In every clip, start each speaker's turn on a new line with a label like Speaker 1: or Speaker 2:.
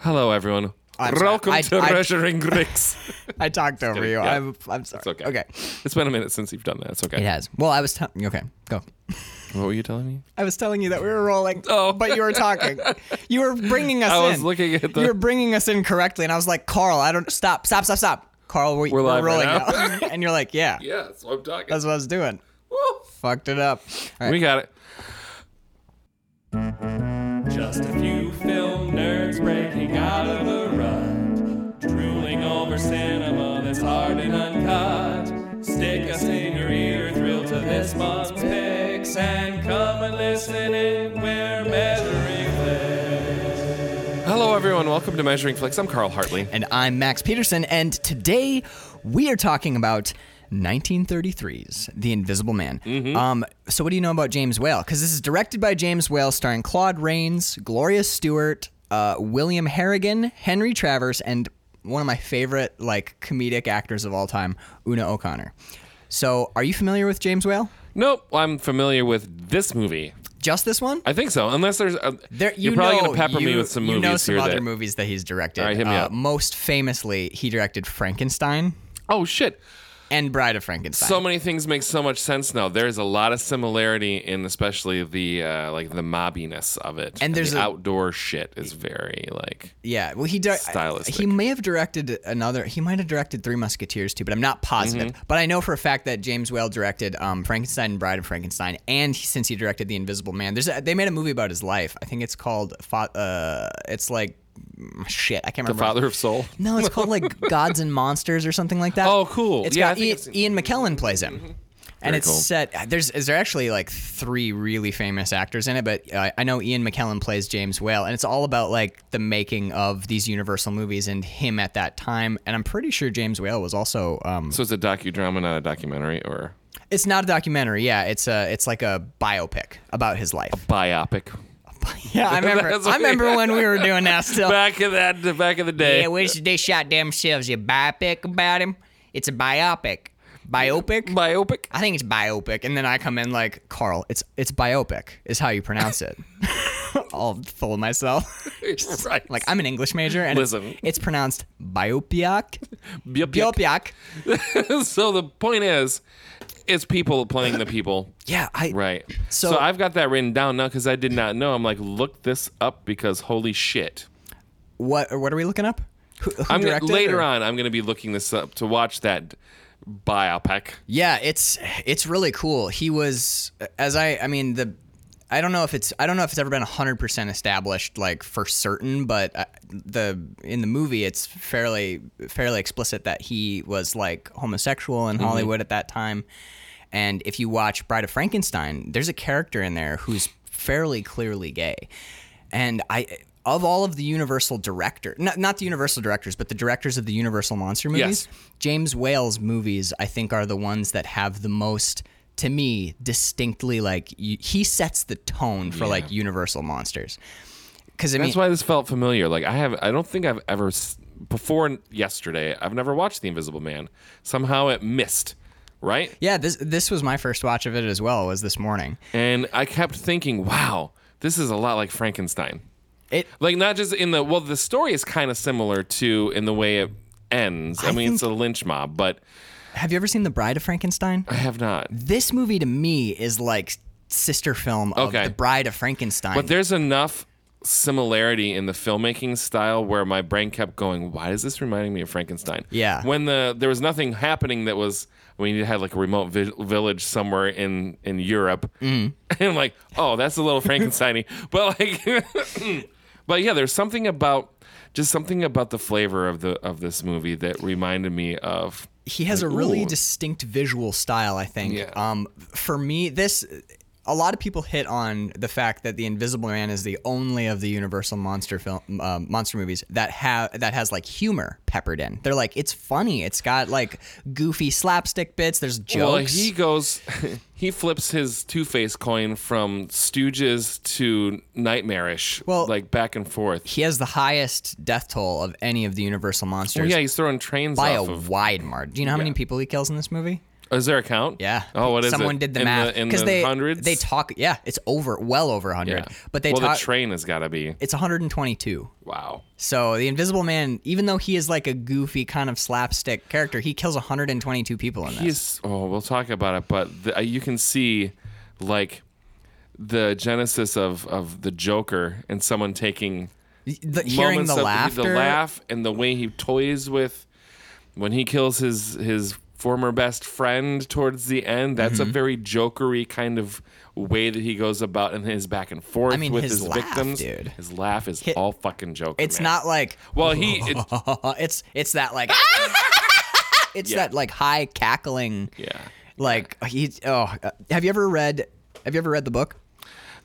Speaker 1: Hello, everyone.
Speaker 2: I'm sorry.
Speaker 1: Welcome
Speaker 2: I-
Speaker 1: to
Speaker 2: I-
Speaker 1: Measuring Ricks.
Speaker 2: I talked over
Speaker 1: kidding.
Speaker 2: you.
Speaker 1: Yeah.
Speaker 2: I'm, I'm sorry.
Speaker 1: It's okay.
Speaker 2: Okay.
Speaker 1: It's been a minute since you've done that. It's okay.
Speaker 2: It has. Well, I was telling. Okay, go.
Speaker 1: What were you telling me?
Speaker 2: I was telling you that we were rolling,
Speaker 1: Oh.
Speaker 2: but you were talking. You were bringing us in.
Speaker 1: I was looking at the-
Speaker 2: You were bringing us in correctly, and I was like, Carl, I don't stop, stop, stop, stop. Carl, we,
Speaker 1: We're
Speaker 2: we're,
Speaker 1: live
Speaker 2: rolling
Speaker 1: right
Speaker 2: now. and you're like, yeah,
Speaker 1: Yeah, that's what I'm talking
Speaker 2: that's what I was doing. Fucked it up. All right.
Speaker 1: We got it. Just a few film nerds breaking out of a rut, drooling over cinema that's hard and uncut. Stick us in your ear, thrill to this month's picks, and come and listen in. We're measuring flicks. Hello, everyone. Welcome to Measuring Flicks. I'm Carl Hartley.
Speaker 2: and I'm Max Peterson, and today we are talking about 1933's The Invisible Man.
Speaker 1: Mm-hmm.
Speaker 2: Um, so, what do you know about James Whale? Because this is directed by James Whale, starring Claude Rains, Gloria Stewart, uh, William Harrigan, Henry Travers, and one of my favorite like comedic actors of all time, Una O'Connor. So, are you familiar with James Whale?
Speaker 1: Nope, I'm familiar with this movie.
Speaker 2: Just this one?
Speaker 1: I think so, unless there's. A,
Speaker 2: There, you
Speaker 1: you're probably
Speaker 2: know,
Speaker 1: going to pepper me
Speaker 2: you-
Speaker 1: with some
Speaker 2: you
Speaker 1: movies
Speaker 2: know some
Speaker 1: here.
Speaker 2: other
Speaker 1: that-
Speaker 2: movies that he's directed.
Speaker 1: All right, hit me
Speaker 2: Uh,
Speaker 1: up.
Speaker 2: Most famously, he directed Frankenstein.
Speaker 1: oh, shit.
Speaker 2: and Bride of Frankenstein.
Speaker 1: so many things make so much sense now. There's a lot of similarity in especially the uh, like the mobbiness of it,
Speaker 2: there's
Speaker 1: the
Speaker 2: a-
Speaker 1: outdoor shit is very like
Speaker 2: yeah, well, he di-
Speaker 1: Stylistic.
Speaker 2: He may have directed another. He might have directed Three Musketeers too, but I'm not positive.
Speaker 1: Mm-hmm.
Speaker 2: But I know for a fact that James Whale directed um, Frankenstein and Bride of Frankenstein, and he- since he directed The Invisible Man, there's a, they made a movie about his life. I think it's called. Fa- Uh, it's like mm, shit. I can't remember.
Speaker 1: Father of Soul.
Speaker 2: No, it's called like Gods and Monsters or something like that.
Speaker 1: Oh, cool.
Speaker 2: It's
Speaker 1: Yeah, I
Speaker 2: got
Speaker 1: think
Speaker 2: I-
Speaker 1: I've seen-
Speaker 2: Ian McKellen plays him.
Speaker 1: Mm-hmm.
Speaker 2: And
Speaker 1: Very
Speaker 2: it's
Speaker 1: cool.
Speaker 2: set. uh, There's is there actually like three really famous actors in it, but uh, I know Ian McKellen plays James Whale, and it's all about like the making of these Universal movies and him at that time. And I'm pretty sure James Whale was also. Um,
Speaker 1: So it's a docudrama, not a documentary or
Speaker 2: it's not a documentary, yeah. It's a it's like a biopic about his life.
Speaker 1: biopic.
Speaker 2: Yeah, I remember.
Speaker 1: That's
Speaker 2: I
Speaker 1: what-
Speaker 2: remember when we were doing that still.
Speaker 1: Back in that back in the day.
Speaker 2: Yeah, wish they shot themselves a biopic about him. It's a biopic. Biopic.
Speaker 1: biopic.
Speaker 2: I think it's biopic, and then I come in like Carl. It's it's biopic is how you pronounce it. All full of myself.
Speaker 1: right.
Speaker 2: Like I'm an English major, and it's-
Speaker 1: Listen.
Speaker 2: It's, pronounced biopiac.
Speaker 1: Biopic.
Speaker 2: Biopiac.
Speaker 1: so the point is, it's people playing the people.
Speaker 2: Yeah, I
Speaker 1: Right. So,
Speaker 2: So-
Speaker 1: I've got that written down now because I did not know. I'm like, look this up because holy shit.
Speaker 2: what what are we looking up? Who, who
Speaker 1: I'm gonna,
Speaker 2: directed it,
Speaker 1: later
Speaker 2: or-
Speaker 1: on. I'm going to be looking this up to watch that biopic.
Speaker 2: Yeah, it's it's really cool. He was as I I mean the I don't know if it's I don't know if it's ever been 100% established like for certain, but uh, the in the movie it's fairly fairly explicit that he was like homosexual in Hollywood at that time. And if you watch Bride of Frankenstein, there's a character in there who's fairly clearly gay. And I of all of the Universal director, not not the Universal directors, but the directors of the Universal monster movies, James Whale's movies I think are the ones that have the most to me distinctly like y- he sets the tone for like Universal monsters. Cuz I mean
Speaker 1: That's why this felt familiar. Like I have, I don't think I've ever s- before yesterday. I've never watched The Invisible Man. Somehow it missed. Right.
Speaker 2: yeah, this this was my first watch of it as well was this morning.
Speaker 1: And I kept thinking, wow, this is a lot like Frankenstein.
Speaker 2: It
Speaker 1: Like not just in the well, the story is kind of similar to in the way it ends. I, mean, it's a lynch mob, but
Speaker 2: have you ever seen The Bride of Frankenstein?
Speaker 1: I have not.
Speaker 2: This movie to me is like sister film of
Speaker 1: Okay.
Speaker 2: The Bride of Frankenstein.
Speaker 1: But there's enough similarity in the filmmaking style where my brain kept going, "Why is this reminding me of Frankenstein?"
Speaker 2: Yeah.
Speaker 1: When the there was nothing happening that was, I mean, you had like a remote vi- village somewhere in in Europe, and like, oh, that's a little Frankensteiny. but like, but yeah, there's something about just something about the flavor of the of this movie that reminded me of.
Speaker 2: he has a really
Speaker 1: ooh.
Speaker 2: distinct visual style i think
Speaker 1: Yeah.
Speaker 2: um, for me this a lot of people hit on the fact that the invisible man is the only of the universal monster film um, monster movies that have that has like humor peppered in they're like it's funny it's got like goofy slapstick bits there's
Speaker 1: Well,
Speaker 2: jokes
Speaker 1: he goes, he flips his Two Face coin from Stooges to Nightmarish,
Speaker 2: Well-
Speaker 1: like back and forth. Oh,
Speaker 2: He has the highest death toll of any of the universal monsters
Speaker 1: yeah, he's throwing trains
Speaker 2: by a
Speaker 1: off of.
Speaker 2: wide margin do you know how many people he kills in this movie
Speaker 1: Is there a count?
Speaker 2: Yeah.
Speaker 1: Oh, what is
Speaker 2: Someone
Speaker 1: it?
Speaker 2: did the
Speaker 1: in
Speaker 2: math
Speaker 1: The, in
Speaker 2: because
Speaker 1: the
Speaker 2: they
Speaker 1: hundreds.
Speaker 2: they talk. Yeah, it's over, well over hundred.
Speaker 1: Yeah.
Speaker 2: But they
Speaker 1: well,
Speaker 2: talk.
Speaker 1: the train has got to be.
Speaker 2: it's 122.
Speaker 1: Wow.
Speaker 2: So the Invisible Man, even though he is like a goofy kind of slapstick character, he kills 122 people in this.
Speaker 1: He's. Oh, we'll talk about it, but the, uh, you can see, like, the genesis of of the Joker and someone taking
Speaker 2: The- hearing
Speaker 1: moments
Speaker 2: the
Speaker 1: of
Speaker 2: laughter.
Speaker 1: the laugh, and the way he toys with when he kills his his former best friend towards the end. That's
Speaker 2: Mm-hmm.
Speaker 1: a very jokery kind of way that he goes about and his back and forth
Speaker 2: I mean,
Speaker 1: with
Speaker 2: his
Speaker 1: his,
Speaker 2: laugh,
Speaker 1: victims.
Speaker 2: dude.
Speaker 1: His laugh is all fucking Joker.
Speaker 2: It's
Speaker 1: man.
Speaker 2: not like
Speaker 1: Well, he. It,
Speaker 2: it's it's that like it's
Speaker 1: Yeah.
Speaker 2: that like high cackling.
Speaker 1: yeah.
Speaker 2: Like he oh, uh, have you ever read have you ever read the book?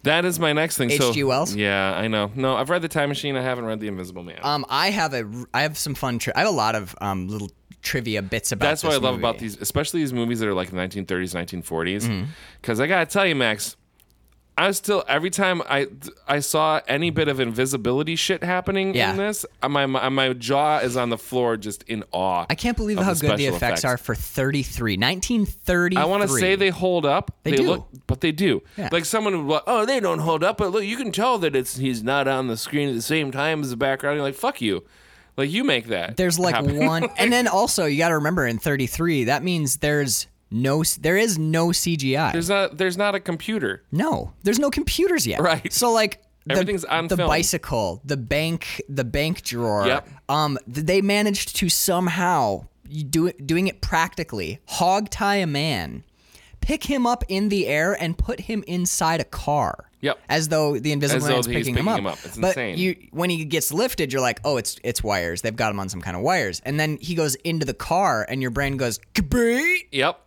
Speaker 1: That is my next thing.
Speaker 2: H.G.
Speaker 1: So,
Speaker 2: Wells?
Speaker 1: Yeah, I know. No, I've read The Time Machine. I haven't read The Invisible Man.
Speaker 2: Um, I have a I have some fun. Tri- I have a lot of um little trivia bits about.
Speaker 1: That's what I
Speaker 2: this
Speaker 1: love
Speaker 2: movie. Mm-hmm.
Speaker 1: about these, especially these movies that are like 1930s, 1940s. Because I gotta tell you, Max, I was still every time I I saw any bit of invisibility shit happening
Speaker 2: Yeah.
Speaker 1: in this, uh, my, my my jaw is on the floor just in awe.
Speaker 2: I can't believe
Speaker 1: of
Speaker 2: how good the
Speaker 1: special
Speaker 2: effects, are for 33, 1933.
Speaker 1: I want to say they hold up. They,
Speaker 2: do.
Speaker 1: look, but they do.
Speaker 2: Yeah.
Speaker 1: Like someone would, be like, oh, they don't hold up, but look, you can tell that it's he's not on the screen at the same time as the background. You're like, fuck you, like you make that.
Speaker 2: there's like
Speaker 1: happen.
Speaker 2: one, and then also you got to remember in 33 that means there's no there is no CGI.
Speaker 1: There's not there's not a computer.
Speaker 2: no, there's no computers yet.
Speaker 1: Right.
Speaker 2: So like. The,
Speaker 1: Everything's on
Speaker 2: the
Speaker 1: film.
Speaker 2: bicycle, the bank, the bank drawer.
Speaker 1: Yep.
Speaker 2: Um, th- they managed to somehow you do it, doing it practically. Hog tie a man, pick him up in the air, and put him inside a car.
Speaker 1: Yep.
Speaker 2: As though the invisible
Speaker 1: As though
Speaker 2: man's
Speaker 1: he's
Speaker 2: picking, him, up.
Speaker 1: picking him up. It's
Speaker 2: but
Speaker 1: insane.
Speaker 2: you when he gets lifted, you're like, oh, it's it's wires. They've got him on some kind of wires. And then he goes into the car, and your brain goes, kaboo.
Speaker 1: Yep.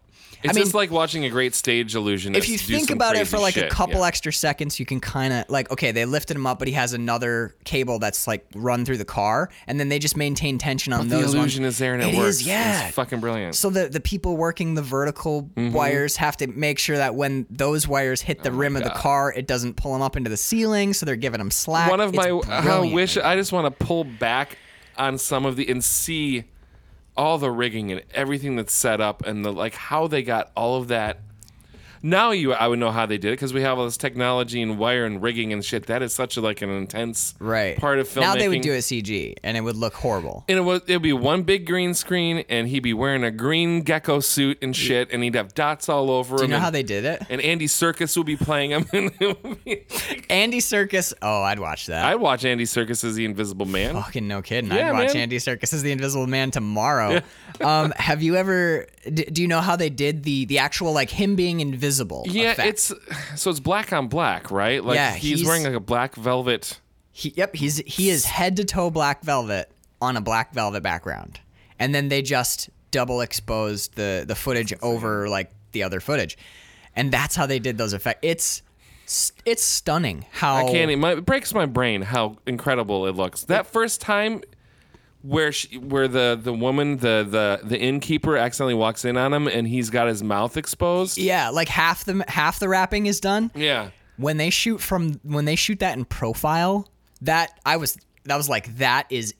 Speaker 1: It's
Speaker 2: mean-
Speaker 1: just like watching a great stage illusionist.
Speaker 2: If you
Speaker 1: do
Speaker 2: think
Speaker 1: some
Speaker 2: about it
Speaker 1: crazy
Speaker 2: for like a
Speaker 1: shit.
Speaker 2: couple
Speaker 1: Yeah.
Speaker 2: extra seconds, you can kind of like, okay, they lifted him up, but he has another cable that's like run through the car, and then they just maintain tension on
Speaker 1: the
Speaker 2: those.
Speaker 1: illusion
Speaker 2: ones.
Speaker 1: is there and it,
Speaker 2: It is,
Speaker 1: works.
Speaker 2: yeah.
Speaker 1: It's fucking Mm-hmm. brilliant.
Speaker 2: So the the people working the vertical wires have to make sure that when those wires hit
Speaker 1: Oh
Speaker 2: the rim of the car, it doesn't pull them up into the ceiling. So they're giving them slack.
Speaker 1: One of
Speaker 2: It's
Speaker 1: my I
Speaker 2: brilliant.
Speaker 1: wish I just want to pull back on some of the and see all the rigging and everything that's set up and the like how they got all of that. Now you I would know how they did it because we have all this technology and wire and rigging and shit. That is such a, like an intense
Speaker 2: right
Speaker 1: part of filmmaking.
Speaker 2: Now they would do a CG, and it would look horrible.
Speaker 1: And it was it'd be one big green screen, and he'd be wearing a green gecko suit and shit, and he'd have dots all over
Speaker 2: You
Speaker 1: him.
Speaker 2: know
Speaker 1: and,
Speaker 2: how they did it?
Speaker 1: and Andy Circus would be playing him. And it would be-
Speaker 2: Andy Circus. Oh, I'd watch that.
Speaker 1: I'd watch Andy Circus as the Invisible Man.
Speaker 2: Fucking no kidding.
Speaker 1: Yeah,
Speaker 2: I'd watch
Speaker 1: man.
Speaker 2: Andy Serkis as the Invisible Man tomorrow. um, have you ever? D- do you know how they did the the actual like him being invisible?
Speaker 1: Yeah,
Speaker 2: effect?
Speaker 1: it's so it's black on black, right? Like
Speaker 2: Yeah,
Speaker 1: he's,
Speaker 2: he's-
Speaker 1: wearing like a black velvet.
Speaker 2: He, yep, he's he is head to toe black velvet on a black velvet background, and then they just double exposed the the footage over like the other footage, and that's how they did those effects. It's s- it's stunning how
Speaker 1: I can't. It, my, it breaks my brain how incredible it looks. That first time where she, where the the woman the the the innkeeper accidentally walks in on him and he's got his mouth exposed.
Speaker 2: yeah, like half the half the wrapping is done.
Speaker 1: Yeah.
Speaker 2: when they shoot from when they shoot that in profile that i was that was like that is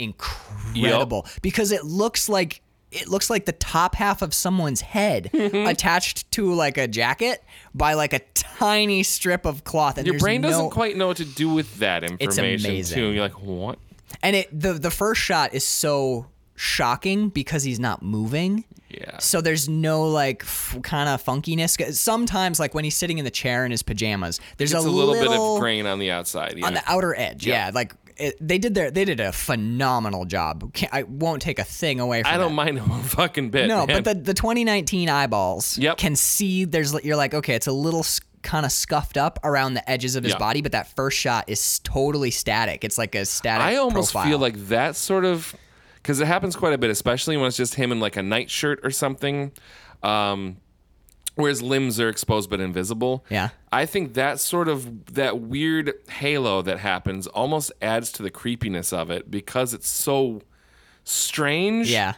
Speaker 2: incredible because it looks like it looks like the top half of someone's head
Speaker 1: Mm-hmm.
Speaker 2: attached to like a jacket by like a tiny strip of cloth and
Speaker 1: Your
Speaker 2: there's
Speaker 1: brain doesn't
Speaker 2: no-
Speaker 1: quite know what to do with that information
Speaker 2: amazing.
Speaker 1: too. You're like, what?
Speaker 2: and it the the first shot is so shocking because he's not moving
Speaker 1: Yeah.
Speaker 2: So there's no like f- kind of funkiness. 'Cause Sometimes, like when he's sitting in the chair in his pajamas, there's
Speaker 1: It's a
Speaker 2: a,
Speaker 1: little, bit of grain on the outside. Yeah.
Speaker 2: on the outer edge. Yeah,
Speaker 1: Yeah.
Speaker 2: like it, they did their they did a phenomenal job. Can't, I won't take a thing away from.
Speaker 1: I don't
Speaker 2: that.
Speaker 1: mind a fucking bit.
Speaker 2: No,
Speaker 1: man.
Speaker 2: but the the 2019 eyeballs
Speaker 1: Yep.
Speaker 2: can see. There's you're like okay, it's a little. kind of scuffed up around the edges of his
Speaker 1: Yeah.
Speaker 2: body but that first shot is totally static it's like a static
Speaker 1: I almost
Speaker 2: profile.
Speaker 1: feel like that sort of because it happens quite a bit, especially when it's just him in like a nightshirt or something, um, where his limbs are exposed but invisible.
Speaker 2: Yeah.
Speaker 1: I think that sort of that weird halo that happens almost adds to the creepiness of it because it's so strange.
Speaker 2: yeah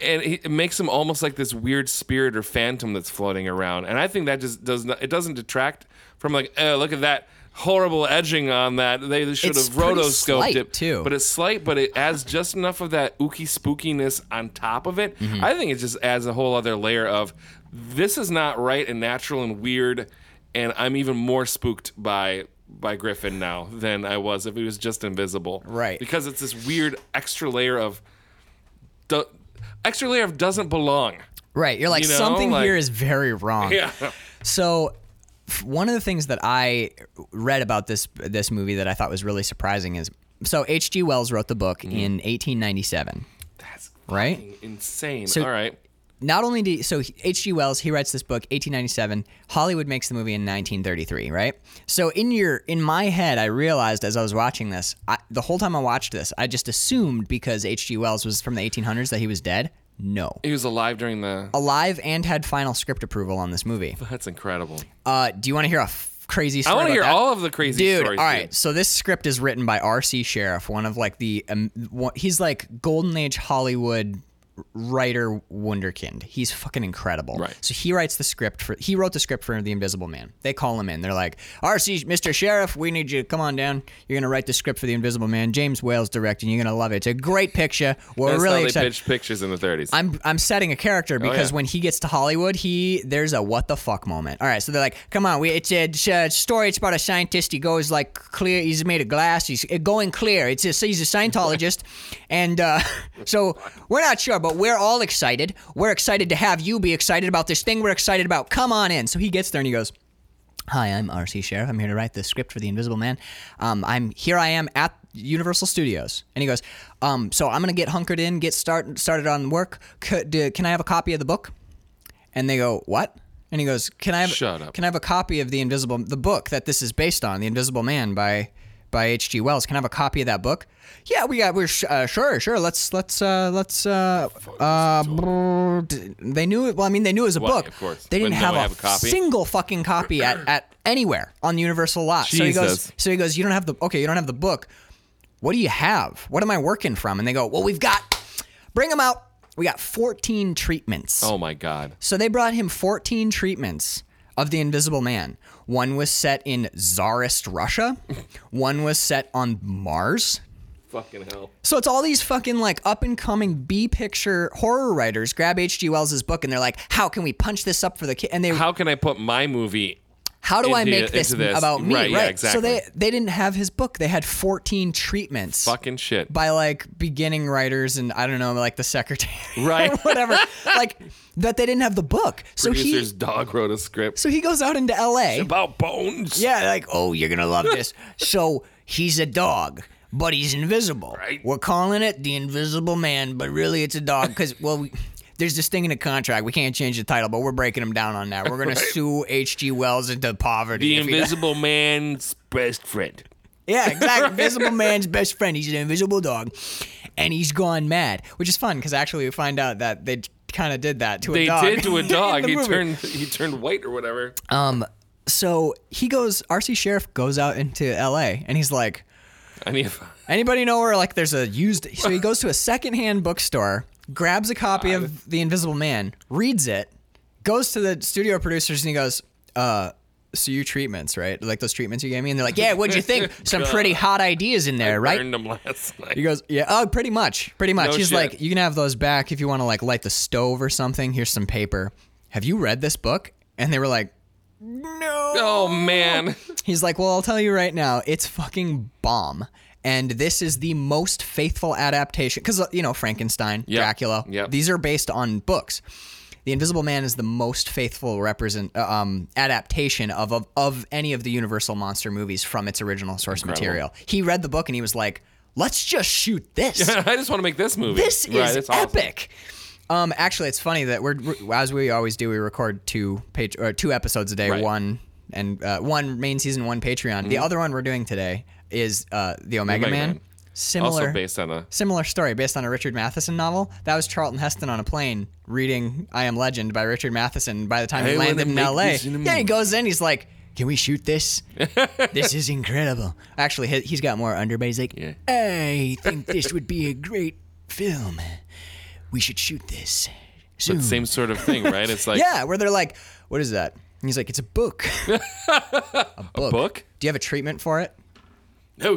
Speaker 1: and he, it makes him almost like this weird spirit or phantom that's floating around. And I think that just does not. It doesn't detract from like, oh, look at that horrible edging on that. They should
Speaker 2: It's
Speaker 1: have
Speaker 2: pretty
Speaker 1: rotoscoped
Speaker 2: slight,
Speaker 1: it
Speaker 2: too.
Speaker 1: But it's slight, but it adds just
Speaker 2: Mm-hmm.
Speaker 1: enough of that ooky spookiness on top of it. I think it just adds a whole other layer of
Speaker 3: this is not right and natural and weird, and I'm even more spooked by by Griffin now than I was if he was just invisible.
Speaker 2: Right.
Speaker 3: Because it's this weird extra layer of do, extra layer of doesn't belong.
Speaker 2: Right. You're like,
Speaker 3: You know,
Speaker 2: something
Speaker 3: like-
Speaker 2: here is very wrong.
Speaker 3: Yeah.
Speaker 2: So, f- one of the things that I read about this this movie that I thought was really surprising is so H.G. Wells wrote the book
Speaker 1: Mm-hmm.
Speaker 2: in 1897,
Speaker 3: That's
Speaker 2: right?
Speaker 3: fucking insane.
Speaker 2: So-
Speaker 3: All right.
Speaker 2: Not only did so H.G. Wells he writes this book 1897, Hollywood makes the movie in 1933, right? So in your in my head I realized as I was watching this, I, the whole time I watched this, I just assumed because H.G. Wells was from the 1800s that he was dead. No.
Speaker 3: He was alive during the
Speaker 2: Alive and had final script approval on this movie.
Speaker 3: That's incredible.
Speaker 2: Uh, do you want to hear a f- crazy story?
Speaker 3: I want to
Speaker 2: about
Speaker 3: hear
Speaker 2: that?
Speaker 3: all of the crazy
Speaker 2: Dude,
Speaker 3: stories.
Speaker 2: all right. So this script is written by R.C. Sheriff, one of like the um, one, he's like golden age Hollywood writer wunderkind. He's fucking incredible.
Speaker 3: Right.
Speaker 2: So he writes the script for he wrote the script for The Invisible Man. They call him in. They're like, "R.C. Mr. Sheriff, we need you. Come on down. You're gonna write the script for The Invisible Man. James Whale's directing. You're gonna love it. It's a great picture. We're
Speaker 3: That's
Speaker 2: really
Speaker 3: how they
Speaker 2: excited."
Speaker 3: pitched pictures in the 30s.
Speaker 2: I'm I'm setting a character because
Speaker 3: yeah.
Speaker 2: when he gets to Hollywood, he there's a what the fuck moment. All right, so they're like, "Come on, we it's a, it's a story. It's about a scientist. He goes like clear. He's made of glass. He's uh, going clear. It's a, he's a Scientologist, and uh, so we're not sure, but we're all excited. We're excited to have you be excited about this thing. We're excited about. Come on in. So he gets there and he goes. Hi, I'm RC Sheriff. I'm here to write the script for The Invisible Man. Um, I'm here. I am at Universal Studios, and he goes. Um, so I'm gonna get hunkered in, get start started on work. Could, do, can I have a copy of the book? And they go, what? And he goes, can I have
Speaker 3: Shut up.
Speaker 2: Can I have a copy of the Invisible the book that this is based on, The Invisible Man by by H.G. Wells? Can I have a copy of that book? Yeah, we got. We're sh- uh, sure, sure. Let's let's uh, let's. Uh, uh, brr, d- they knew it. Well, I mean, they knew it was a
Speaker 3: Well,
Speaker 2: book.
Speaker 3: of course.
Speaker 2: They didn't
Speaker 3: Wouldn't
Speaker 2: have,
Speaker 3: know I
Speaker 2: a,
Speaker 3: have a copy.
Speaker 2: single fucking copy at, at anywhere on the Universal lot. So he goes.
Speaker 3: Jesus.
Speaker 2: So he goes. You don't have the okay. You don't have the book. What do you have? What am I working from? And they go. Well, we've got. Bring them out. We got 14 treatments.
Speaker 3: oh my god.
Speaker 2: So they brought him 14 treatments of The Invisible Man. One was set in Tsarist Russia, one was set on Mars.
Speaker 3: Fucking hell.
Speaker 2: So it's all these fucking like up and coming B picture horror writers grab H.G. Wells' book and they're like, how can we punch this up for the kid? And they, how,
Speaker 3: How can I put my movie?
Speaker 2: do I
Speaker 3: into-
Speaker 2: make this,
Speaker 3: into this?
Speaker 2: about me?
Speaker 3: Right, yeah,
Speaker 2: So they
Speaker 3: exactly.
Speaker 2: they didn't have his book. They had 14 treatments
Speaker 3: Fucking shit.
Speaker 2: by like beginning writers and I don't know, like the secretary,
Speaker 3: Right.
Speaker 2: or whatever. like that they didn't have the book. So he
Speaker 3: Producer's dog wrote a script
Speaker 2: So he goes out into LA.
Speaker 3: about bones.
Speaker 2: Yeah, like, oh, you're going to love this. so he's a dog, but he's invisible.
Speaker 3: Right.
Speaker 2: We're calling it the invisible man, but really it's a dog because, well, we. There's this thing in the contract. We can't change the title, but we're breaking him down on that. We're going to sue H.G. Wells into poverty.
Speaker 3: The
Speaker 2: if he-
Speaker 3: Invisible Man's best friend.
Speaker 2: yeah, exactly. Invisible man's best friend. He's an invisible dog, and he's gone mad, which is fun because actually we find out that they kind of did that to
Speaker 3: They
Speaker 2: a dog.
Speaker 3: did to a
Speaker 2: in
Speaker 3: dog.
Speaker 2: the
Speaker 3: he
Speaker 2: movie.
Speaker 3: turned he turned white or whatever.
Speaker 2: Um, so he goes. RC Sheriff goes out into L.A. and he's like,
Speaker 3: I mean,
Speaker 2: Anybody know where like there's a used? So he goes to a secondhand bookstore, grabs a copy of The Invisible Man, reads it, goes to the studio producers, and he goes, "Uh, so your treatments, right? Like those treatments you gave me?" And they're like, "Yeah, what'd you think? Some pretty hot ideas in there, right?"
Speaker 3: burned him last night.
Speaker 2: He goes, "Yeah, oh, pretty much, pretty much."
Speaker 3: No
Speaker 2: He's
Speaker 3: shit.
Speaker 2: like, "You can have those back if you want to like light the stove or something. Here's some paper. Have you read this book?" And they were like, "No."
Speaker 3: oh man.
Speaker 2: He's like, well, I'll tell you right now, it's fucking bomb. And this is the most faithful adaptation because you know Frankenstein,
Speaker 3: Yep.
Speaker 2: Dracula.
Speaker 3: Yep.
Speaker 2: These are based on books. The Invisible Man is the most faithful represent uh, um, adaptation of, of of any of the Universal monster movies from its original source material. He read the book and he was like, "Let's just shoot this."
Speaker 3: I just want to make this movie.
Speaker 2: This is
Speaker 3: Right, it's awesome.
Speaker 2: epic. Um, actually, it's funny that we're we're- as we always do. We record two page or two episodes a day.
Speaker 3: Right. Mm-hmm.
Speaker 2: One and uh, one main season, one Patreon. The other one we're doing today is uh, the Omega,
Speaker 3: Omega
Speaker 2: Man.
Speaker 3: Man.
Speaker 2: Similar,
Speaker 3: Also based on a
Speaker 2: similar story based on a Richard Matheson novel. That was Charlton Heston on a plane reading "I Am Legend" by Richard Matheson. By the time
Speaker 3: I
Speaker 2: he landed
Speaker 3: wanna
Speaker 2: in
Speaker 3: make
Speaker 2: L.A.,
Speaker 3: this in a
Speaker 2: yeah, he
Speaker 3: movie.
Speaker 2: goes in. He's like. Can we shoot this? this is incredible. Actually, he- he's got more under, but he's like,
Speaker 3: Yeah.
Speaker 2: I think this would be a great film. We should shoot this soon.
Speaker 3: same sort of thing, right? It's like
Speaker 2: Hmm. yeah, where they're like, what is that? And he's like, it's a book.
Speaker 3: a book.
Speaker 2: Do you have a treatment for it?
Speaker 3: No,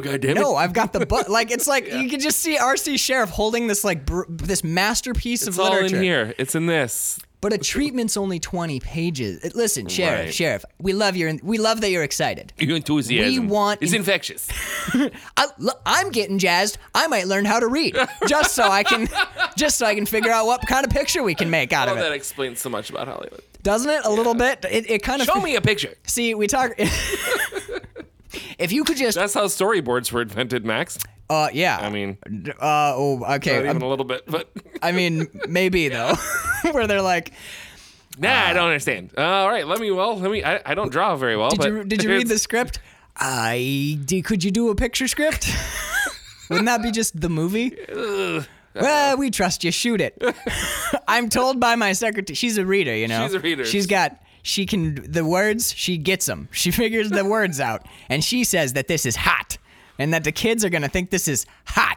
Speaker 3: goddamn
Speaker 2: No, I've got the book. Like, it's like you can just see R.C. Sheriff holding this like br- this masterpiece
Speaker 3: It's
Speaker 2: of
Speaker 3: all
Speaker 2: literature.
Speaker 3: in here. It's in this.
Speaker 2: But a treatment's only 20 pages. Uh, Listen, sheriff,
Speaker 1: Right.
Speaker 2: sheriff, we love your we love that you're excited.
Speaker 1: Your enthusiasm
Speaker 2: want
Speaker 1: is
Speaker 2: in-
Speaker 1: infectious.
Speaker 2: I, look, I'm getting jazzed. I might learn how to read just so I can just so I can figure out what kind of picture we can make out
Speaker 1: Oh,
Speaker 2: of
Speaker 1: that
Speaker 2: it.
Speaker 1: explains so much about Hollywood.
Speaker 2: Doesn't it a little bit? It, it kind of
Speaker 1: Show me a picture.
Speaker 2: See, we talk. if you could just,
Speaker 1: That's how storyboards were invented, Max.
Speaker 2: uh, yeah.
Speaker 1: I mean,
Speaker 2: uh, oh, okay.
Speaker 1: not even
Speaker 2: Um,
Speaker 1: a little bit, but
Speaker 2: I mean, maybe though, where they're like,
Speaker 1: nah,
Speaker 2: Ah.
Speaker 1: I don't understand. Uh, all right, let me. Well, let me. I, I don't draw very well.
Speaker 2: did
Speaker 1: but
Speaker 2: you did you read
Speaker 1: it's-
Speaker 2: the script? I d- could you do a picture script? Wouldn't that be just the movie? Well, we trust you. Shoot it. I'm told by my secretary. She's a reader, you know.
Speaker 1: She's a reader.
Speaker 2: She's got. She can the words. She gets them. She figures the words out, and she says that this is hot, and that the kids are gonna think this is hot.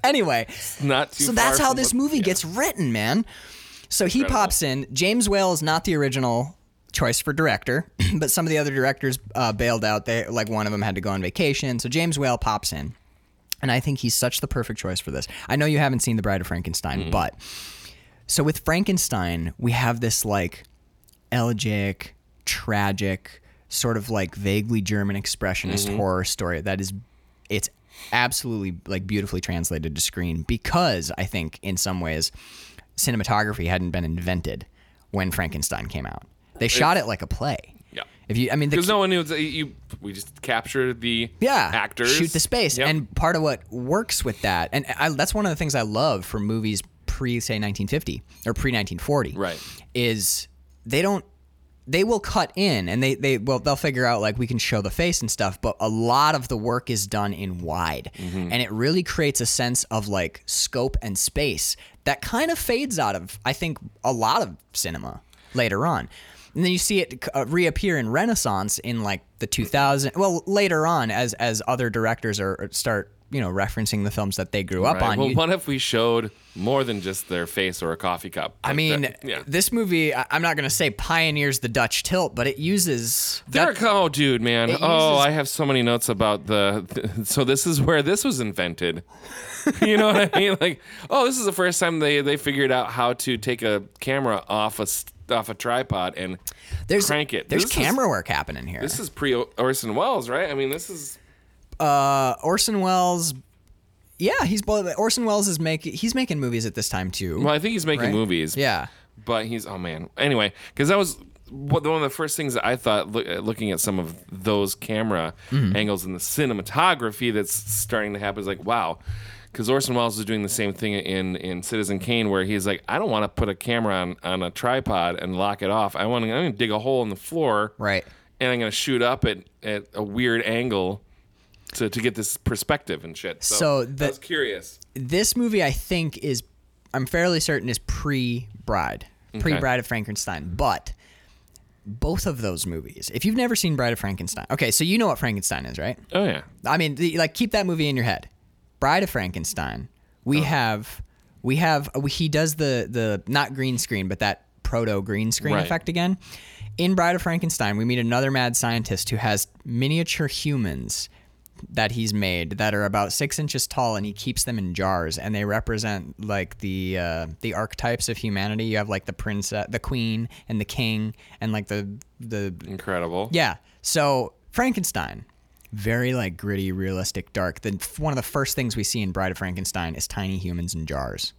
Speaker 2: anyway,
Speaker 1: Not too
Speaker 2: so that's
Speaker 1: far
Speaker 2: how
Speaker 1: from
Speaker 2: this
Speaker 1: what-
Speaker 2: movie
Speaker 1: yeah.
Speaker 2: gets written, man. So he pops in. James Whale is not the original choice for director, but some of the other directors uh, bailed out. They like one of them had to go on vacation, so James Whale pops in, and I think he's such the perfect choice for this. I know you haven't seen The Bride of Frankenstein, but so with Frankenstein, we have this like elegiac, tragic, sort of like vaguely German expressionist
Speaker 1: Mm-hmm.
Speaker 2: horror story that is it's absolutely like beautifully translated to screen because I think in some ways cinematography hadn't been invented when Frankenstein came out. They shot it like a play.
Speaker 1: Yeah.
Speaker 2: If you I mean the
Speaker 1: Because no one knew. You, we just capture the
Speaker 2: yeah
Speaker 1: actors.
Speaker 2: shoot the space
Speaker 1: Yep.
Speaker 2: and part of what works with that and I, that's one of the things i love from movies pre say 1950 or pre 1940
Speaker 1: Right.
Speaker 2: is they don't they will cut in and they they well they'll figure out like we can show the face and stuff but a lot of the work is done in wide
Speaker 1: Mm-hmm.
Speaker 2: and it really creates a sense of like scope and space that kind of fades out of i think a lot of cinema later on and then you see it uh, reappear in renaissance in like the 2000 well later on as as other directors are uh, start you know referencing the films that they grew up
Speaker 1: Right,
Speaker 2: on
Speaker 1: Well,
Speaker 2: You-
Speaker 1: what if we showed more than just their face or a coffee cup?
Speaker 2: I
Speaker 1: Like
Speaker 2: mean,
Speaker 1: that- yeah.
Speaker 2: this movie, I- I'm not going to say pioneers the Dutch tilt, but it uses.
Speaker 1: Derek, oh, dude, man.
Speaker 2: uses-
Speaker 1: oh, I have so many notes about the. so this is where this was invented. you know what I mean? Like, oh, this is the first time they they figured out how to take a camera off a s- off a tripod and
Speaker 2: there's,
Speaker 1: crank it.
Speaker 2: There's
Speaker 1: This is-
Speaker 2: camera work happening here.
Speaker 1: this is pre Orson Welles, right? I mean, this is
Speaker 2: Uh, Orson Welles. Yeah, he's both. Orson Welles is making. He's making movies at this time too.
Speaker 1: well, I think he's making
Speaker 2: right?
Speaker 1: movies.
Speaker 2: Yeah.
Speaker 1: but he's oh man. Anyway, because that was what, one of the first things that I thought loo- uh, looking at some of those camera
Speaker 2: Mm-hmm.
Speaker 1: angles and the cinematography that's starting to happen is like wow. Because Orson Welles is doing the same thing in, in Citizen Kane, where he's like, I don't want to put a camera on, on a tripod and lock it off. I want to. I'm going to dig a hole in the floor,
Speaker 2: Right.
Speaker 1: And I'm going to shoot up at, at a weird angle to, to get this perspective and shit. So,
Speaker 2: So
Speaker 1: I
Speaker 2: the-
Speaker 1: was curious.
Speaker 2: This movie, I think, is. I'm fairly certain is pre Bride, pre Bride of Frankenstein, but both of those movies. If you've never seen Bride of Frankenstein, okay, so you know what Frankenstein is, right?
Speaker 1: Oh yeah,
Speaker 2: I mean, the, like keep that movie in your head. Bride of Frankenstein. We have, we have. We, he does the the not green screen, but that proto green screen
Speaker 1: Right.
Speaker 2: effect again. In Bride of Frankenstein, we meet another mad scientist who has miniature humans that he's made that are about six inches tall, and he keeps them in jars, and they represent like the uh, the archetypes of humanity. You have like the princess, the queen, and the king, and like the the
Speaker 1: incredible.
Speaker 2: yeah. So Frankenstein, very like gritty, realistic, dark. The one of the first things we see in Bride of Frankenstein is tiny humans in jars.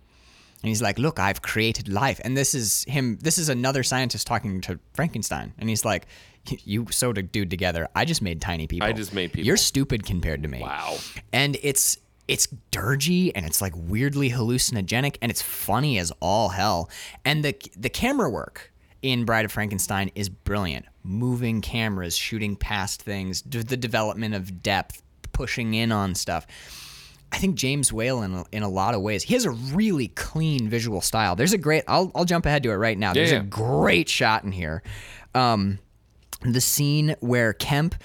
Speaker 2: And he's like, "Look, I've created life." And this is him. This is another scientist talking to Frankenstein, and he's like, "You- "You sewed a dude together. I just made tiny people.
Speaker 1: I just made people.
Speaker 2: You're stupid compared to me."
Speaker 1: Wow.
Speaker 2: And it's it's dirgy and it's like weirdly hallucinogenic and it's funny as all hell. And the the camera work in Bride of Frankenstein is brilliant. Moving cameras, shooting past things, d- the development of depth, pushing in on stuff. I think James Whale in, in a lot of ways, he has a really clean visual style. There's a great, I'll, I'll jump ahead to it right now. There's
Speaker 1: yeah.
Speaker 2: a great shot in here. Um, the scene where Kemp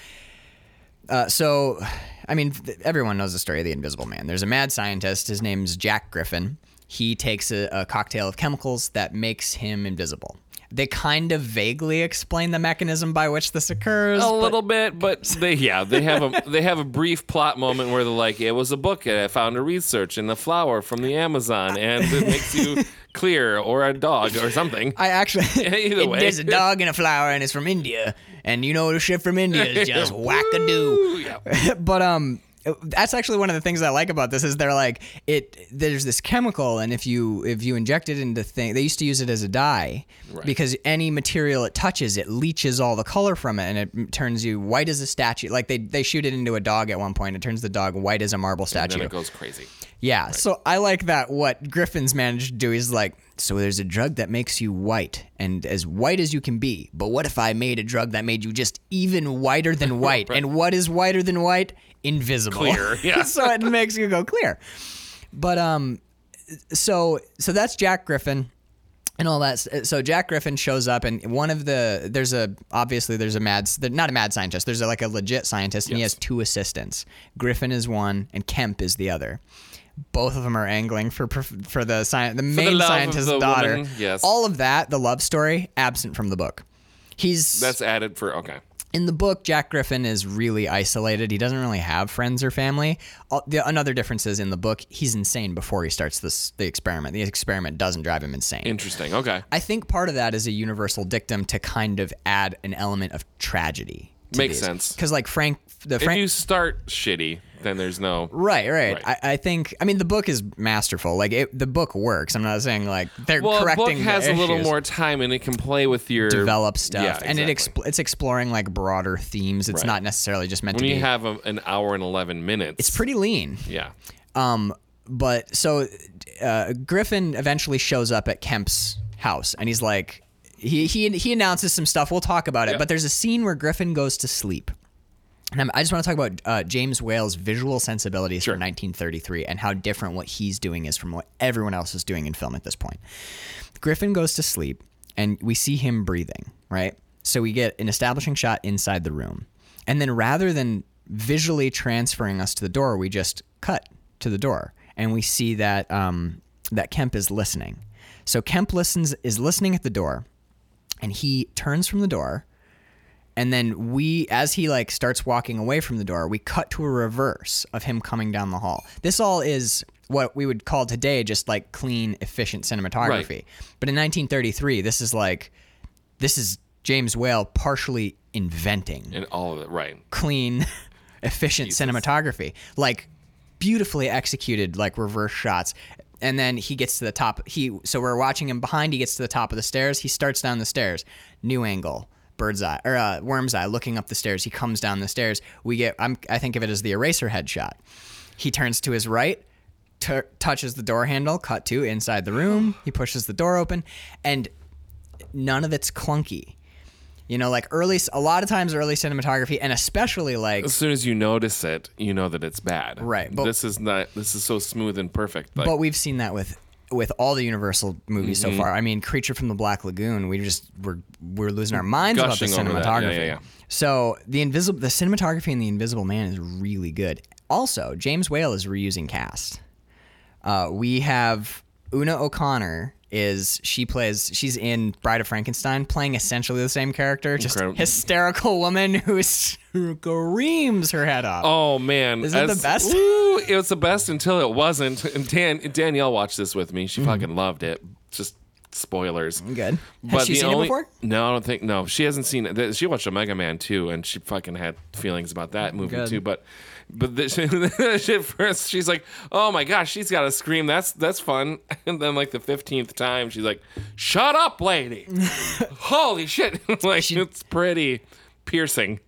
Speaker 2: uh, so, I mean, th- everyone knows the story of the Invisible Man. There's a mad scientist. His name's Jack Griffin. He takes a, a cocktail of chemicals that makes him invisible. They kind of vaguely explain the mechanism by which this occurs.
Speaker 1: a little bit, but they yeah they have a they have a brief plot moment where they're like, it was a book and I found a research and a flower from the Amazon and it makes you clear or a dog or something.
Speaker 2: I actually,
Speaker 1: Either way.
Speaker 2: there's a dog and a flower, and it's from India, and you know the shit from India is just whack a doo.
Speaker 1: Ooh, yeah.
Speaker 2: but um that's actually one of the things I like about this is they're like it there's this chemical and if you if you inject it into thing they used to use it as a dye because any material it touches it leaches all the color from it and it m- turns you white as a statue like they they shoot it into a dog at one point it turns the dog white as a marble
Speaker 1: And then
Speaker 2: statue
Speaker 1: it goes crazy.
Speaker 2: yeah so I like that what Griffin's managed to do is like so there's a drug that makes you white and as white as you can be but what if I made a drug that made you just even whiter than white and what is whiter than white invisible
Speaker 1: Clear, yeah.
Speaker 2: so it makes you go clear. But um, so so that's Jack Griffin and all that. uh, So Jack Griffin shows up, and one of the there's a obviously there's a mad not a mad scientist. There's a, like a legit scientist, and he has two assistants. Griffin is one, and Kemp is the other. Both of them are angling for prof- for the sci- the main
Speaker 1: love of
Speaker 2: scientist's
Speaker 1: the
Speaker 2: daughter.
Speaker 1: woman, yes.
Speaker 2: All of that, the love story, absent from the book. He's
Speaker 1: That's added for okay.
Speaker 2: in the book, Jack Griffin is really isolated. He doesn't really have friends or family. Al- the- Another difference is in the book, he's insane before he starts this the experiment. The experiment doesn't drive him insane.
Speaker 1: Interesting. Okay.
Speaker 2: I think part of that is a universal dictum to kind of add an element of tragedy. To
Speaker 1: Makes sense.
Speaker 2: Because like Frank, the
Speaker 1: If
Speaker 2: Frank,
Speaker 1: you start shitty, then there's no
Speaker 2: right, right.
Speaker 1: Right.
Speaker 2: I, I think. I mean, the book is masterful. Like it, the book works. I'm not saying like they're
Speaker 1: well. A book
Speaker 2: correcting.
Speaker 1: has
Speaker 2: the
Speaker 1: a little
Speaker 2: issues.
Speaker 1: more time and it can play with your
Speaker 2: develop stuff,
Speaker 1: Yeah,
Speaker 2: and it
Speaker 1: exactly.
Speaker 2: exp- it's exploring like broader themes. It's
Speaker 1: Right.
Speaker 2: not necessarily just meant
Speaker 1: when
Speaker 2: to
Speaker 1: you
Speaker 2: be.
Speaker 1: have a, an hour and eleven minutes.
Speaker 2: it's pretty lean.
Speaker 1: yeah.
Speaker 2: Um, but so uh, Griffin eventually shows up at Kemp's house, and he's like, he he he announces some stuff. We'll talk about it. But there's a scene where Griffin goes to sleep. And I'm, I just want to talk about uh, James Whale's visual sensibilities from 1933 and how different what he's doing is from what everyone else is doing in film at this point. Griffin goes to sleep, and we see him breathing, right? So we get an establishing shot inside the room. And then rather than visually transferring us to the door, we just cut to the door, and we see that um, that Kemp is listening. So Kemp listens is listening at the door, and he turns from the door and then we as he like starts walking away from the door we cut to a reverse of him coming down the hall this all is what we would call today just like clean efficient cinematography
Speaker 1: Right.
Speaker 2: but in 1933 this is like this is james whale partially inventing
Speaker 1: And all of it. Right.
Speaker 2: clean efficient cinematography like beautifully executed like reverse shots and then he gets to the top he so we're watching him behind he gets to the top of the stairs he starts down the stairs new angle bird's eye or uh, worm's eye looking up the stairs he comes down the stairs we get I'm, i think of it as the eraser head shot he turns to his right tur touches the door handle cut to inside the room he pushes the door open and none of it's clunky you know like early a lot of times early cinematography and especially like
Speaker 1: As soon as you notice it, you know that it's bad.
Speaker 2: Right, but-
Speaker 1: this is not. This is so smooth and perfect. Like,
Speaker 2: but we've seen that with with all the Universal movies
Speaker 1: Mm-hmm.
Speaker 2: so far. I mean, Creature from the Black Lagoon. We just we're we're losing our minds about the
Speaker 1: Gushing over that.
Speaker 2: cinematography.
Speaker 1: Yeah, yeah, yeah.
Speaker 2: So the invisible, the cinematography in the Invisible Man is really good. Also, James Whale is reusing cast. Uh, we have Una O'Connor. Is she plays? She's in Bride of Frankenstein, playing essentially the same character, just
Speaker 1: Incredible.
Speaker 2: hysterical woman who screams her head off.
Speaker 1: Oh man,
Speaker 2: Is it the best?
Speaker 1: Ooh, it was the best until it wasn't. And Dan Danielle watched this with me.
Speaker 2: Mm-hmm.
Speaker 1: She fucking loved it. Just spoilers.
Speaker 2: Good. Has she
Speaker 1: the
Speaker 2: seen it before?
Speaker 1: No, I don't think. No, she hasn't seen it. Th- She watched Omega Man too, and she fucking had feelings about that movie
Speaker 2: Good.
Speaker 1: too. But but the, she, at first she's like, oh my gosh, she's got to scream. That's that's fun. And then like the fifteenth time, she's like, shut up, lady. Holy shit! like it's pretty piercing,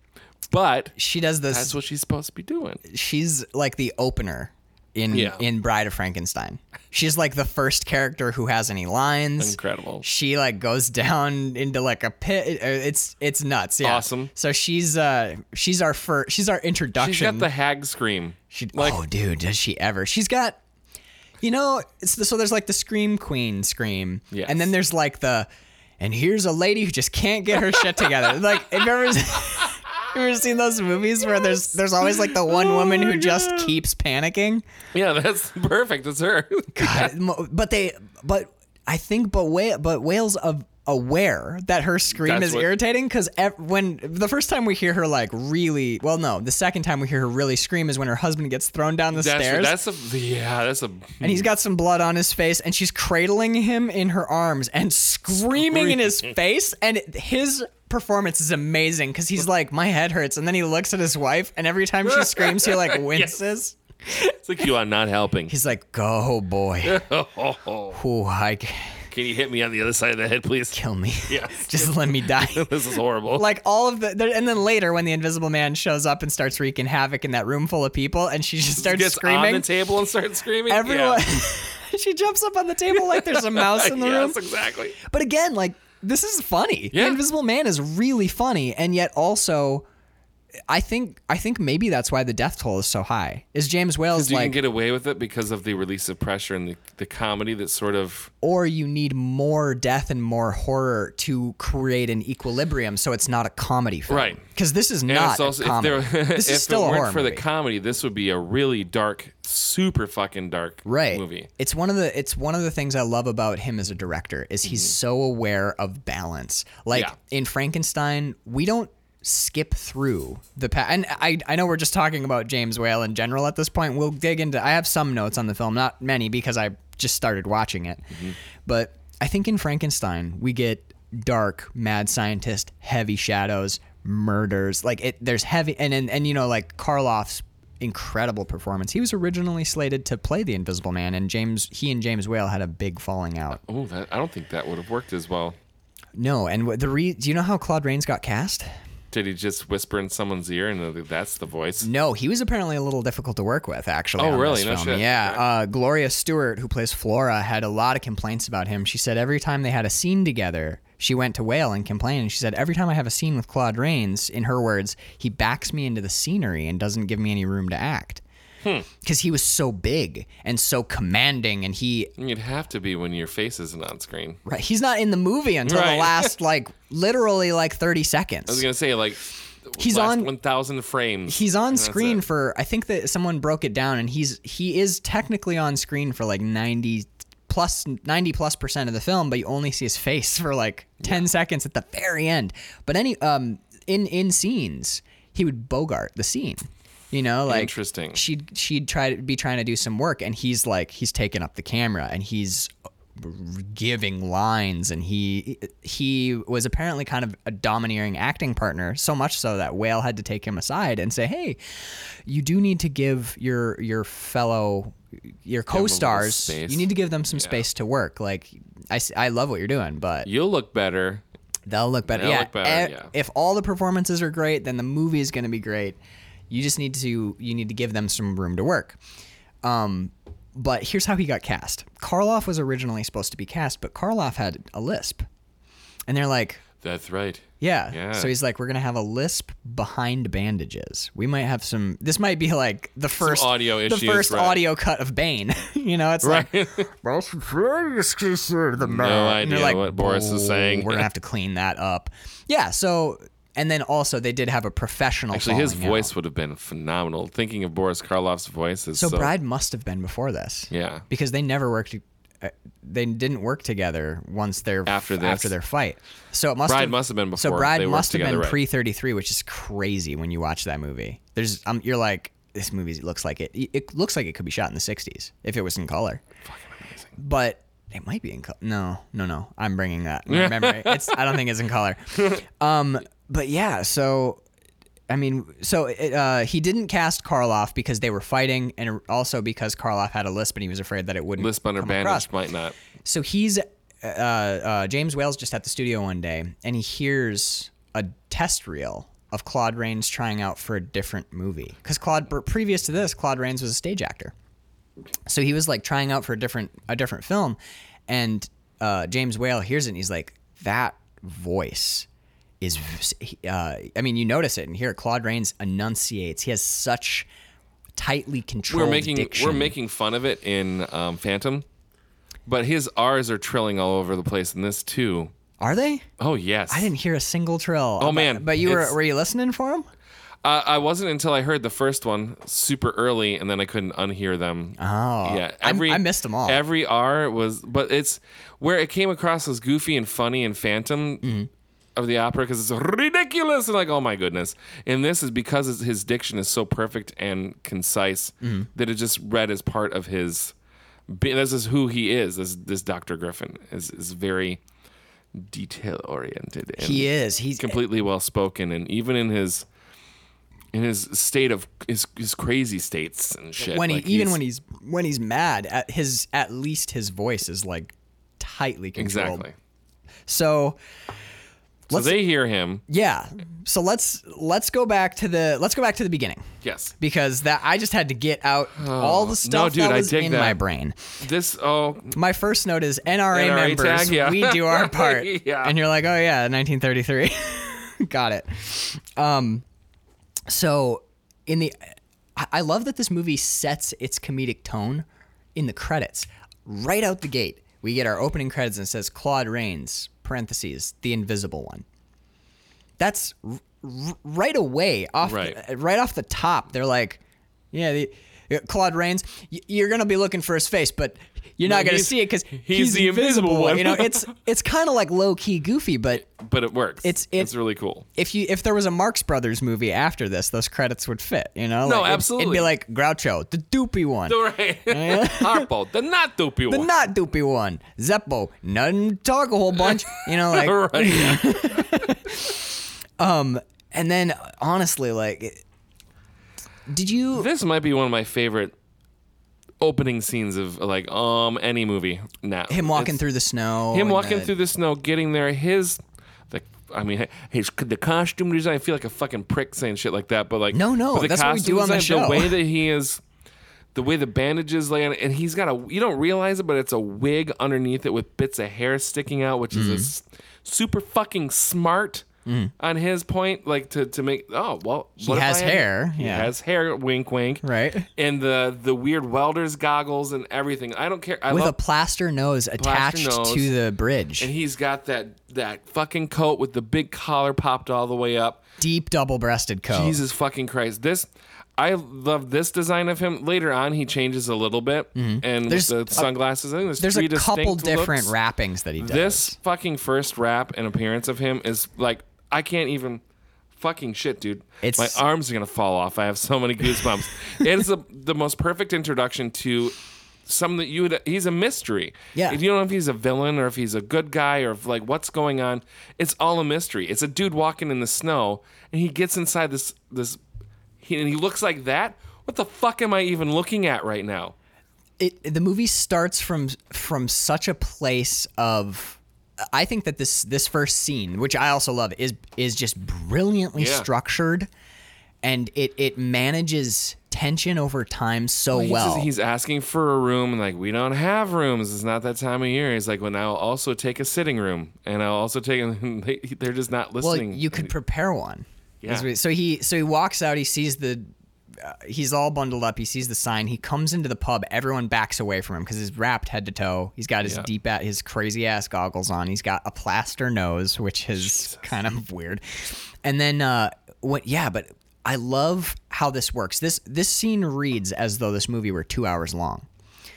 Speaker 1: but.
Speaker 2: She does this.
Speaker 1: That's what she's supposed to be doing.
Speaker 2: she's like the opener in
Speaker 1: Yeah.
Speaker 2: in Bride of Frankenstein. She's like the first character who has any lines.
Speaker 1: Incredible.
Speaker 2: She like goes down into like a pit. Uh, It's it's nuts. Yeah.
Speaker 1: Awesome.
Speaker 2: So she's uh she's our first she's our introduction.
Speaker 1: She's got the hag scream.
Speaker 2: She-
Speaker 1: like-
Speaker 2: oh dude, does she ever? She's got you know it's the, so there's like the scream queen scream,
Speaker 1: Yes.
Speaker 2: and then there's like the and here's a lady who just can't get her shit together. Like have you ever, you ever seen those movies where there's there's always like the
Speaker 1: Oh
Speaker 2: one woman who just keeps panicking?
Speaker 1: Yeah, that's perfect. That's her.
Speaker 2: God, mo- but they but I think but whale but whales of aware that her scream
Speaker 1: That's
Speaker 2: is
Speaker 1: what-
Speaker 2: irritating because ev- when the first time we hear her like really well no the second time we hear her really scream is when her husband gets thrown down the
Speaker 1: That's
Speaker 2: stairs
Speaker 1: that's a yeah. That's a
Speaker 2: and
Speaker 1: Mm-hmm.
Speaker 2: he's got some blood on his face and she's cradling him in her arms and screaming in his face and it- his performance is amazing because he's like my head hurts and then he looks at his wife and every time she screams he like winces
Speaker 1: it's like you are not helping.
Speaker 2: he's like go boy Ooh, I
Speaker 1: Oh, Can you hit me on the other side of the head, please?
Speaker 2: kill me
Speaker 1: Yes.
Speaker 2: just let me die
Speaker 1: This is horrible.
Speaker 2: like all of the there- and then later when the invisible man shows up and starts wreaking havoc in that room full of people and she just starts
Speaker 1: gets on the
Speaker 2: screaming
Speaker 1: table and starts screaming.
Speaker 2: everyone
Speaker 1: Yeah.
Speaker 2: she jumps up on the table like there's a mouse in the
Speaker 1: yes,
Speaker 2: room
Speaker 1: exactly.
Speaker 2: but again like this is funny
Speaker 1: Yeah.
Speaker 2: the invisible man is really funny and yet also i think i think maybe that's why the death toll is so high is james whale's
Speaker 1: You can
Speaker 2: like
Speaker 1: get away with it because of the release of pressure and the, the comedy that sort of
Speaker 2: or you need more death and more horror to create an equilibrium so it's not a comedy film
Speaker 1: Right.
Speaker 2: because this is
Speaker 1: And
Speaker 2: not a comedy
Speaker 1: if, there,
Speaker 2: this
Speaker 1: if
Speaker 2: is
Speaker 1: it
Speaker 2: still a
Speaker 1: weren't
Speaker 2: horror
Speaker 1: for
Speaker 2: movie.
Speaker 1: the comedy, this would be a really dark, super fucking dark
Speaker 2: right
Speaker 1: movie.
Speaker 2: it's one of the it's one of the things i love about him as a director is he's so aware of balance like
Speaker 1: Mm-hmm. Yeah.
Speaker 2: in frankenstein we don't skip through the pa- and I, I know we're just talking about james whale in general at this point we'll dig into i have some notes on the film not many because i just started watching it but i think in frankenstein we get dark mad scientist heavy shadows murders like it there's heavy and and, and you know like karloff's incredible performance. He was originally slated to play the Invisible Man, and James he and James Whale had a big falling out.
Speaker 1: Oh, that, I don't think that would have worked as well.
Speaker 2: No, and wh- the re- do you know how Claude Rains got cast?
Speaker 1: Did he just whisper in someone's ear and th- that's the voice?
Speaker 2: No, he was apparently a little difficult to work with. Actually,
Speaker 1: Oh,
Speaker 2: on
Speaker 1: really?
Speaker 2: this
Speaker 1: No
Speaker 2: film.
Speaker 1: shit.
Speaker 2: Yeah,
Speaker 1: Okay.
Speaker 2: uh, Gloria Stewart, who plays Flora, had a lot of complaints about him. She said every time they had a scene together. She went to Whale and complained. She said, Every time I have a scene with Claude Rains, in her words, he backs me into the scenery and doesn't give me any room to act.
Speaker 1: Hmm.
Speaker 2: Because he was so big and so commanding, and he
Speaker 1: You'd have to be when your face isn't on screen.
Speaker 2: Right. He's not in the movie until
Speaker 1: Right.
Speaker 2: the last like literally like
Speaker 1: I
Speaker 2: 30
Speaker 1: was
Speaker 2: seconds.
Speaker 1: gonna say like
Speaker 2: He's
Speaker 1: last
Speaker 2: on-
Speaker 1: 1,000 frames.
Speaker 2: He's on
Speaker 1: and that's
Speaker 2: screen
Speaker 1: it.
Speaker 2: for I think that someone broke it down and he's he is technically on screen for like 90 plus 90 plus percent of the film but you only see his face for like 10 seconds at the very end. But any um in in scenes he would bogart the scene. You know, like
Speaker 1: Interesting.
Speaker 2: She'd she'd try to be trying to do some work, and he's like he's taking up the camera and he's giving lines, and he he was apparently kind of a domineering acting partner, so much so that Whale had to take him aside and say, "Hey, you do need to give your your fellow." Your co-stars,
Speaker 1: space.
Speaker 2: you need to give them some space to work. Like, I, s- I love what you're doing, but
Speaker 1: You'll look better.
Speaker 2: They'll look better.
Speaker 1: They'll
Speaker 2: yeah.
Speaker 1: look better,
Speaker 2: E-
Speaker 1: yeah.
Speaker 2: If all the performances are great, then the movie is going to be great. You just need to you need to give them some room to work. Um, but here's how he got cast. Karloff was originally supposed to be cast, but Karloff had a lisp, and they're like,
Speaker 1: That's right.
Speaker 2: yeah.
Speaker 1: Yeah.
Speaker 2: So he's like, we're gonna have a lisp behind bandages. We might have some. This might be like the first
Speaker 1: audio
Speaker 2: the
Speaker 1: issues,
Speaker 2: first
Speaker 1: right.
Speaker 2: audio cut of Bane. you know, it's like
Speaker 1: Right.
Speaker 2: that's very exclusive the man. And they're
Speaker 1: idea what Boris is
Speaker 2: "Boo,
Speaker 1: saying."
Speaker 2: We're gonna have to clean that up. Yeah. So, and then also they did have a professional.
Speaker 1: Actually, his
Speaker 2: falling out.
Speaker 1: voice would have been phenomenal. Thinking of Boris Karloff's voice is
Speaker 2: So,
Speaker 1: so,
Speaker 2: Bride must have been before this.
Speaker 1: Yeah.
Speaker 2: Because they never worked. uh, They didn't work together once their
Speaker 1: After this.
Speaker 2: after their fight. So it must
Speaker 1: Bride
Speaker 2: have,
Speaker 1: must have been
Speaker 2: So
Speaker 1: before
Speaker 2: Bride
Speaker 1: they worked
Speaker 2: must have been
Speaker 1: together, right.
Speaker 2: pre thirty three, which is crazy when you watch that movie. There's um, you're like this movie looks like it. It looks like it could be shot in the sixties if it was in color. but it might be in color. No, no, no. I'm bringing that my memory. It's I don't think it's in color. Um, but yeah, so I mean, so it, uh, he didn't cast Karloff because they were fighting, and also because Karloff had a lisp and he was afraid that it wouldn't
Speaker 1: lisp under
Speaker 2: come
Speaker 1: bandage
Speaker 2: across.
Speaker 1: might not.
Speaker 2: So he's uh, uh, James Whale's just at the studio one day, and he hears a test reel of Claude Rains trying out for a different movie. Because Claude, pre- previous to this, Claude Rains was a stage actor, so he was like trying out for a different a different film, and uh, James Whale hears it, and he's like, "That voice." Is uh, I mean, you notice it, and here Claude Rains enunciates. He has such tightly controlled.
Speaker 1: We're making
Speaker 2: diction.
Speaker 1: we're making fun of it in um, Phantom, but his R's are trilling all over the place in this too.
Speaker 2: Are they?
Speaker 1: Oh yes,
Speaker 2: I didn't hear a single trill. Oh
Speaker 1: man,
Speaker 2: but you were
Speaker 1: it's-
Speaker 2: were you listening for him?
Speaker 1: Uh, I wasn't until I heard the first one super early, and then I couldn't unhear them.
Speaker 2: Oh.
Speaker 1: yeah,
Speaker 2: I- I missed 'em all.
Speaker 1: Every R was, but it's where it came across as goofy and funny and phantom
Speaker 2: Mm-hmm.
Speaker 1: of the opera because it's ridiculous and like, oh my goodness. And this is because it's- his diction is so perfect and concise
Speaker 2: Mm-hmm.
Speaker 1: that it just read as part of his. be- This is who he is. This this Doctor Griffin is is very detail oriented.
Speaker 2: He is. He's
Speaker 1: completely well spoken, and even in his in his state of his his crazy states and shit.
Speaker 2: when he
Speaker 1: like,
Speaker 2: even when he's when he's mad at his at least his voice is like tightly controlled.
Speaker 1: exactly.
Speaker 2: So
Speaker 1: So
Speaker 2: Let's-
Speaker 1: they hear him.
Speaker 2: yeah. So let's let's go back to the let's go back to the beginning
Speaker 1: Yes.
Speaker 2: because that I just had to get out all the stuff
Speaker 1: Oh. dude,
Speaker 2: that
Speaker 1: I
Speaker 2: was
Speaker 1: dig
Speaker 2: in
Speaker 1: that.
Speaker 2: my brain.
Speaker 1: This oh
Speaker 2: My first note is NRA,
Speaker 1: NRA
Speaker 2: members.
Speaker 1: tag, yeah.
Speaker 2: We do our part.
Speaker 1: Yeah.
Speaker 2: And you're like, oh yeah, 1933. Got it. Um, so in the, I, I love that this movie sets its comedic tone in the credits right out the gate. We get our opening credits and it says Claude Rains parentheses the Invisible One. That's r- r- right away off
Speaker 1: Right.
Speaker 2: the- right off the top. They're like, yeah, the, uh, Claude Rains, y- you're gonna be looking for his face, but you're not
Speaker 1: No,
Speaker 2: gonna
Speaker 1: he's-
Speaker 2: see it because
Speaker 1: he's the invisible one.
Speaker 2: you know, it's it's kind of like low key goofy, but
Speaker 1: but it works.
Speaker 2: It's- it-
Speaker 1: it's really cool.
Speaker 2: if you if there was a Marx Brothers movie after this, those credits would fit. You
Speaker 1: No,
Speaker 2: know, Like, it'd- It'd
Speaker 1: absolutely.
Speaker 2: be like Groucho, the doopy one.
Speaker 1: All right. Harpo, the not dopey
Speaker 2: the
Speaker 1: one.
Speaker 2: not doopy one, Zeppo, none talk a whole bunch, you know, like
Speaker 1: right. yeah.
Speaker 2: And then honestly, like, it- did you?
Speaker 1: This might be one of my favorite opening scenes of like um any movie now.
Speaker 2: Him walking through the snow.
Speaker 1: him
Speaker 2: and
Speaker 1: walking
Speaker 2: the-
Speaker 1: through the snow, getting there. His, the, I mean, his the costume design. I feel like a fucking prick saying shit like that, but like
Speaker 2: No, no,
Speaker 1: but the
Speaker 2: that's what we
Speaker 1: costume
Speaker 2: do on the
Speaker 1: design,
Speaker 2: show.
Speaker 1: The way that he is, the way the bandages lay on, and he's got a. You don't realize it, but it's a wig underneath it with bits of hair sticking out, which is
Speaker 2: Mm.
Speaker 1: a s- super fucking smart. On his point, like to to make oh well, he
Speaker 2: has hair,
Speaker 1: He
Speaker 2: yeah.
Speaker 1: has hair. Wink, wink.
Speaker 2: Right.
Speaker 1: And the the weird welder's goggles and everything. I don't care. I
Speaker 2: with
Speaker 1: love
Speaker 2: a plaster nose attached
Speaker 1: nose.
Speaker 2: to the bridge.
Speaker 1: and he's got that that fucking coat with the big collar popped all the way up.
Speaker 2: Deep double-breasted coat.
Speaker 1: Jesus fucking Christ! This, I love this design of him. Later on, he changes a little bit, and
Speaker 2: Mm-hmm. There's
Speaker 1: with the sunglasses. I think there's,
Speaker 2: There's
Speaker 1: three
Speaker 2: a couple
Speaker 1: distinct
Speaker 2: different
Speaker 1: looks.
Speaker 2: wrappings that he does.
Speaker 1: This fucking first rap and appearance of him is like I can't even. Fucking shit, dude!
Speaker 2: It's-
Speaker 1: My arms are gonna fall off. I have so many goosebumps. it is a, the most perfect introduction to something that you would. He's a mystery.
Speaker 2: Yeah.
Speaker 1: If you don't know if he's a villain or if he's a good guy or if like what's going on, it's all a mystery. It's a dude walking in the snow and he gets inside this this, he, and he looks like that. What the fuck am I even looking at right now?
Speaker 2: it the movie starts from from such a place of I think that this this first scene, which I also love, is is just brilliantly
Speaker 1: Yeah.
Speaker 2: structured and it it manages tension over time so well.
Speaker 1: He's just- he's asking for a room, and like we don't have rooms. It's not that time of year. He's like, well, now I'll also take a sitting room, and I'll also take. And they, they're just not
Speaker 2: Well,
Speaker 1: listening.
Speaker 2: you could prepare one.
Speaker 1: Yeah.
Speaker 2: Is what- So he so he walks out. He sees the. Uh, he's all bundled up. He sees the sign. He comes into the pub. Everyone backs away from him because he's wrapped head to toe. He's got his
Speaker 1: Yeah.
Speaker 2: deep at his crazy ass goggles on. He's got a plaster nose, which is kind of weird. And then uh, what? Yeah, but I love how this works. This this scene reads as though this movie were two hours long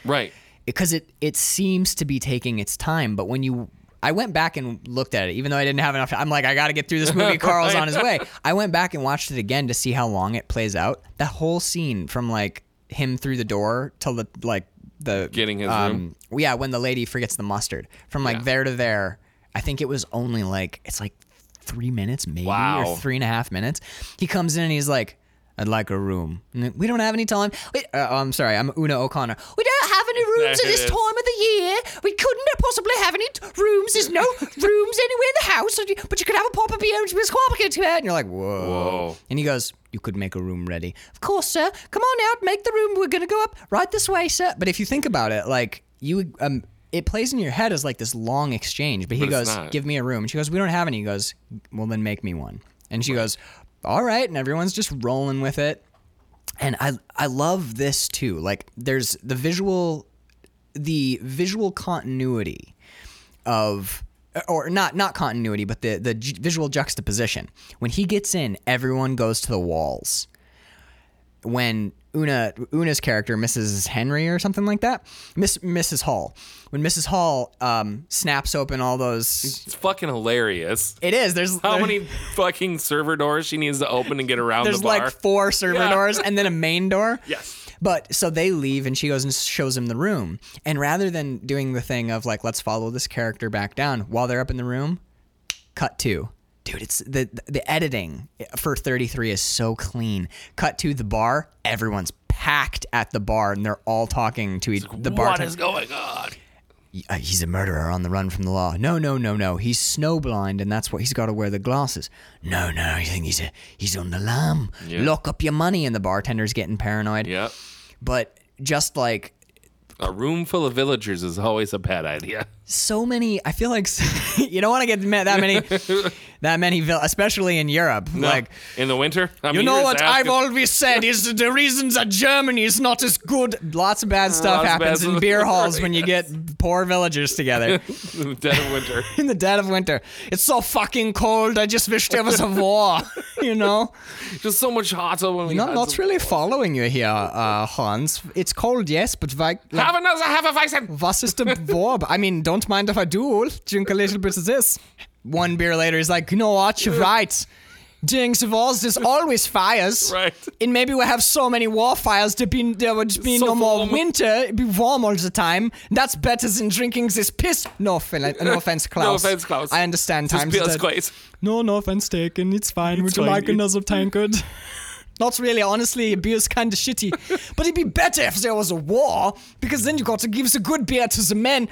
Speaker 1: right.
Speaker 2: because it it seems to be taking its time but when you I went back and looked at it, even though I didn't have enough time. I'm like, I got to get through this movie. Carl's on his way. I went back and watched it again to see how long it plays out. The whole scene from like him through the door till the like the um,
Speaker 1: Getting his room?
Speaker 2: Yeah, when the lady forgets the mustard. From like there to there, I think it was only like it's like three minutes maybe
Speaker 1: Wow.
Speaker 2: or three and a half minutes. He comes in and he's like. I'd like a room. And We don't have any time. Wait, uh, I'm sorry. I'm Una O'Connor. We don't have any rooms at
Speaker 1: There it
Speaker 2: this
Speaker 1: is.
Speaker 2: time time of the year. We couldn't possibly have any t- rooms. There's no rooms anywhere in the house. And you- But you could have a pop of beer and Miss Quabblekin to And you're like, whoa.
Speaker 1: Whoa.
Speaker 2: And he goes, you could make a room ready. Of course, sir. Come on out. Make the room. We're going to go up right this way, sir. But if you think about it, like, you um, it plays in your head as like this long exchange. But he
Speaker 1: But it's
Speaker 2: goes,
Speaker 1: not.
Speaker 2: give me a room. And she goes, we don't have any. He goes, well, then make me one. And she goes, all right. And everyone's just rolling with it. And I I love this too. Like there's the visual the visual continuity of or not not continuity, but the the ju- visual juxtaposition. When he gets in, everyone goes to the walls. When Una Una's character, Mrs. Henry or something like that, Miss Mrs. Hall, when Mrs. Hall um, snaps open all those,
Speaker 1: It's fucking hilarious.
Speaker 2: it is there's
Speaker 1: How
Speaker 2: there-
Speaker 1: many fucking server doors she needs to open and get around
Speaker 2: There's
Speaker 1: the bar?
Speaker 2: like four server
Speaker 1: Yeah.
Speaker 2: doors and then a main door.
Speaker 1: Yes.
Speaker 2: But so they leave and she goes and shows him the room. And rather than doing the thing of like, let's follow this character back down while they're up in the room, cut to. Dude, it's the the editing for 33 is so clean. Cut to the bar, everyone's packed at the bar and they're all talking to each the bar.
Speaker 1: what is going on?
Speaker 2: Uh, he's a murderer on the run from the law. No, no, no, no. He's snowblind, and that's why he's got to wear the glasses. No, no. You think he's a he's on the lam. Lock up your money, and the bartender's getting paranoid.
Speaker 1: Yep.
Speaker 2: But just like
Speaker 1: A room full of villagers is always a bad idea.
Speaker 2: so many, I feel like s- you don't want to get ma- that many that many, vil- especially in Europe. Like
Speaker 1: in the winter, I
Speaker 2: you
Speaker 1: mean,
Speaker 2: know
Speaker 1: you're
Speaker 2: what
Speaker 1: just
Speaker 2: I've
Speaker 1: asking-
Speaker 2: always said is the reason that Germany is not as good. Lots of bad stuff
Speaker 1: Lots of bad
Speaker 2: happens in
Speaker 1: stuff.
Speaker 2: beer halls when you get poor villagers together.
Speaker 1: in the dead of winter.
Speaker 2: in the dead of winter. It's so fucking cold. I just wish there was a war. You know,
Speaker 1: Just so much hotter when we
Speaker 2: not
Speaker 1: had
Speaker 2: not
Speaker 1: some-
Speaker 2: really following you here, uh, Hans. It's cold, yes, but like, like
Speaker 1: Have another, have a Weizen.
Speaker 2: was ist the war? I mean, don't mind if I do. Drink a little bit of this. One beer later, he's like, you know what? You're right. During the wars, there's always fires.
Speaker 1: Right.
Speaker 2: And maybe we have so many war fires, there, be, there would be
Speaker 1: So
Speaker 2: no more
Speaker 1: warm.
Speaker 2: winter. It'd be warm all the time. That's better than drinking this piss. No, offense, no offense, Klaus.
Speaker 1: offense, Klaus.
Speaker 2: I understand
Speaker 1: Just
Speaker 2: times.
Speaker 1: be
Speaker 2: that-
Speaker 1: us
Speaker 2: no, no offense taken. It's fine. Would
Speaker 1: you fine. like
Speaker 2: another tankard? Not really, honestly. Beer's kind of shitty. but it'd be better if there was a war, because then you got to give the good beer to the men.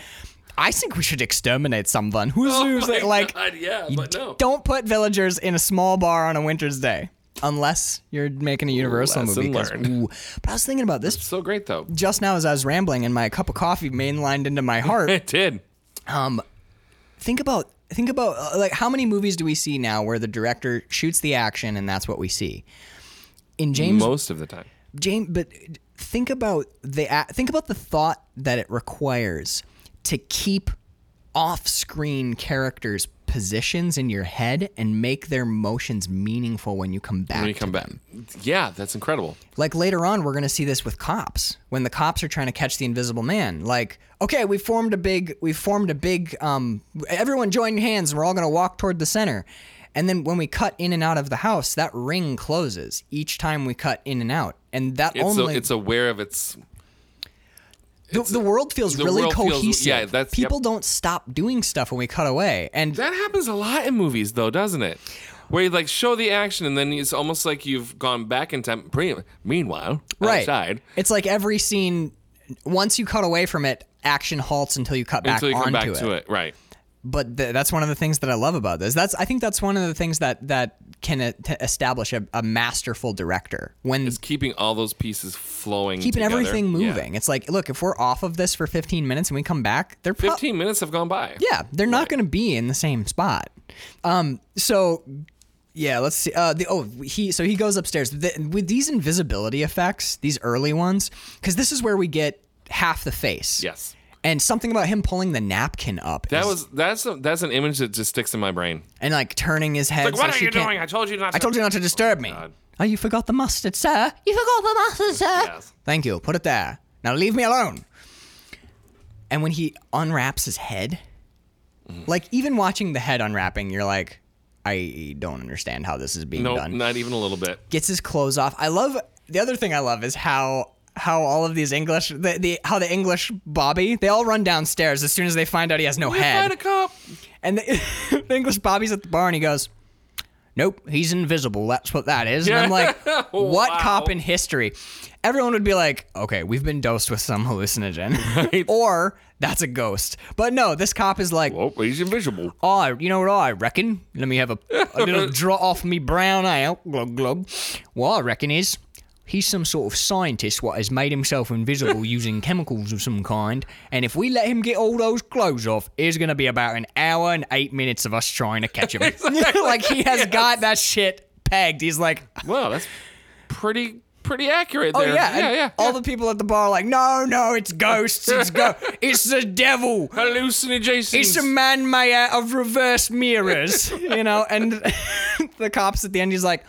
Speaker 2: I think we should exterminate someone. Who's who's
Speaker 1: my
Speaker 2: like, like
Speaker 1: God, yeah, but no.
Speaker 2: don't put villagers in a small bar on a winter's day. Unless you're making a Universal
Speaker 1: Lesson
Speaker 2: movie. 'cause-
Speaker 1: learned.
Speaker 2: ooh. But I was thinking about this
Speaker 1: So great though.
Speaker 2: just now as I was rambling and my cup of coffee mainlined into my heart.
Speaker 1: It did.
Speaker 2: think about think about uh, like how many movies do we see now where the director shoots the action and that's what we see in James
Speaker 1: Most of the time.
Speaker 2: James but think about the a- think about the thought that it requires to keep off-screen characters positions in your head and make their motions meaningful when you come back
Speaker 1: When you come
Speaker 2: to
Speaker 1: back.
Speaker 2: them.
Speaker 1: Yeah, that's incredible.
Speaker 2: Like later on, we're gonna see this with cops when the cops are trying to catch the Invisible Man. Like, okay, we formed a big, we formed a big. Um, everyone join hands, and we're all gonna walk toward the center. And then when we cut in and out of the house, that ring closes each time we cut in and out, and that
Speaker 1: It's
Speaker 2: only
Speaker 1: a, it's aware of its
Speaker 2: the, the world feels
Speaker 1: the
Speaker 2: really
Speaker 1: world feels-
Speaker 2: cohesive.
Speaker 1: yeah, that's- yep.
Speaker 2: people don't stop doing stuff when we cut away, and
Speaker 1: That happens a lot in movies, though, doesn't it? Where you like show the action, and then it's almost like you've gone back in time. Pre- meanwhile,
Speaker 2: right,
Speaker 1: outside,
Speaker 2: it's like every scene. Once you cut away from it, action halts until you cut back
Speaker 1: until you come
Speaker 2: onto
Speaker 1: back to it, right?
Speaker 2: but th- that's one of the things that I love about this. That's I think that's one of the things that that can e- t- establish a, a masterful director when
Speaker 1: It's keeping all those pieces flowing,
Speaker 2: keeping
Speaker 1: together.
Speaker 2: everything
Speaker 1: Yeah.
Speaker 2: moving. It's like, look, if we're off of this for 15 minutes and we come back, they're pro-
Speaker 1: Fifteen minutes have gone by.
Speaker 2: yeah, they're not going to be in the same spot. Um, so yeah, let's see. Uh, the oh, he so he goes upstairs The- with these invisibility effects, these early ones, because this is where we get half the face.
Speaker 1: Yes.
Speaker 2: and something about him pulling the napkin up
Speaker 1: That
Speaker 2: is-
Speaker 1: was that's a, that's an image that just sticks in my brain.
Speaker 2: and like turning his head.
Speaker 1: Like, what
Speaker 2: so
Speaker 1: are
Speaker 2: she
Speaker 1: you
Speaker 2: can't-
Speaker 1: doing? I told you not. To.
Speaker 2: I told you not to disturb me.
Speaker 1: God.
Speaker 2: Oh, you forgot the mustard, sir. You forgot the mustard, sir.
Speaker 1: Yes.
Speaker 2: Thank you. Put it there. Now leave me alone. And when he unwraps his head,
Speaker 1: Mm-hmm.
Speaker 2: like even watching the head unwrapping, you're like, I don't understand how this is being
Speaker 1: No,
Speaker 2: done
Speaker 1: not even a little bit.
Speaker 2: gets his clothes off. I love the other thing I love is how how all of these English the, the how the English Bobby they all run downstairs as soon as they find out he has no head.
Speaker 1: Find a cup.
Speaker 2: and the, the English Bobby's at the bar and he goes, "Nope, he's invisible. That's what that is." And I'm like, "What
Speaker 1: Wow.
Speaker 2: cop in history?" Everyone would be like, "Okay, we've been dosed with some hallucinogen, or that's a ghost." But no, this cop is like,
Speaker 1: Oh, he's invisible.
Speaker 2: Oh, I- you know what I reckon? Let me have a, a little draw off me brown ale. Glug glug. What I reckon is he's some sort of scientist what has made himself invisible using chemicals of some kind. And if we let him get all those clothes off, it's gonna be about an hour and eight minutes of us trying to catch him. like he has got that shit pegged. He's like,
Speaker 1: Wow, that's pretty pretty accurate
Speaker 2: Oh
Speaker 1: there.
Speaker 2: yeah,
Speaker 1: yeah,
Speaker 2: and
Speaker 1: yeah.
Speaker 2: All the people at the bar are like, no, no, it's ghosts, it's go, it's the devil,
Speaker 1: hallucinogens.
Speaker 2: it's a man made out of reverse mirrors, you know. And the cops at the end, he's like,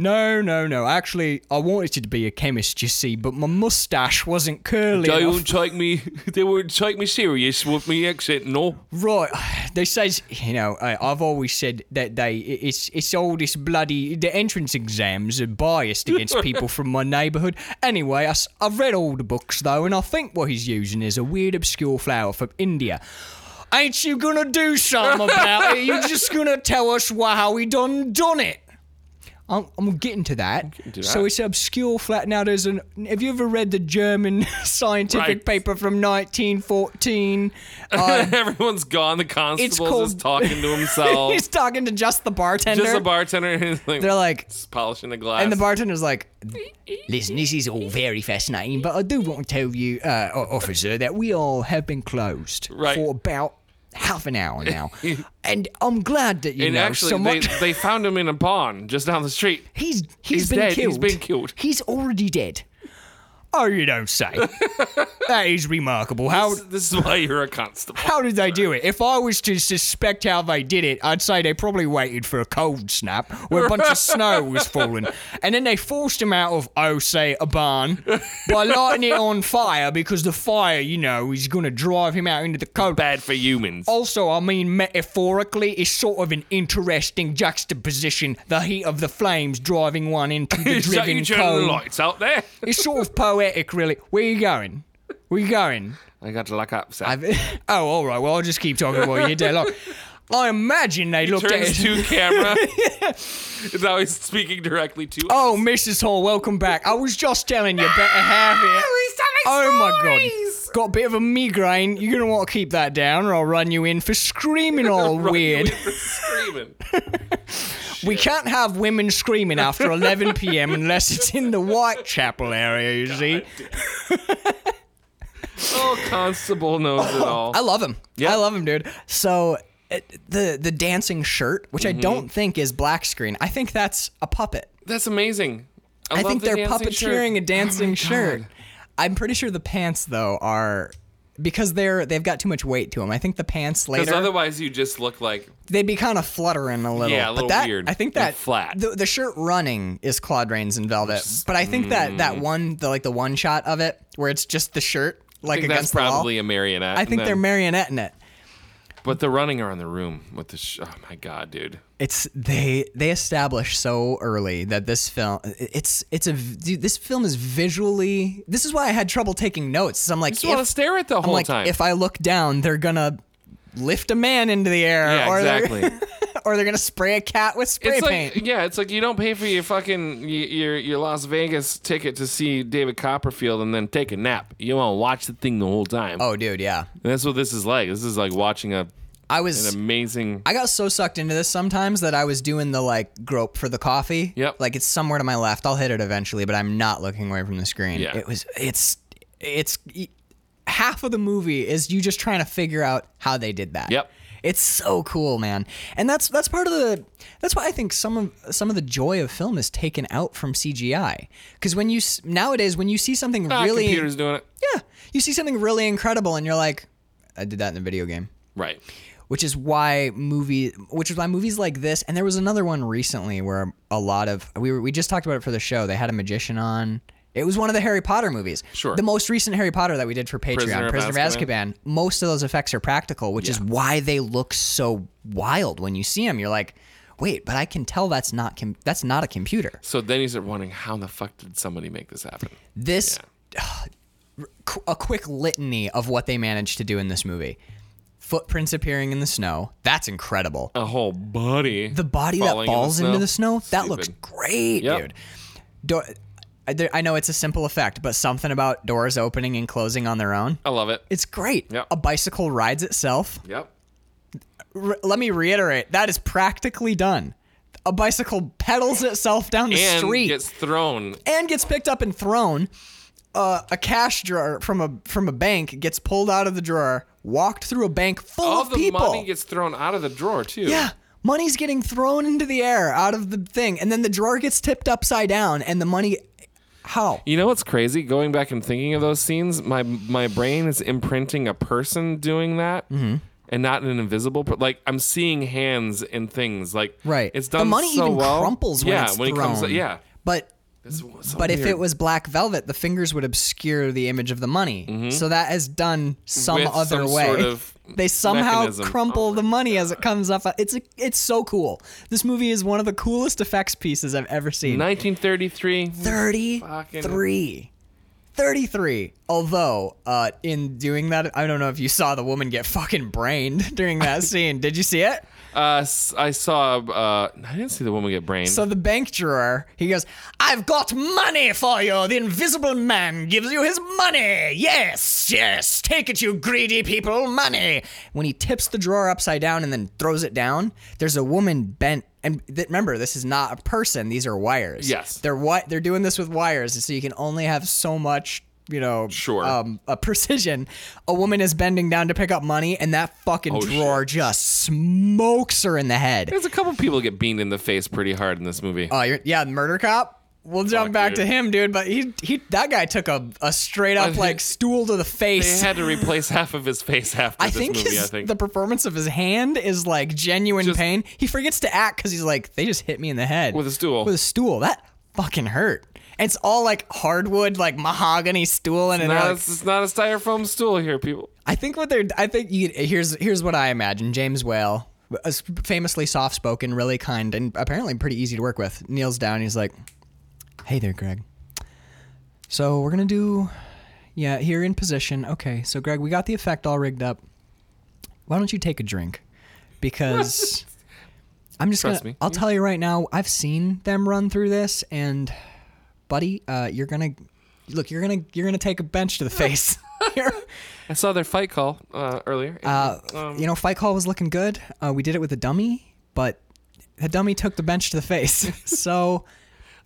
Speaker 2: no, no, no. Actually, I wanted to be a chemist, you see, but my mustache wasn't curly.
Speaker 1: they
Speaker 2: enough."
Speaker 1: won't take me. They won't take me serious with me accent. No,
Speaker 2: Right, they says you know I, I've always said that they i- it's it's all this bloody the entrance exams are biased against people from my neighbourhood. Anyway, I, have read all the books though, and I think what he's using is a weird obscure flower from India. Ain't you gonna do something about it? You're just gonna tell us why how we done done it. I'm, I'm getting to that.
Speaker 1: to
Speaker 2: So
Speaker 1: that.
Speaker 2: it's an obscure flat. Now there's an. Have you ever read the German scientific
Speaker 1: Right.
Speaker 2: paper from 1914? Uh,
Speaker 1: everyone's gone. The constable's
Speaker 2: called-
Speaker 1: just talking to himself.
Speaker 2: He's talking to just the bartender.
Speaker 1: just a bartender. And he's like,
Speaker 2: They're like,
Speaker 1: just polishing the glass.
Speaker 2: and the bartender's like, listen, this is all very fascinating, but I do want to tell you, uh, o- officer, that we all have been closed
Speaker 1: Right.
Speaker 2: for about half an hour now, and I'm glad that you
Speaker 1: and
Speaker 2: know
Speaker 1: actually,
Speaker 2: so
Speaker 1: they,
Speaker 2: much.
Speaker 1: they found him in a pond just down the street.
Speaker 2: he's
Speaker 1: he's
Speaker 2: been
Speaker 1: dead. He's
Speaker 2: killed.
Speaker 1: been killed.
Speaker 2: He's already dead. Oh, you don't say. that is remarkable. How
Speaker 1: This, this is why you're a constable.
Speaker 2: how did they do it? If I was to suspect how they did it, I'd say they probably waited for a cold snap where a bunch of snow was falling. And then they forced him out of, oh, say, a barn by lighting it on fire because the fire, you know, is going to drive him out into the cold.
Speaker 1: Bad for humans.
Speaker 2: Also, I mean, metaphorically, it's sort of an interesting juxtaposition the heat of the flames driving one into the
Speaker 1: Is that you turning
Speaker 2: driven
Speaker 1: the
Speaker 2: cold.
Speaker 1: lights out there?
Speaker 2: It's sort of poetic, really. Where you going? Where you going?
Speaker 1: I got to lock up. Seth.
Speaker 2: I've- oh, all right. Well, I'll just keep talking while you do long. I imagine they looked at
Speaker 1: turns to
Speaker 2: it.
Speaker 1: camera. now he's speaking directly to.
Speaker 2: Oh, Mrs. Hall, welcome back. I was just telling you, better have it. Oh my god, got a bit of a migraine. You're gonna want to keep that down, or I'll run you in for screaming all
Speaker 1: Right,
Speaker 2: weird.
Speaker 1: we're Screaming.
Speaker 2: We can't have women screaming after 11 p.m. unless it's in the Whitechapel area. You see,
Speaker 1: Oh, constable knows it all.
Speaker 2: I love him. I love him, dude. So it, the the dancing shirt, which I don't think is black screen. I think that's a puppet.
Speaker 1: That's amazing. I,
Speaker 2: I
Speaker 1: love
Speaker 2: think
Speaker 1: the
Speaker 2: they're
Speaker 1: dancing shirt. Oh
Speaker 2: puppeteering a dancing shirt. I'm pretty sure the pants though are because they're they've got too much weight to them. I think the pants
Speaker 1: Because
Speaker 2: later
Speaker 1: otherwise, you just look like
Speaker 2: they'd be kind of fluttering a little.
Speaker 1: Yeah, a little
Speaker 2: but that,
Speaker 1: weird
Speaker 2: I think
Speaker 1: and
Speaker 2: that
Speaker 1: flat.
Speaker 2: The, the shirt running is Claude Rains and Velvet, but I think that
Speaker 1: mm.
Speaker 2: that one the like the one shot of it where it's just the shirt
Speaker 1: I
Speaker 2: like
Speaker 1: think that's
Speaker 2: against the
Speaker 1: probably
Speaker 2: wall.
Speaker 1: a marionette.
Speaker 2: I
Speaker 1: and
Speaker 2: think they're
Speaker 1: then-
Speaker 2: marionette in it.
Speaker 1: but the running around the room with the. Sh- oh my god, dude!
Speaker 2: It's they they establish so early that this film it's it's a dude, this film is visually this is why I had trouble taking notes. 'cause I'm like
Speaker 1: Just want to
Speaker 2: if-
Speaker 1: stare at the
Speaker 2: I'm
Speaker 1: whole
Speaker 2: like,
Speaker 1: time.
Speaker 2: if I look down, they're gonna lift a man into the air,
Speaker 1: yeah,
Speaker 2: or
Speaker 1: exactly.
Speaker 2: they're or they're gonna spray a cat with spray
Speaker 1: It's
Speaker 2: paint.
Speaker 1: like yeah, it's like you don't pay for your fucking y- your your Las Vegas ticket to see David Copperfield and then take a nap. You want to watch the thing the whole time.
Speaker 2: oh, dude, yeah.
Speaker 1: And that's what this is like. This is like watching a
Speaker 2: I
Speaker 1: an
Speaker 2: was
Speaker 1: amazing.
Speaker 2: I got so sucked into this sometimes that I was doing the like grope for the coffee.
Speaker 1: Yep.
Speaker 2: Like it's somewhere to my left. I'll hit it eventually, but I'm not looking away from the screen.
Speaker 1: Yeah.
Speaker 2: It was it's it's half of the movie is you just trying to figure out how they did that.
Speaker 1: Yep.
Speaker 2: It's so cool, man. And that's that's part of the that's why I think some of some of the joy of film is taken out from CGI. Cuz when you s- nowadays when you see something
Speaker 1: Ah,
Speaker 2: really
Speaker 1: computers doing it
Speaker 2: Yeah, you see something really incredible and you're like I did that in a video game
Speaker 1: right.
Speaker 2: which is why movie which is why movies like this and there was another one recently where a lot of we were, we just talked about it for the show they had a magician on it was one of the Harry Potter movies.
Speaker 1: Sure.
Speaker 2: The most recent Harry Potter that we did for Patreon,
Speaker 1: Prisoner
Speaker 2: Prisoner,
Speaker 1: of
Speaker 2: of Azkaban. Most of those effects are practical, which is why they look so wild when you see them. You're like, wait, but I can tell that's not com- that's not a computer.
Speaker 1: So then you start wondering how in the fuck did somebody make this happen?
Speaker 2: This qu- a quick litany of what they managed to do in this movie. Footprints appearing in the snow. That's incredible.
Speaker 1: A whole body.
Speaker 2: the body that
Speaker 1: falling in
Speaker 2: falls into the snow that
Speaker 1: Stupid.
Speaker 2: looks great
Speaker 1: Yep.
Speaker 2: dude Do- I- there- i know it's a simple effect but something about doors opening and closing on their own
Speaker 1: I love it.
Speaker 2: it's great
Speaker 1: Yep.
Speaker 2: a bicycle rides itself
Speaker 1: Yep.
Speaker 2: R- let me reiterate that is practically done a bicycle pedals itself down the
Speaker 1: And
Speaker 2: street
Speaker 1: gets thrown.
Speaker 2: and gets picked up and thrown uh, a cash drawer from a from a bank gets pulled out of the drawer walked through a bank full
Speaker 1: All
Speaker 2: of
Speaker 1: the
Speaker 2: people
Speaker 1: money gets thrown out of the drawer too.
Speaker 2: Yeah. Money's getting thrown into the air out of the thing, and then the drawer gets tipped upside down, and the money. How?
Speaker 1: You know what's crazy? Going back and thinking of those scenes, my my brain is imprinting a person doing that.
Speaker 2: Mm-hmm.
Speaker 1: And not an invisible, per- like I'm seeing hands and things, like
Speaker 2: Right.
Speaker 1: It's done
Speaker 2: The money
Speaker 1: so
Speaker 2: even
Speaker 1: well.
Speaker 2: crumples when
Speaker 1: yeah,
Speaker 2: it's
Speaker 1: when it
Speaker 2: thrown.
Speaker 1: comes, yeah.
Speaker 2: But
Speaker 1: It's so
Speaker 2: but if
Speaker 1: weird.
Speaker 2: it was black velvet, the fingers would obscure the image of the money. So that is done some
Speaker 1: Mm-hmm. With
Speaker 2: other
Speaker 1: some
Speaker 2: way.
Speaker 1: sort of
Speaker 2: they somehow
Speaker 1: mechanism.
Speaker 2: crumple
Speaker 1: Oh my
Speaker 2: the money as it comes up. It's a, it's so cool. This movie is one of the coolest effects pieces I've ever seen.
Speaker 1: 1933,
Speaker 2: 33. 33. Although, uh, in doing that, I don't know if you saw the woman get fucking brained during that scene. Did you see it?
Speaker 1: Uh, s- I saw. Uh, I didn't see the woman get brained.
Speaker 2: So the bank drawer, he goes, I've got money for you. The invisible man gives you his money. Yes, yes. Take it, you greedy people. Money. When he tips the drawer upside down and then throws it down, there's a woman bent. And th- remember, this is not a person. These are wires.
Speaker 1: Yes.
Speaker 2: They're what they're doing this with wires, so you can only have so much, you know,
Speaker 1: Sure.
Speaker 2: um, uh, precision. A woman is bending down to pick up money, and that fucking
Speaker 1: Oh, shit.
Speaker 2: drawer just smokes her in the head.
Speaker 1: There's a couple people get beamed in the face pretty hard in this movie.
Speaker 2: Oh, you're, yeah, Murder Cop. We'll jump
Speaker 1: Fuck,
Speaker 2: back to
Speaker 1: dude.
Speaker 2: him, dude. But he he that guy took a, a straight
Speaker 1: I
Speaker 2: up
Speaker 1: think-
Speaker 2: like stool to the
Speaker 1: they
Speaker 2: face.
Speaker 1: had to replace half of his face after
Speaker 2: I
Speaker 1: this
Speaker 2: think,
Speaker 1: movie.
Speaker 2: his,
Speaker 1: I think
Speaker 2: the performance of his hand is like genuine
Speaker 1: Just-
Speaker 2: pain. He forgets to act because he's like, they just hit me in the head
Speaker 1: With a stool.
Speaker 2: With a stool, that fucking hurt. And it's all like hardwood, like mahogany stool, and, and they're
Speaker 1: Nah,
Speaker 2: like,
Speaker 1: it's, it's not a styrofoam stool here, people.
Speaker 2: I think what they're. I think you, here's here's what I imagine. James Whale, a s- famously soft spoken, really kind, and apparently pretty easy to work with, kneels down. He's like, "Hey there, Greg. So we're gonna do, yeah, here in position. Okay, so Greg, we got the effect all rigged up. Why don't you take a drink? Because I'm just
Speaker 1: Trust
Speaker 2: gonna.
Speaker 1: me.
Speaker 2: I'll tell you right now. I've seen them run through this, and buddy, uh, you're gonna look. You're gonna you're gonna take a bench to the face. You're-
Speaker 1: I saw their fight call uh, earlier.
Speaker 2: uh, you know, Fight Call was looking good. Uh, we did it with a dummy, but the dummy took the bench to the face. so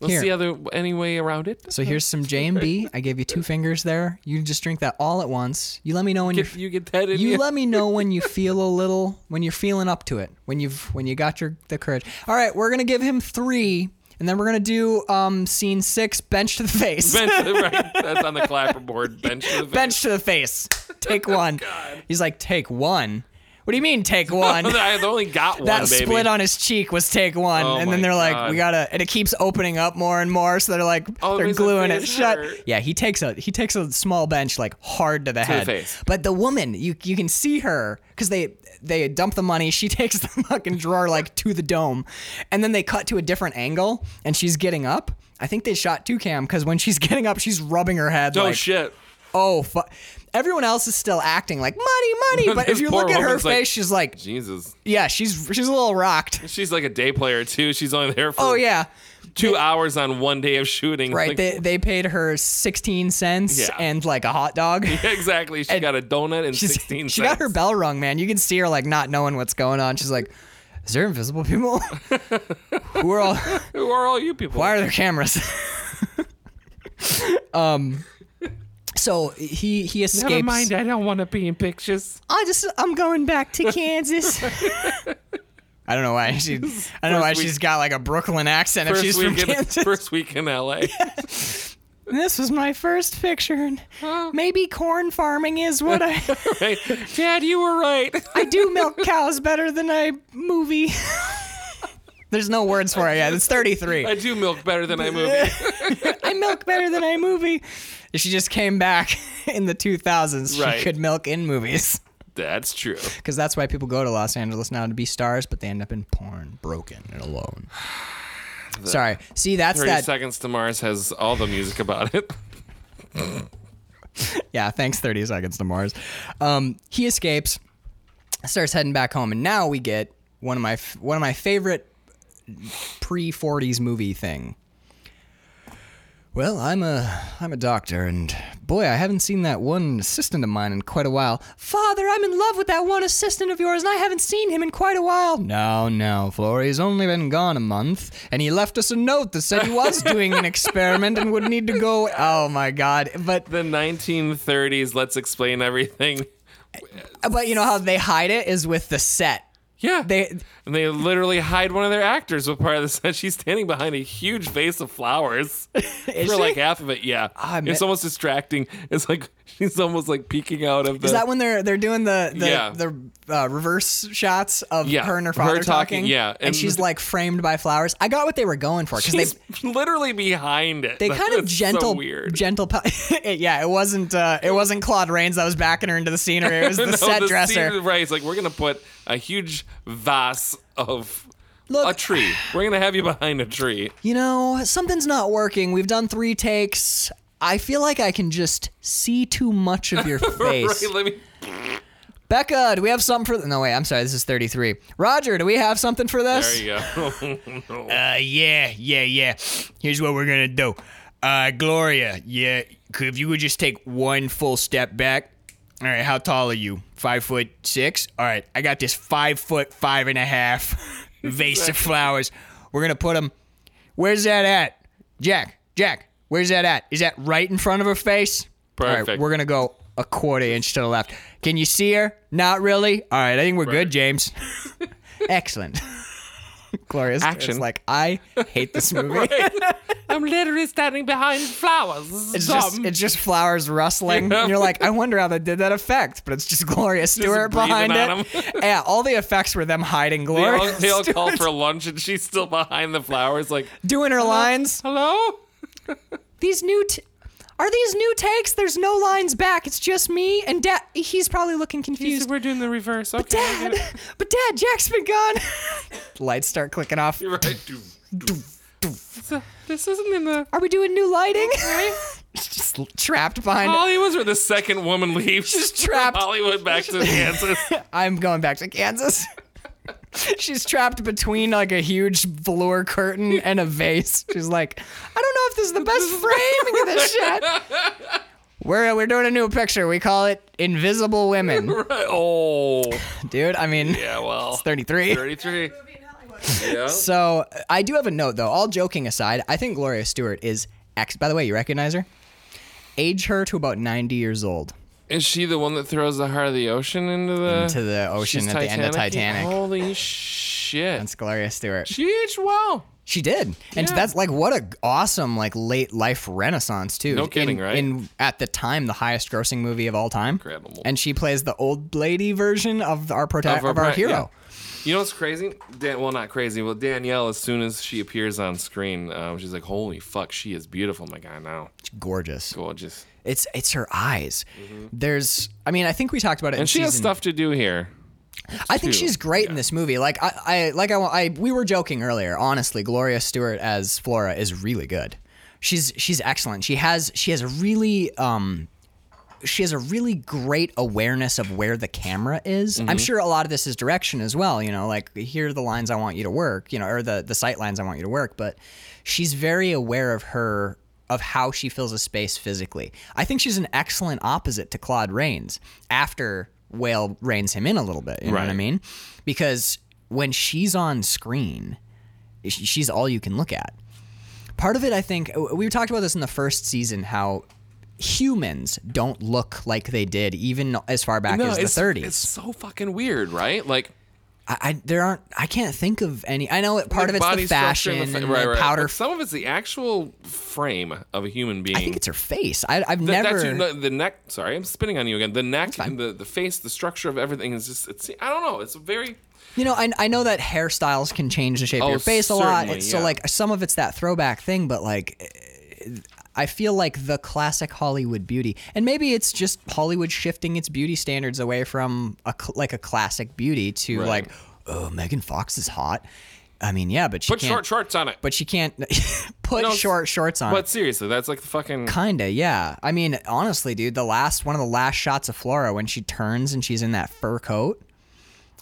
Speaker 1: Let's
Speaker 2: here.
Speaker 1: see other any way around it.
Speaker 2: So here's some J and B. I gave you two fingers there. You just drink that all at once. You let me know when
Speaker 1: Get,
Speaker 2: you're.
Speaker 1: you get that in
Speaker 2: You
Speaker 1: here.
Speaker 2: let me know when you feel a little, when you're feeling up to it, when you've when you got your the courage. All right, we're gonna give him three, and then we're gonna do um scene six, bench to the face.
Speaker 1: bench, right? That's on the clapperboard. Bench. to the face.
Speaker 2: bench to the face. Take one. He's like, take one. What do you mean, take one?
Speaker 1: Oh, I only got one.
Speaker 2: that
Speaker 1: baby.
Speaker 2: split on his cheek was take one,
Speaker 1: Oh
Speaker 2: and then
Speaker 1: my
Speaker 2: they're like,
Speaker 1: God.
Speaker 2: we gotta, and it keeps opening up more and more. So they're like,
Speaker 1: Oh, it
Speaker 2: they're
Speaker 1: makes the
Speaker 2: gluing it
Speaker 1: face
Speaker 2: shut.
Speaker 1: hurt.
Speaker 2: Yeah, he takes a he takes a small bench like hard to the head.
Speaker 1: face.
Speaker 2: But the woman, you you can see her because they they dump the money. She takes the fucking drawer like to the dome, and then they cut to a different angle, and she's getting up. I think they shot two cam because when she's getting up, she's rubbing her head.
Speaker 1: Oh
Speaker 2: like,
Speaker 1: shit.
Speaker 2: Oh fuck! Everyone else is still acting like money, money. But if
Speaker 1: This
Speaker 2: you
Speaker 1: poor
Speaker 2: look at her
Speaker 1: woman's
Speaker 2: face,
Speaker 1: like-
Speaker 2: she's like,
Speaker 1: Jesus.
Speaker 2: yeah, she's she's a little rocked.
Speaker 1: She's like a day player too. She's only there for
Speaker 2: Oh yeah,
Speaker 1: two hours on one day of shooting.
Speaker 2: right.
Speaker 1: Like,
Speaker 2: they they paid her sixteen cents
Speaker 1: Yeah.
Speaker 2: and like a hot dog.
Speaker 1: exactly. She got a donut and
Speaker 2: She's-
Speaker 1: 16
Speaker 2: she got her
Speaker 1: cents.
Speaker 2: bell rung, man. You can see her like not knowing what's going on. She's like, "Is there invisible people? Who are all?
Speaker 1: Who are all you people?
Speaker 2: Why are there cameras?" um. So he he escapes.
Speaker 1: I don't want to be in pictures.
Speaker 2: I just I'm going back to Kansas. I don't know why she. I don't know why
Speaker 1: First week-
Speaker 2: she's got like a Brooklyn accent if
Speaker 1: First,
Speaker 2: she's from
Speaker 1: week in,
Speaker 2: Kansas.
Speaker 1: first week in LA.
Speaker 2: This was my first picture, and maybe corn farming is what I.
Speaker 1: Right? Dad, you were right.
Speaker 2: I do milk cows better than I movie. There's no words for it yet. It's 33.
Speaker 1: I do milk better than I movie.
Speaker 2: I milk better than I movie. She just came back in the 2000s.
Speaker 1: Right.
Speaker 2: She could milk in movies.
Speaker 1: That's true.
Speaker 2: Because that's why people go to Los Angeles now to be stars, but they end up in porn, broken and alone. Sorry. See, that's
Speaker 1: 30
Speaker 2: that.
Speaker 1: Seconds to Mars has all the music about it.
Speaker 2: Yeah, thanks 30 Seconds to Mars. Um, he escapes, starts heading back home, and now we get one of my f- one of my favorite pre 40s movie thing. Well, I'm a I'm a doctor, and boy, I haven't seen that one assistant of mine in quite a while. Father, I'm in love with that one assistant of yours, and I haven't seen him in quite a while. No, no, Florrie's only been gone a month, and he left us a note that said he was doing an experiment and would need to go. Oh my God! But
Speaker 1: The 1930s, let's explain everything.
Speaker 2: But you know how they hide it is with the set.
Speaker 1: Yeah.
Speaker 2: They
Speaker 1: and they literally hide one of their actors with part of the set. She's standing behind a huge vase of flowers for
Speaker 2: Is
Speaker 1: like
Speaker 2: she?
Speaker 1: half of it. Yeah.
Speaker 2: Ah, I
Speaker 1: it's
Speaker 2: meant-
Speaker 1: almost distracting. It's like she's almost like peeking out of the.
Speaker 2: is that when they're they're doing the the,
Speaker 1: Yeah.
Speaker 2: the uh, reverse shots of
Speaker 1: Yeah,
Speaker 2: her and her father
Speaker 1: her talking, yeah,
Speaker 2: and,
Speaker 1: and-
Speaker 2: she's like framed by flowers. I got what they were going for because
Speaker 1: She's
Speaker 2: they
Speaker 1: literally behind it.
Speaker 2: they kind of
Speaker 1: That's so
Speaker 2: gentle
Speaker 1: weird.
Speaker 2: gentle pa- yeah it wasn't uh, it wasn't Claude Rains that was backing her into the scenery it was the
Speaker 1: No,
Speaker 2: set dresser
Speaker 1: scene- right. It's like we're gonna put a huge vase of
Speaker 2: Look-
Speaker 1: a tree. We're gonna have you behind a tree.
Speaker 2: you know something's not working we've done three takes I feel like I can just see too much of your face
Speaker 1: Right, let me
Speaker 2: Becca do we have something for th- no wait I'm sorry this is 33 Roger do we have something for this
Speaker 1: There you go.
Speaker 2: Uh, yeah, yeah, yeah. Here's what we're gonna do. Uh, Gloria, yeah, could, if you would just take one full step back. All right, how tall are you? Five foot six. All right, I got this five foot five and a half vase of flowers. We're gonna put them. Where's that at, Jack? Jack, where's that at? Is that right in front of her face? All right,
Speaker 1: Perfect.
Speaker 2: we're gonna go a quarter inch to the left. Can you see her? Not really. All right, I think we're good, James. Excellent. Gloria's
Speaker 1: Action.
Speaker 2: It's like I hate this movie.
Speaker 1: I'm literally standing behind flowers.
Speaker 2: It's just it's just flowers rustling.
Speaker 1: Yeah.
Speaker 2: And you're like, I wonder how they did that effect, but it's just Gloria Stewart
Speaker 1: breathing
Speaker 2: behind
Speaker 1: on
Speaker 2: it. yeah, all the effects were them hiding
Speaker 1: They
Speaker 2: Gloria
Speaker 1: all, they all
Speaker 2: Stewart
Speaker 1: call for lunch and she's still behind the flowers, like,
Speaker 2: doing
Speaker 1: Uh-huh.
Speaker 2: her lines.
Speaker 1: hello?
Speaker 2: These new t- are these new takes? There's no lines back. It's just me and Dad. He's probably looking
Speaker 1: He
Speaker 2: confused.
Speaker 1: said, We're doing the reverse. Okay. I'm
Speaker 2: Dad, but Dad, Jack's been gone. Lights start clicking off.
Speaker 1: gonna- Right. Doof, doof, doof. So, This isn't in the.
Speaker 2: Are we doing new lighting? just trapped
Speaker 1: Oh,
Speaker 2: behind.
Speaker 1: Hollywood where the second woman leaves.
Speaker 2: She's trapped.
Speaker 1: Hollywood back to Kansas.
Speaker 2: I'm going back to Kansas. She's trapped between like a huge velour curtain and a vase. She's like, I don't know if this is the best framing of this shit. We're we're doing a new picture. We call it Invisible Women,
Speaker 1: Right. Oh.
Speaker 2: dude. I mean,
Speaker 1: Yeah, well.
Speaker 2: it's 33.
Speaker 1: 33. Yeah.
Speaker 2: So uh, I do have a note though. All joking aside, I think Gloria Stewart is ex. By the way, you recognize her? Age her to about 90 years old.
Speaker 1: Is she the one that throws the heart of the ocean into the
Speaker 2: Into the ocean
Speaker 1: She's Oh.
Speaker 2: at the end of Titanic.
Speaker 1: Holy shit!
Speaker 2: That's Gloria Stewart.
Speaker 1: she aged well.
Speaker 2: She did, and
Speaker 1: Yeah.
Speaker 2: that's like what a awesome like late life renaissance too.
Speaker 1: No kidding,
Speaker 2: in,
Speaker 1: right?
Speaker 2: In at the time, the highest grossing movie of all time.
Speaker 1: Incredible.
Speaker 2: And she plays the old lady version of our prota-
Speaker 1: Of
Speaker 2: of
Speaker 1: our
Speaker 2: our,
Speaker 1: pri-
Speaker 2: hero.
Speaker 1: You know what's crazy? Dan, well, not crazy. Well, Danielle, as soon as she appears on screen, um, she's like, "Holy fuck, she is beautiful!" My God, now
Speaker 2: It's gorgeous.
Speaker 1: gorgeous.
Speaker 2: It's it's her eyes. There's, I mean, I think we talked about it.
Speaker 1: Mm-hmm.
Speaker 2: in
Speaker 1: And she has
Speaker 2: season-
Speaker 1: stuff to do here.
Speaker 2: I think
Speaker 1: too.
Speaker 2: she's great in this movie. Like I, I like I, I, we were joking earlier. Honestly, Gloria Stewart as Flora is really good. She's she's excellent. She has she has a really um, she has a really great awareness of where the camera is. I'm sure a lot of this is direction as well. You know, like here are the lines I want you to work. You know, or the the sight lines I want you to work. But she's very aware of her of how she fills a space physically. I think she's an excellent opposite to Claude Rains after Whale reins him in a little bit. You know what I
Speaker 1: Right.
Speaker 2: mean? Because when she's on screen, sh- she's all you can look at part of it i think we talked about this in the first season how humans don't look like they did even as far back as the
Speaker 1: it's,
Speaker 2: 30s
Speaker 1: it's so fucking weird, right? Like,
Speaker 2: I, I there aren't i can't think of any i know it- part of
Speaker 1: like
Speaker 2: it's
Speaker 1: body
Speaker 2: the
Speaker 1: structure
Speaker 2: fashion and
Speaker 1: fa-
Speaker 2: the,
Speaker 1: right, right.
Speaker 2: powder
Speaker 1: But some of it's the actual frame of a human being.
Speaker 2: i think it's her face I, i've
Speaker 1: Th-
Speaker 2: never
Speaker 1: That's, the, the neck. Sorry, I'm spinning on you again. The neck, the the face, the structure of everything is just. It's. I don't know. It's very.
Speaker 2: You know, I, I know that hairstyles can change the shape
Speaker 1: Oh,
Speaker 2: of your face a lot.
Speaker 1: certainly,
Speaker 2: It's
Speaker 1: yeah.
Speaker 2: So, like, some of it's that throwback thing, but, like, eh, I feel like the classic Hollywood beauty, and maybe it's just Hollywood shifting its beauty standards away from, a, cl- like, a classic beauty to,
Speaker 1: Right.
Speaker 2: like, oh, Megan Fox is hot. I mean, yeah, but she
Speaker 1: Put
Speaker 2: can't.
Speaker 1: short shorts on it.
Speaker 2: but she can't put
Speaker 1: No, s-
Speaker 2: short shorts on.
Speaker 1: But seriously, that's like the fucking.
Speaker 2: Kinda, yeah. I mean, honestly, dude, the last one of the last shots of Flora when she turns and she's in that fur coat.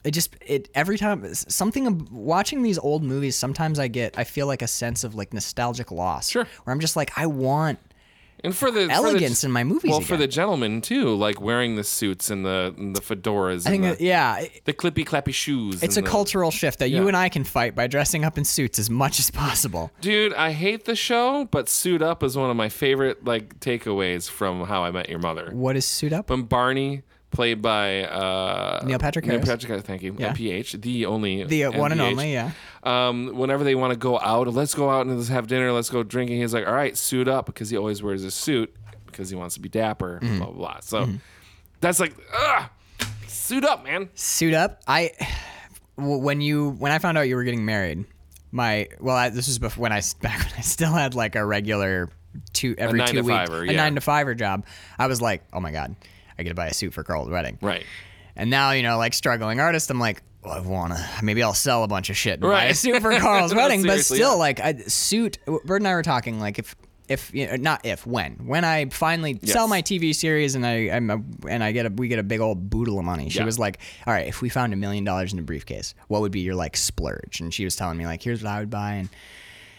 Speaker 2: It just it every time s- something ab- watching these old movies. Sometimes I get I feel like a sense of like nostalgic loss.
Speaker 1: Sure.
Speaker 2: Where I'm just like I want
Speaker 1: And for the for the-
Speaker 2: elegance in my movies
Speaker 1: Well, for
Speaker 2: again.
Speaker 1: the gentlemen too, like wearing the suits and the and the fedoras.
Speaker 2: I think
Speaker 1: and
Speaker 2: that,
Speaker 1: the,
Speaker 2: yeah. it-
Speaker 1: the clippy clappy shoes.
Speaker 2: it's a
Speaker 1: and the-
Speaker 2: cultural shift that
Speaker 1: Yeah.
Speaker 2: you and I can fight by dressing up in suits as much as possible.
Speaker 1: Dude, I hate the show, but suit up is one of my favorite like takeaways from How I Met Your Mother.
Speaker 2: What is suit up?
Speaker 1: When Barney played by uh,
Speaker 2: Neil Patrick Harris.
Speaker 1: Neil Patrick Harris, thank you.
Speaker 2: Yeah.
Speaker 1: MPH, the only
Speaker 2: The uh, one and
Speaker 1: MPH.
Speaker 2: only, yeah.
Speaker 1: Um, whenever they want to go out, let's go out and let's have dinner, let's go drinking. He's like, all right, suit up because he always wears a suit because he wants to be dapper, blah blah blah. So that's like, ugh, suit up, man.
Speaker 2: suit up. I w- when you when I found out you were getting married, my well, I, this was before when I s- back when I still had like a regular two every
Speaker 1: nine
Speaker 2: two
Speaker 1: to
Speaker 2: weeks
Speaker 1: fiver,
Speaker 2: a
Speaker 1: yeah.
Speaker 2: nine to fiver job. I was like, oh my god, I get to buy a suit for Carl's wedding.
Speaker 1: Right.
Speaker 2: And now you know, like struggling artist, I'm like. well, I wanna. Maybe I'll sell a bunch of shit and buy a
Speaker 1: Right.
Speaker 2: suit for Carl's
Speaker 1: No,
Speaker 2: wedding. But
Speaker 1: seriously,
Speaker 2: still,
Speaker 1: yeah.
Speaker 2: like, I, suit. Bird and I were talking. Like, if if you know, not if when when I finally sell
Speaker 1: Yes.
Speaker 2: my TV series and I I'm a, and I get a we get a big old boodle of money. She
Speaker 1: Yeah.
Speaker 2: was like, "All right, if we found a million dollars in a briefcase, what would be your like splurge?" And she was telling me like, "Here's what I would buy," and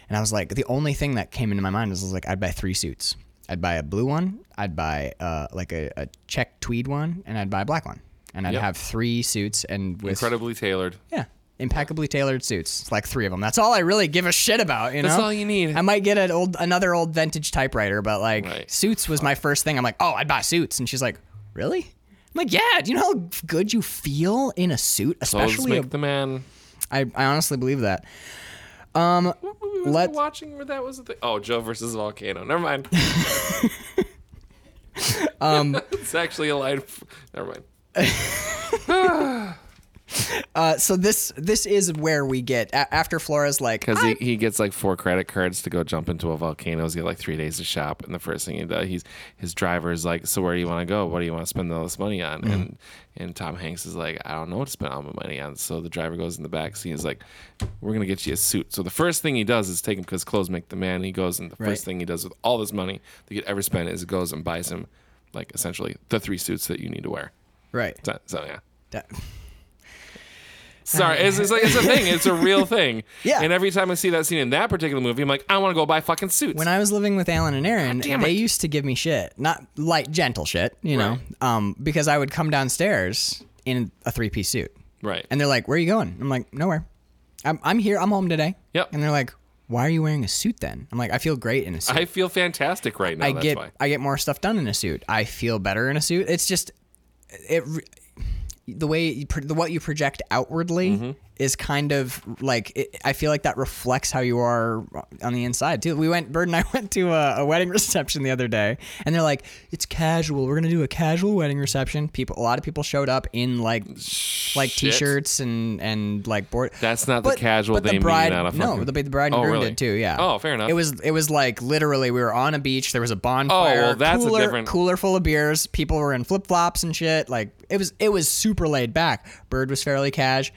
Speaker 2: and I was like, the only thing that came into my mind was, I was like, I'd buy three suits. I'd buy a blue one, I'd buy uh, like a, a check tweed one, and I'd buy a black one, and I'd
Speaker 1: Yep.
Speaker 2: have three suits and with
Speaker 1: Incredibly tailored.
Speaker 2: yeah. Impeccably tailored suits, like three of them. That's all I really give a shit about. You know,
Speaker 1: That's all you need.
Speaker 2: I might get an old, another old vintage typewriter, but like
Speaker 1: Right.
Speaker 2: suits was my first thing. I'm like, oh, I'd buy suits, and she's like, really? I'm like, yeah. Do you know how good you feel in a suit,
Speaker 1: Clothes
Speaker 2: especially?
Speaker 1: make
Speaker 2: A,
Speaker 1: the man.
Speaker 2: I, I honestly believe that. Um,
Speaker 1: What was
Speaker 2: Let-
Speaker 1: I watching where that was the thing? Oh, Joe versus volcano. Never mind. um, it's actually a line. f- Never mind.
Speaker 2: Uh, so this this is where we get a- after Flora's like, "Ah,
Speaker 1: Because he, he gets like four credit cards to go jump into a volcano. He's got like three days to shop, and the first thing he does, he's his driver is like, "So where do you want to go? What do you want to spend all this money on?" And and Tom Hanks is like, "I don't know what to spend all my money on." So the driver goes in the back seat. He's like, "We're gonna get you a suit." So the first thing he does is take him because clothes make the man. He goes and the
Speaker 2: Right.
Speaker 1: first thing he does with all this money that he could ever spend is goes and buys him like essentially the three suits that you need to wear.
Speaker 2: right?
Speaker 1: So, so yeah.
Speaker 2: That-
Speaker 1: Sorry, it's, it's like it's a thing. It's a real thing.
Speaker 2: Yeah.
Speaker 1: And every time I see that scene in that particular movie, I'm like, I want to go buy fucking suits.
Speaker 2: When I was living with Alan and Aaron,
Speaker 1: damn
Speaker 2: they
Speaker 1: it.
Speaker 2: used to give me shit, not light, gentle shit, you know, um, because I would come downstairs in a three piece suit,
Speaker 1: right.
Speaker 2: and they're like, "Where are you going?" I'm like, "Nowhere. I'm I'm here. I'm home today."
Speaker 1: Yep.
Speaker 2: And they're like, "Why are you wearing a suit then?" I'm like, "I feel great in a suit.
Speaker 1: I feel fantastic right now.
Speaker 2: I
Speaker 1: that's
Speaker 2: get
Speaker 1: why.
Speaker 2: I get more stuff done in a suit. I feel better in a suit. It's just it re- the way you pro- the what you project outwardly
Speaker 1: Mm-hmm.
Speaker 2: is kind of like it, I feel like that reflects how you are on the inside too. We went Bird and I went to a, a wedding reception the other day, and they're like, "It's casual. We're gonna do a casual wedding reception." People, a lot of people showed up in like like
Speaker 1: Shit.
Speaker 2: t-shirts and and like board.
Speaker 1: That's not the casual
Speaker 2: But
Speaker 1: they
Speaker 2: the
Speaker 1: mean
Speaker 2: bride,
Speaker 1: on a
Speaker 2: no,
Speaker 1: fucking-
Speaker 2: the, the bride and
Speaker 1: Oh,
Speaker 2: groom
Speaker 1: really?
Speaker 2: did too. Yeah.
Speaker 1: Oh, fair enough.
Speaker 2: It was it was like literally we were on a beach. There was a bonfire.
Speaker 1: Oh, well, that's a
Speaker 2: cooler,
Speaker 1: different-
Speaker 2: cooler full of beers. People were in flip flops and shit. Like it was it was super laid back. Bird was fairly cash.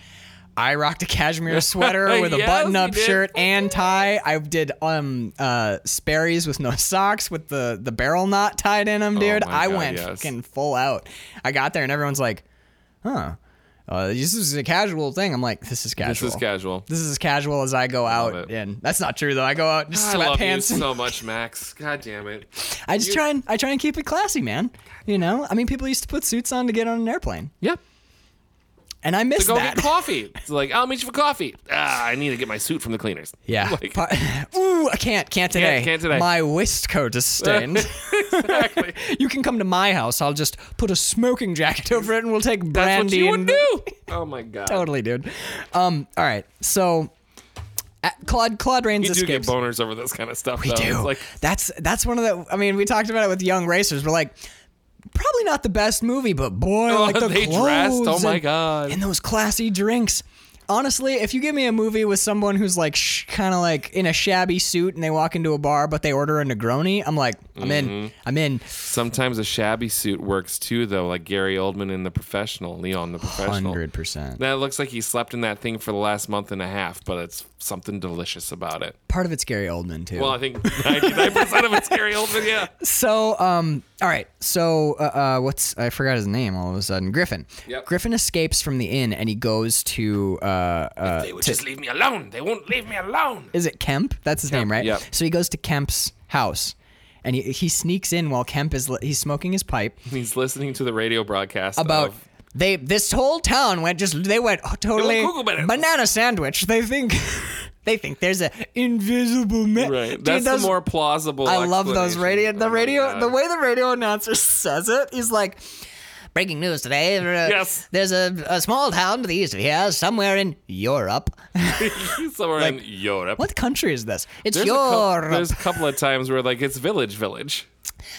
Speaker 2: I rocked a cashmere sweater with a
Speaker 1: Yes,
Speaker 2: button up
Speaker 1: you did.
Speaker 2: shirt and tie. I did um uh Sperry's with no socks with the the barrel knot tied in them, dude.
Speaker 1: Oh my
Speaker 2: I
Speaker 1: God,
Speaker 2: went
Speaker 1: yes.
Speaker 2: fucking full out. I got there and everyone's like, "Huh. Uh, this is a casual thing." I'm like, "This is
Speaker 1: This
Speaker 2: casual."
Speaker 1: is casual.
Speaker 2: This is as casual as I go out
Speaker 1: it.
Speaker 2: in. That's not true though. I go out in
Speaker 1: I love you
Speaker 2: Ah, sweatpants.
Speaker 1: so much, Max. God damn it.
Speaker 2: I just try and I try and keep it classy, man. You know, I mean, people used to put suits on to get on an airplane,
Speaker 1: Yep.
Speaker 2: and I miss
Speaker 1: Go
Speaker 2: that.
Speaker 1: get coffee. It's like, I'll meet you for coffee. Ah, I need to get my suit from the cleaners.
Speaker 2: yeah.
Speaker 1: Like,
Speaker 2: Pa- Ooh, I can't. Can't today.
Speaker 1: can't today.
Speaker 2: My waistcoat is stained.
Speaker 1: exactly.
Speaker 2: you can come to my house. I'll just put a smoking jacket over it, and we'll take
Speaker 1: That's what
Speaker 2: brandy.
Speaker 1: you would
Speaker 2: and-
Speaker 1: do. Oh my god.
Speaker 2: Totally, dude. Um. All right. So, uh, Claude Claude Rains
Speaker 1: You do get
Speaker 2: escapes.
Speaker 1: boners over this kind of stuff.
Speaker 2: We
Speaker 1: though.
Speaker 2: do.
Speaker 1: It's like,
Speaker 2: that's that's one of the. I mean, we talked about it with Young Racers. We're like, probably not the best movie, but boy,
Speaker 1: Oh,
Speaker 2: like the
Speaker 1: they
Speaker 2: clothes
Speaker 1: dressed. Oh my
Speaker 2: and-
Speaker 1: God.
Speaker 2: and those classy drinks. Honestly, if you give me a movie with someone who's like sh- kind of like in a shabby suit and they walk into a bar but they order a Negroni, I'm like, I'm
Speaker 1: Mm-hmm.
Speaker 2: in, I'm in,
Speaker 1: sometimes a shabby suit works too, though. Like Gary Oldman in The Professional, Leon the Professional.
Speaker 2: hundred percent.
Speaker 1: That looks like he slept in that thing for the last month and a half, but it's something delicious about it.
Speaker 2: Part of it's Gary Oldman too.
Speaker 1: Well, I think 99% of it's Gary Oldman, yeah.
Speaker 2: So, um, all right. So, uh, uh, what's I forgot his name all of a sudden. Griffin.
Speaker 1: Yep.
Speaker 2: Griffin escapes from the inn and he goes to uh,
Speaker 1: They would just leave me alone. They won't leave me alone.
Speaker 2: is it Kemp? That's his name, right?
Speaker 1: yep.
Speaker 2: So he goes to Kemp's house, and he, he sneaks in while Kemp is li- he's smoking his pipe.
Speaker 1: He's listening to the radio broadcast
Speaker 2: About
Speaker 1: of-
Speaker 2: they this whole town went just they went totally
Speaker 1: cuckoo bananas.
Speaker 2: banana sandwich. They think they think there's a invisible man.
Speaker 1: Right.
Speaker 2: Dude,
Speaker 1: That's
Speaker 2: those-
Speaker 1: the more plausible.
Speaker 2: I love those
Speaker 1: explanation. Oh
Speaker 2: radio. The
Speaker 1: my
Speaker 2: radio.
Speaker 1: God.
Speaker 2: The way the radio announcer says it is like. breaking news today. uh,
Speaker 1: Yes.
Speaker 2: There's a, a small town to the east of here, somewhere in Europe.
Speaker 1: Somewhere in Europe.
Speaker 2: What country is this? It's
Speaker 1: There's, A couple,
Speaker 2: Europe.
Speaker 1: there's a couple of times where like it's village village.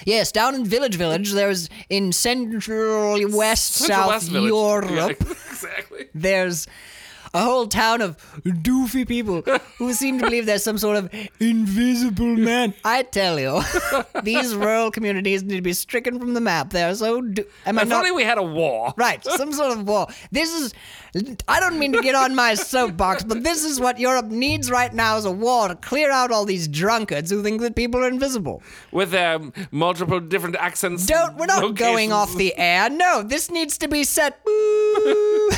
Speaker 2: Yes, down in Village Village, there's in Central West
Speaker 1: Central
Speaker 2: South
Speaker 1: West Village.
Speaker 2: Europe,
Speaker 1: Yeah, exactly.
Speaker 2: there's a whole town of doofy people who seem to believe there's some sort of invisible man. I tell you, these rural communities need to be stricken from the map. They're so. Do- Am I
Speaker 1: If
Speaker 2: not
Speaker 1: only we had a war.
Speaker 2: Right, some sort of war. This is. I don't mean to get on my soapbox, but this is what Europe needs right now is a war to clear out all these drunkards who think that people are invisible.
Speaker 1: With um, multiple different accents.
Speaker 2: Don't. We're not going
Speaker 1: locations.
Speaker 2: off the air. No, this needs to be set. we'll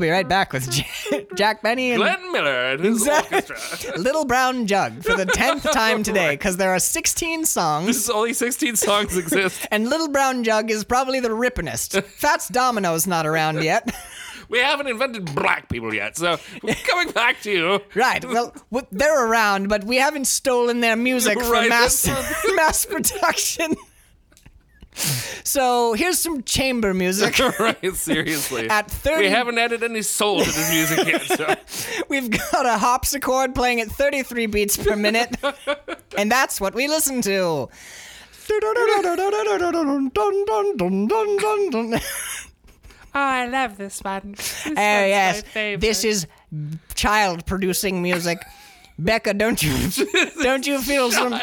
Speaker 2: be right back with J- Jack Benny and
Speaker 1: Glenn Miller and his orchestra. Oh,
Speaker 2: Little Brown Jug for the tenth time today, because there are sixteen songs.
Speaker 1: This is only 16 songs exist.
Speaker 2: And Little Brown Jug is probably the rippinest. Fats Domino's not around yet.
Speaker 1: We haven't invented black people yet, so we're coming back to you.
Speaker 2: Right. Well, w- they're around, but we haven't stolen their music for
Speaker 1: Right,
Speaker 2: mass
Speaker 1: that's
Speaker 2: mass production. So here's some chamber music.
Speaker 1: right, seriously.
Speaker 2: At 30
Speaker 1: We haven't added any soul to this music yet, so.
Speaker 2: We've got a harpsichord playing at 33 beats per minute, and that's what we listen to.
Speaker 4: Oh, I love this one. This one's
Speaker 2: Oh yes,
Speaker 4: my favorite.
Speaker 2: this is child producing music. Becca, don't you don't you feel some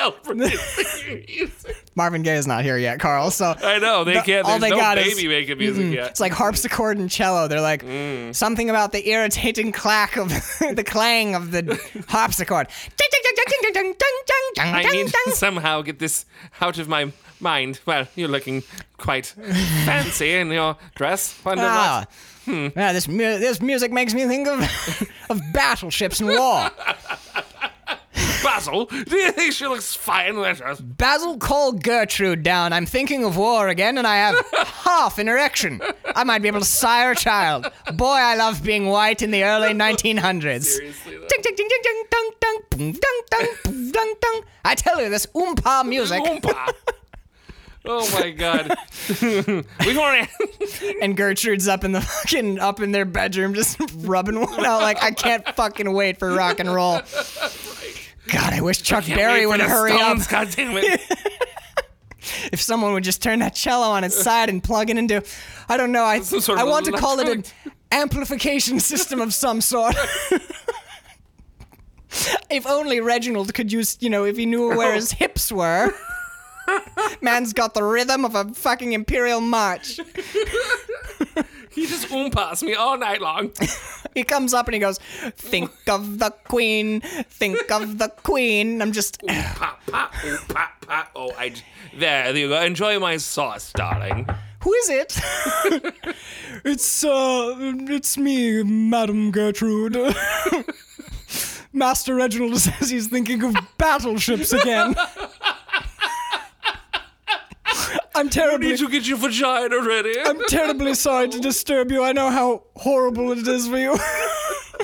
Speaker 2: Marvin Gaye is not here yet, Carl. So
Speaker 1: I know, they
Speaker 2: The-
Speaker 1: can't.
Speaker 2: all
Speaker 1: There's
Speaker 2: they
Speaker 1: no
Speaker 2: got
Speaker 1: baby
Speaker 2: is- Mm-hmm.
Speaker 1: making music yet. Mm.
Speaker 2: It's like harpsichord and cello. They're like something about the irritating clack of the clang of the harpsichord.
Speaker 1: I need to somehow get this out of my mind. Well, you're looking quite fancy in your dress. Wonder
Speaker 2: Ah,
Speaker 1: Hmm.
Speaker 2: yeah, this mu- this music makes me think of of battleships and war.
Speaker 1: what. Basil, do you think she looks fine in that dress?
Speaker 2: Basil, call Gertrude down. I'm thinking of war again, and I have half an erection. I might be able to sire a child. Boy, I love being white in the early 1900s.
Speaker 1: Seriously, though.
Speaker 2: Ding, ding, ding, ding, ding, dong, dong, boom, dong, dong, boom, dong, dong. I tell you, this oompa music.
Speaker 1: Oompa. Oh my god. We've already.
Speaker 2: and Gertrude's up in the fucking up in their bedroom, just rubbing one out. Like I can't fucking wait for rock and roll. God, I wish Chuck Berry would hurry up.
Speaker 1: God damn it.
Speaker 2: If someone would just turn that cello on its side and plug it into, I don't know. I
Speaker 1: Some sort
Speaker 2: I
Speaker 1: of
Speaker 2: want to call it an amplification system of some sort. if only Reginald could use, you know, if he knew where his hips were. Man's got the rhythm of a fucking imperial march.
Speaker 1: He just oompas me all night long.
Speaker 2: He comes up and he goes, Think of the queen, think of the queen. I'm just,
Speaker 1: Oompa, pa, oompa, pa. Oh, I. j- There, there you go. Enjoy my sauce, darling.
Speaker 2: Who is it? it's, uh, it's me, Madam Gertrude. Master Reginald says he's thinking of battleships again. I'm terribly.
Speaker 1: Did you get your vagina ready?
Speaker 2: I'm terribly sorry to disturb you. I know how horrible it is for you.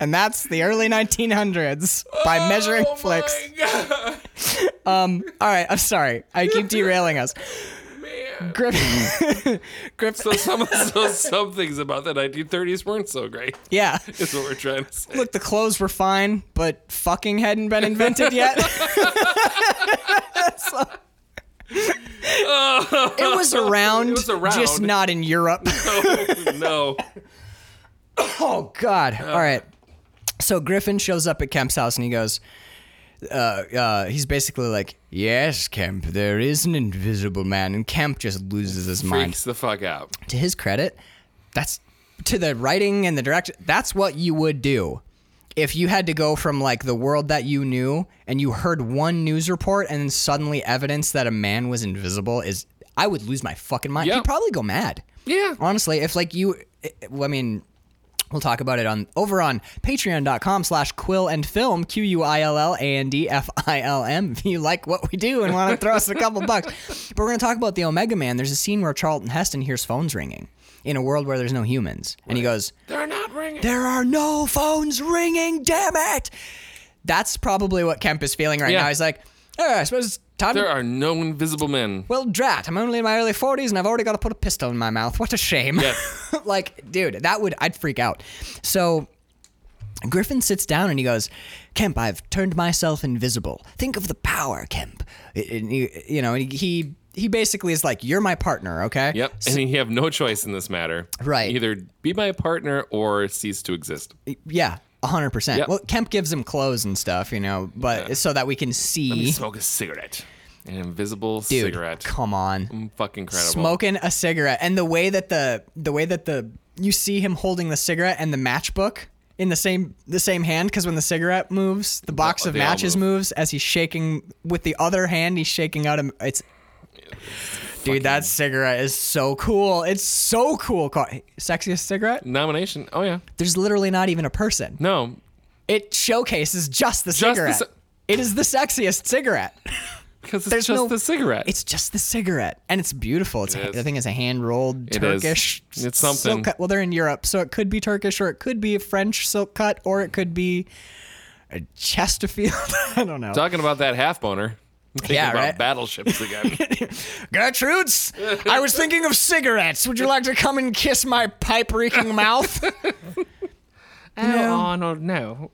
Speaker 2: and that's the early 1900s by Measuring
Speaker 1: oh
Speaker 2: Flicks.
Speaker 1: My god.
Speaker 2: All right, I'm sorry. I keep derailing us. Grip, grip.
Speaker 1: So some so some things about the 1930s weren't so great.
Speaker 2: yeah.
Speaker 1: Is what we're trying to say.
Speaker 2: Look, the clothes were fine, but fucking hadn't been invented yet. So- it was around,
Speaker 1: It was around.
Speaker 2: just not in Europe.
Speaker 1: Oh, no.
Speaker 2: Oh God! All right. So Griffin shows up at Kemp's house and he goes, uh, uh, he's basically like, "Yes, Kemp, there is an invisible man," and Kemp just loses his mind.
Speaker 1: Freaks the fuck out.
Speaker 2: To his credit, that's to the writing and the direction. That's what you would do if you had to go from like the world that you knew and you heard one news report and then suddenly evidence that a man was invisible is. I would lose my fucking mind.
Speaker 1: Yeah.
Speaker 2: He'd probably go mad
Speaker 1: Yeah.
Speaker 2: honestly if like you i- i mean we'll talk about it on over on patreon.com slash quill and film q-u-i-l-l-a-n-d-f-i-l-m if you like what we do and want to throw us a couple bucks but we're going to talk about the omega man there's a scene where charlton heston hears phones ringing in a world where there's no humans and he goes
Speaker 1: They're not ringing.
Speaker 2: there are no phones ringing damn it that's probably what kemp is feeling right
Speaker 1: Yeah.
Speaker 2: now he's like oh, i suppose Todd.
Speaker 1: There are no invisible men.
Speaker 2: well, drat! I'm only in my early 40s and I've already got to put a pistol in my mouth. What a shame!
Speaker 1: Yes.
Speaker 2: like, dude, that would I'd freak out. So Griffin sits down and he goes, Kemp, I've turned myself invisible. Think of the power, Kemp. And he, you know, and he he basically is like, you're my partner, okay?
Speaker 1: Yep. And you have no choice in this matter.
Speaker 2: Right.
Speaker 1: Either be my partner or cease to exist.
Speaker 2: Yeah, hundred percent.
Speaker 1: Yep.
Speaker 2: Well, Kemp gives him clothes and stuff, you know, but so that we can see.
Speaker 1: Smoke a cigarette. An invisible
Speaker 2: E. Dude,
Speaker 1: cigarette. Mm.
Speaker 2: come on,
Speaker 1: Fucking incredible.
Speaker 2: smoking a cigarette, and the way that the the way that the you see him holding the cigarette and the matchbook in the same the same hand because when the cigarette moves, the box of
Speaker 1: they all
Speaker 2: matches
Speaker 1: move.
Speaker 2: moves as he's shaking with the other hand. He's shaking out. A, it's. Dude, that cigarette is so cool. It's so cool. Co- Sexiest cigarette?
Speaker 1: Nomination. Oh, yeah.
Speaker 2: There's literally not even a person.
Speaker 1: No.
Speaker 2: It showcases just the
Speaker 1: the
Speaker 2: cigarette.
Speaker 1: ci-
Speaker 2: it is the sexiest cigarette.
Speaker 1: Because it's
Speaker 2: There's
Speaker 1: just
Speaker 2: no-
Speaker 1: the cigarette.
Speaker 2: It's just the cigarette, and it's beautiful. It's
Speaker 1: It is.
Speaker 2: I think it's a hand rolled
Speaker 1: is.
Speaker 2: Turkish.
Speaker 1: It's
Speaker 2: silk
Speaker 1: something.
Speaker 2: cut. Well, they're in Europe, so it could be Turkish, or it could be a French silk cut, or it could be a Chesterfield. I don't know.
Speaker 1: Talking about that half boner. I'm Thinking
Speaker 2: Yeah,
Speaker 1: about
Speaker 2: right?
Speaker 1: battleships again.
Speaker 2: Gertrude's. I was thinking of cigarettes. Would you like to come and kiss my pipe reeking mouth?
Speaker 4: Oh, Arnold, no.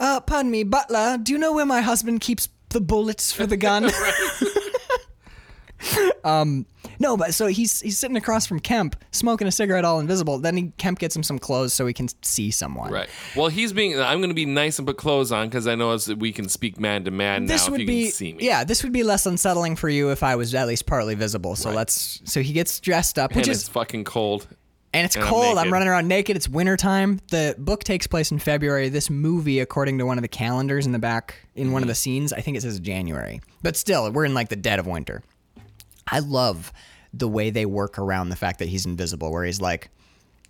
Speaker 2: Uh, pardon me, butler. Do you know where my husband keeps the bullets for the gun? um, no, but so he's he's sitting across from Kemp, smoking a cigarette, all invisible. Then he, Kemp gets him some clothes so he can see someone.
Speaker 1: Right. Well, he's being. I'm going to be nice and put clothes on because I know it's, we can speak man to man now.
Speaker 2: This
Speaker 1: if
Speaker 2: would
Speaker 1: you
Speaker 2: be
Speaker 1: can see me.
Speaker 2: yeah. This would be less unsettling for you if I was at least partly visible. So let's. So he gets dressed up,
Speaker 1: And
Speaker 2: which
Speaker 1: it's
Speaker 2: is
Speaker 1: fucking cold.
Speaker 2: and it's
Speaker 1: and I'm
Speaker 2: cold. I'm,
Speaker 1: naked.
Speaker 2: running around naked. It's wintertime. The book takes place in February. This movie, according to one of the calendars in the back in
Speaker 1: Mm-hmm.
Speaker 2: one of the scenes, I think it says January. But still, we're in like the dead of winter. I love the way they work around the fact that he's invisible, where he's like,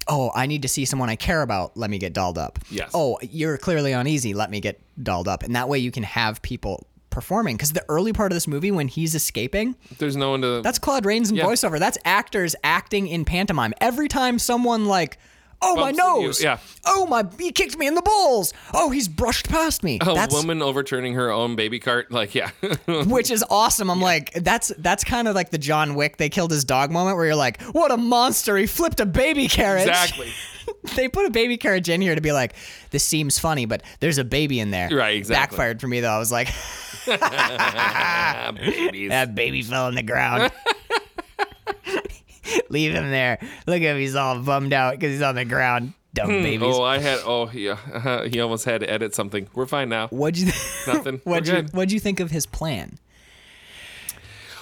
Speaker 2: Oh, I need to see someone I care about. Let me get dolled up.
Speaker 1: Yes.
Speaker 2: Oh, you're clearly uneasy. Let me get dolled up. And that way you can have people performing. Because the early part of this movie, when he's escaping,
Speaker 1: There's no one to.
Speaker 2: that's Claude Rains in
Speaker 1: Yeah.
Speaker 2: voiceover. That's actors acting in pantomime. Every time someone like, oh my
Speaker 1: Bumps into you,
Speaker 2: nose,
Speaker 1: yeah.
Speaker 2: oh my, he kicked me in the balls. Oh, he's brushed past me.
Speaker 1: a
Speaker 2: that's
Speaker 1: Oh, woman overturning her own baby cart. Like, yeah.
Speaker 2: which is awesome. I'm like, that's that's kind of like the John Wick they killed his dog moment where you're like, what a monster! He flipped a baby carriage.
Speaker 1: exactly.
Speaker 2: they put a baby carriage in here to be like, this seems funny, but there's a baby in there.
Speaker 1: Right, exactly.
Speaker 2: Backfired for me though. I was like,
Speaker 1: Ah, babies.
Speaker 2: that baby fell on the ground. Leave him there. Look at him. He's all bummed out because he's on the ground. Dumb Mm, babies.
Speaker 1: Oh, I had. Oh, yeah. he almost had to edit something. We're fine now.
Speaker 2: What'd you?
Speaker 1: Nothing. We're
Speaker 2: what'd you?
Speaker 1: good.
Speaker 2: What'd you think of his plan?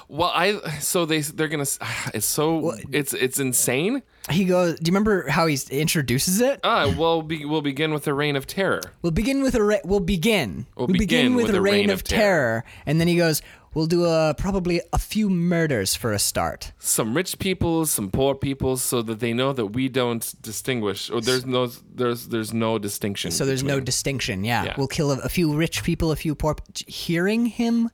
Speaker 1: Well, I. So they. They're gonna. s- It's so. It's it's insane.
Speaker 2: He goes. Do you remember how he introduces it?
Speaker 1: Ah, well, be, we'll begin with the reign of terror.
Speaker 2: We'll begin with a ra- we'll begin. We'll
Speaker 1: begin with a reign of terror.
Speaker 2: and then he goes, "We'll do a, probably a few murders for a start."
Speaker 1: some rich people, some poor people, so that they know that we don't distinguish, or there's no there's there's no distinction.
Speaker 2: So there's no
Speaker 1: between-
Speaker 2: distinction. Yeah.
Speaker 1: Yeah.
Speaker 2: we'll kill a, a few rich people, a few poor. p- Hearing him,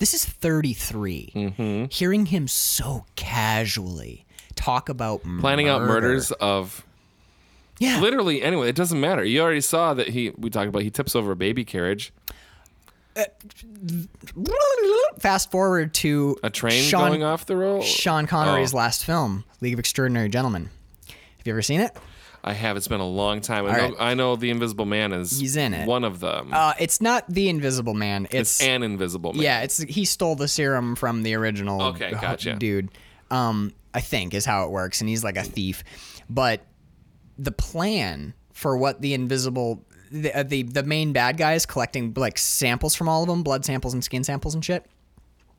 Speaker 2: this is 33.
Speaker 1: Mm-hmm.
Speaker 2: Hearing him so casually talk about
Speaker 1: planning out
Speaker 2: murder.
Speaker 1: murders of
Speaker 2: Yeah,
Speaker 1: literally anyone. It doesn't matter. You already saw that he we talked about. He tips over a baby carriage.
Speaker 2: Fast forward to
Speaker 1: A train
Speaker 2: Sean,
Speaker 1: going off the road.
Speaker 2: Sean Connery's
Speaker 1: Oh.
Speaker 2: last film, League of Extraordinary Gentlemen. Have you ever seen it?
Speaker 1: I have. It's been a long time. I know,
Speaker 2: right.
Speaker 1: I know the Invisible Man is.
Speaker 2: He's in it.
Speaker 1: One of them.
Speaker 2: Uh, it's not the Invisible Man. It's,
Speaker 1: it's an Invisible Man.
Speaker 2: yeah, it's he stole the serum from the original
Speaker 1: Okay,
Speaker 2: h-
Speaker 1: gotcha.
Speaker 2: dude. Um, I think is how it works, and he's like a thief. But the plan for what the invisible the uh, the, the main bad guy is collecting like samples from all of them, blood samples and skin samples and shit.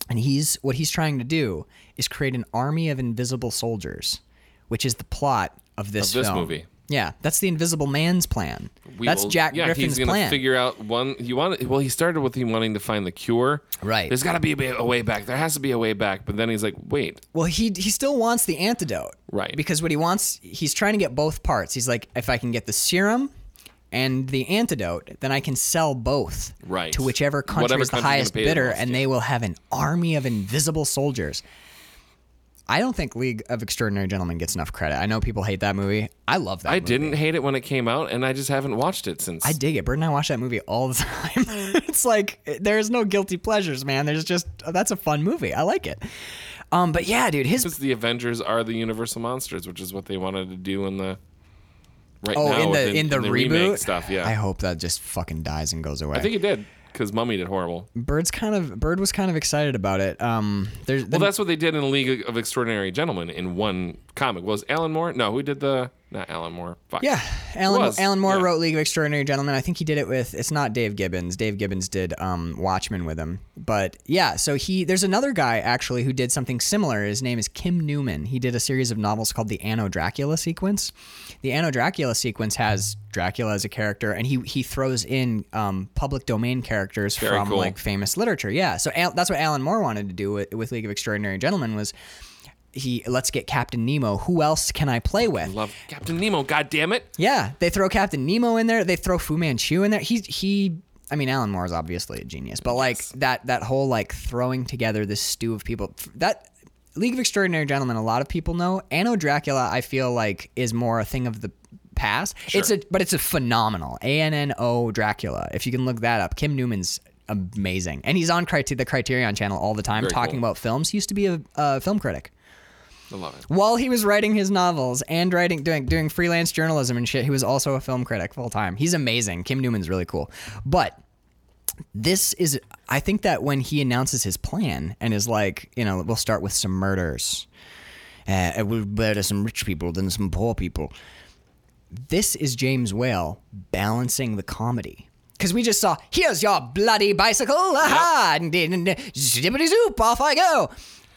Speaker 2: And he's what he's trying to do is create an army of invisible soldiers, which is the plot of this,
Speaker 1: Of this
Speaker 2: film.
Speaker 1: movie.
Speaker 2: Yeah, that's the Invisible Man's plan.
Speaker 1: We
Speaker 2: that's
Speaker 1: will-
Speaker 2: Jack
Speaker 1: yeah,
Speaker 2: Griffin's
Speaker 1: he's gonna
Speaker 2: plan.
Speaker 1: figure out one. He wanted. Well, he started with him wanting to find the cure.
Speaker 2: Right.
Speaker 1: There's got to be a ba- a way back. There has to be a way back. But then he's like, wait.
Speaker 2: Well, he he still wants the antidote,
Speaker 1: Right.
Speaker 2: Because what he wants, he's trying to get both parts. He's like, if I can get the serum and the antidote, then I can sell both,
Speaker 1: Right.
Speaker 2: To whichever country
Speaker 1: Whatever
Speaker 2: is the
Speaker 1: country's gonna
Speaker 2: highest
Speaker 1: pay the
Speaker 2: bidder,
Speaker 1: most,
Speaker 2: and
Speaker 1: yeah.
Speaker 2: they will have an army of invisible soldiers. I don't think League of Extraordinary Gentlemen gets enough credit. I know people hate that movie. I love that.
Speaker 1: I
Speaker 2: movie.
Speaker 1: didn't hate it when it came out, and I just haven't watched it since.
Speaker 2: I dig it. Bird and I watch that movie all the time. it's like there's no guilty pleasures, man. There's just that's a fun movie. I like it. Um, but yeah, dude, his
Speaker 1: Because the Avengers are the Universal monsters, which is what they wanted to do in the right
Speaker 2: oh
Speaker 1: now
Speaker 2: in
Speaker 1: with
Speaker 2: the in the
Speaker 1: remake
Speaker 2: reboot
Speaker 1: stuff. Yeah, I,
Speaker 2: I hope that just fucking dies and goes away.
Speaker 1: think it did because Mummy did horrible.
Speaker 2: Bird's kind of Bird was kind of excited about it. Um, there's
Speaker 1: Well, that's what they did in the League of Extraordinary Gentlemen in one comic. Was Alan Moore? No, who did the not Alan Moore? Fuck.
Speaker 2: Yeah, Alan
Speaker 1: was,
Speaker 2: Alan Moore
Speaker 1: yeah.
Speaker 2: wrote League of Extraordinary Gentlemen. I think he did it with it's not Dave Gibbons. Dave Gibbons did um, Watchmen with him, but yeah. So he there's another guy actually who did something similar. His name is Kim Newman. He did a series of novels called the Anno Dracula sequence. The Anno Dracula sequence has Dracula as a character, and he he throws in um, public domain characters
Speaker 1: Very
Speaker 2: from
Speaker 1: cool.
Speaker 2: like famous literature. Yeah, so Al- that's what Alan Moore wanted to do with, with League of Extraordinary Gentlemen was. He let's get Captain Nemo. Who else can I play with?
Speaker 1: Love Captain Nemo. God damn it!
Speaker 2: Yeah, they throw Captain Nemo in there. They throw Fu Manchu in there. He's he. I mean, Alan Moore is obviously a genius, but like that that whole like throwing together this stew of people that. League of Extraordinary Gentlemen, a lot of people know. Anno Dracula, I feel like, is more a thing of the past. It's a, but it's a phenomenal A N N O Dracula. If you can look that up, Kim Newman's amazing, and he's on criter- the Criterion Channel all the time
Speaker 1: Very
Speaker 2: talking
Speaker 1: cool.
Speaker 2: about films. He used to be a, a film critic
Speaker 1: I love it.
Speaker 2: while he was writing his novels and writing doing doing freelance journalism and shit, he was also a film critic full time. He's amazing. Kim Newman's really cool. But this is I think that when he announces his plan and is like, you know, we'll start with some murders. Uh, and we'll murder some rich people, then some poor people. This is James Whale balancing the comedy. Because we just saw, here's your bloody bicycle, aha, and, and, and zippity zoop, off I go.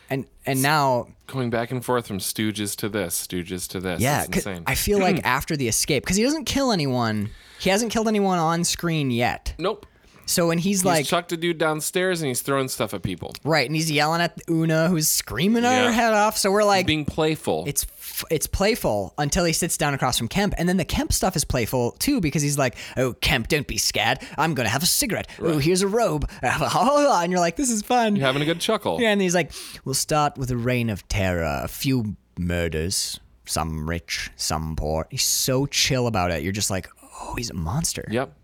Speaker 2: And, and now
Speaker 1: Going back and forth from Stooges to this, Stooges to this.
Speaker 2: yeah,
Speaker 1: it's
Speaker 2: 'cause
Speaker 1: insane.
Speaker 2: I feel like after the escape, because he doesn't kill anyone, he hasn't killed anyone on screen yet.
Speaker 1: nope.
Speaker 2: So when he's,
Speaker 1: He's
Speaker 2: like,
Speaker 1: chucked a dude downstairs and he's throwing stuff at people.
Speaker 2: right, and he's yelling at Una, who's screaming
Speaker 1: Yeah.
Speaker 2: her head off, so we're like,
Speaker 1: Being playful.
Speaker 2: it's f- it's playful until he sits down across from Kemp, and then the Kemp stuff is playful too because he's like, "Oh, Kemp, don't be scared. I'm gonna have a cigarette. Oh, here's a robe." And you're like, "This is fun."
Speaker 1: You're having a good chuckle.
Speaker 2: Yeah, and he's like, we'll start with a reign of terror, a few murders, some rich, some poor. He's so chill about it. You're just like, oh, he's a monster.
Speaker 1: Yep.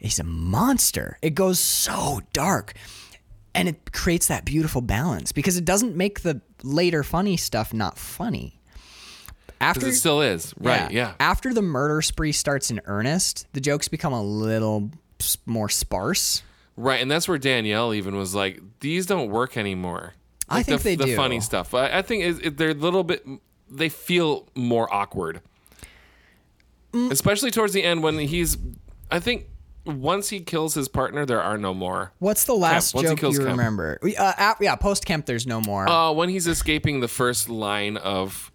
Speaker 2: He's a monster. It goes so dark. And it creates that beautiful balance because it doesn't make the later funny stuff not funny. After
Speaker 1: Because it still is. Right. Yeah.
Speaker 2: After the murder spree starts in earnest, the jokes become a little s- more sparse.
Speaker 1: Right, and that's where Danielle even was like, "These don't work anymore."
Speaker 2: I
Speaker 1: Like,
Speaker 2: think
Speaker 1: the,
Speaker 2: they
Speaker 1: the
Speaker 2: do.
Speaker 1: funny stuff. I, I think it, it, they're a little bit. They feel more awkward,
Speaker 2: Mm.
Speaker 1: especially towards the end when he's. I think once he kills his partner, there are no more.
Speaker 2: What's the last
Speaker 1: once he
Speaker 2: joke
Speaker 1: kills
Speaker 2: you
Speaker 1: Kemp.
Speaker 2: remember? We- Uh, at- yeah, post Kemp, there's no more.
Speaker 1: Uh, when he's escaping the first line of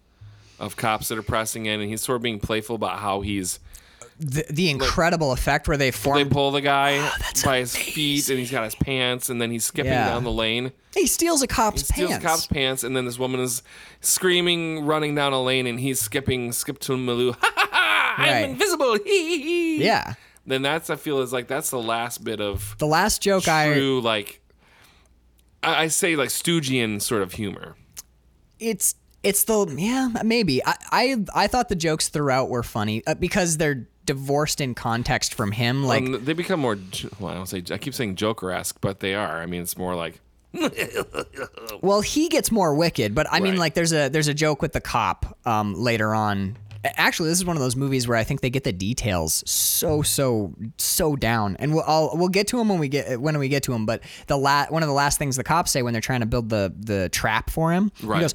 Speaker 1: of cops that are pressing in, and he's sort of being playful about how he's
Speaker 2: the, the incredible effect where they
Speaker 1: they
Speaker 2: form.
Speaker 1: pull the guy by his feet, and he's got his pants, and then he's skipping
Speaker 2: Oh, Yeah.
Speaker 1: down the lane.
Speaker 2: he steals a cop's
Speaker 1: steals
Speaker 2: pants.
Speaker 1: cop's pants, and then this woman is screaming, running down a lane, and he's skipping, skip to Malou. Ha ha ha! I'm
Speaker 2: Right.
Speaker 1: invisible. Hee hee. hee."
Speaker 2: Yeah,
Speaker 1: Then that's I feel is like that's the last bit of
Speaker 2: the last joke I
Speaker 1: true like I, I say like Stoogian sort of humor.
Speaker 2: it's it's the yeah maybe I I, I thought the jokes throughout were funny uh, because they're divorced in context from him. Like
Speaker 1: Um, they become more. j- Well, I don't say. I keep saying Joker-esque, but they are. I mean, it's more like
Speaker 2: Well, he gets more wicked, but I mean,
Speaker 1: Right.
Speaker 2: like, there's a there's a joke with the cop um, later on. A- Actually, this is one of those movies where I think they get the details so so so down, and we'll I'll, we'll get to them when we get when we get to them. But the la- one of the last things the cops say when they're trying to build the the trap for him,
Speaker 1: Right.
Speaker 2: he goes,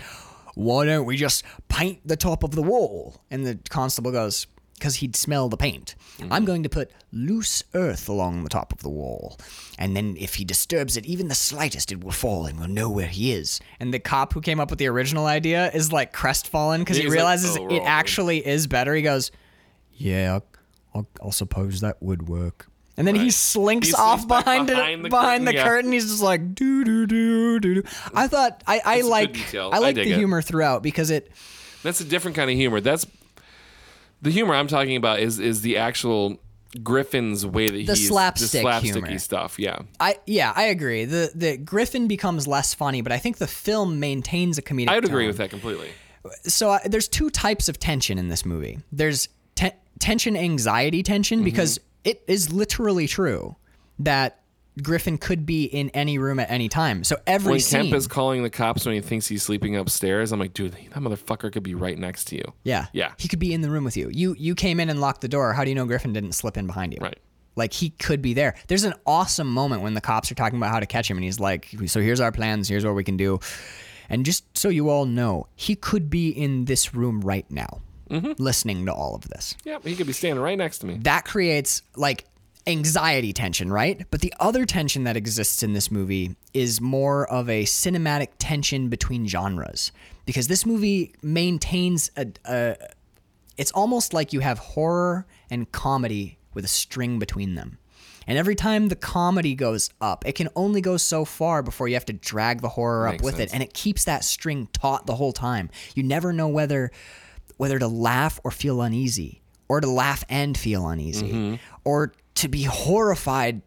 Speaker 2: "Why don't we just paint the top of the wall?" And the constable goes. Because he'd smell the paint. I'm going to put loose earth along the top of the wall. And then if he disturbs it even the slightest, it will fall and we'll know where he is. And the cop who came up with the original idea is like crestfallen because
Speaker 1: Yeah,
Speaker 2: he
Speaker 1: he's like,
Speaker 2: realizes
Speaker 1: "Oh, we're
Speaker 2: it
Speaker 1: all in."
Speaker 2: actually is better. He goes, Yeah, I, I, I suppose that would work. And then he
Speaker 1: Right.
Speaker 2: slinks
Speaker 1: He
Speaker 2: off
Speaker 1: slinks back
Speaker 2: behind it,
Speaker 1: behind the
Speaker 2: behind the
Speaker 1: curtain, yeah.
Speaker 2: curtain. He's just like doo doo doo doo. doo. I thought I, I
Speaker 1: It's a good
Speaker 2: like
Speaker 1: detail.
Speaker 2: I
Speaker 1: I
Speaker 2: like
Speaker 1: dig
Speaker 2: the
Speaker 1: it.
Speaker 2: humor throughout because it
Speaker 1: That's a different kind of humor. That's the humor I'm talking about is is the actual Griffin's way that he's
Speaker 2: slapstick
Speaker 1: the slapsticky
Speaker 2: humor.
Speaker 1: stuff. Yeah,
Speaker 2: I yeah, I agree. The the Griffin becomes less funny, but I think the film maintains a comedic.
Speaker 1: I would agree
Speaker 2: tone.
Speaker 1: with that completely.
Speaker 2: so I, there's two types of tension in this movie. There's te- tension, anxiety
Speaker 1: Mm-hmm.
Speaker 2: tension, because it is literally true that Griffin could be in any room at any time. So every
Speaker 1: When
Speaker 2: scene,
Speaker 1: Kemp is calling the cops when he thinks he's sleeping upstairs, I'm like, dude, that motherfucker could be right next to you.
Speaker 2: yeah,
Speaker 1: Yeah.
Speaker 2: he could be in the room with you. You you came in and locked the door. How do you know Griffin didn't slip in behind you?
Speaker 1: Right.
Speaker 2: Like he could be there. There's an awesome moment when the cops are talking about how to catch him, and he's like, "So here's our plans. Here's what we can do." And just so you all know, he could be in this room right now, listening to all of this.
Speaker 1: Yeah, he could be standing right next to me.
Speaker 2: that creates like anxiety tension, right? But the other tension that exists in this movie is more of a cinematic tension between genres because this movie maintains a, a it's almost like you have horror and comedy with a string between them. And every time the comedy goes up, it can only go so far before you have to drag the horror up
Speaker 1: Makes
Speaker 2: with
Speaker 1: sense.
Speaker 2: it, and it keeps that string taut the whole time. You never know whether whether to laugh or feel uneasy, or to laugh and feel uneasy,
Speaker 1: Mm-hmm.
Speaker 2: or to be horrified.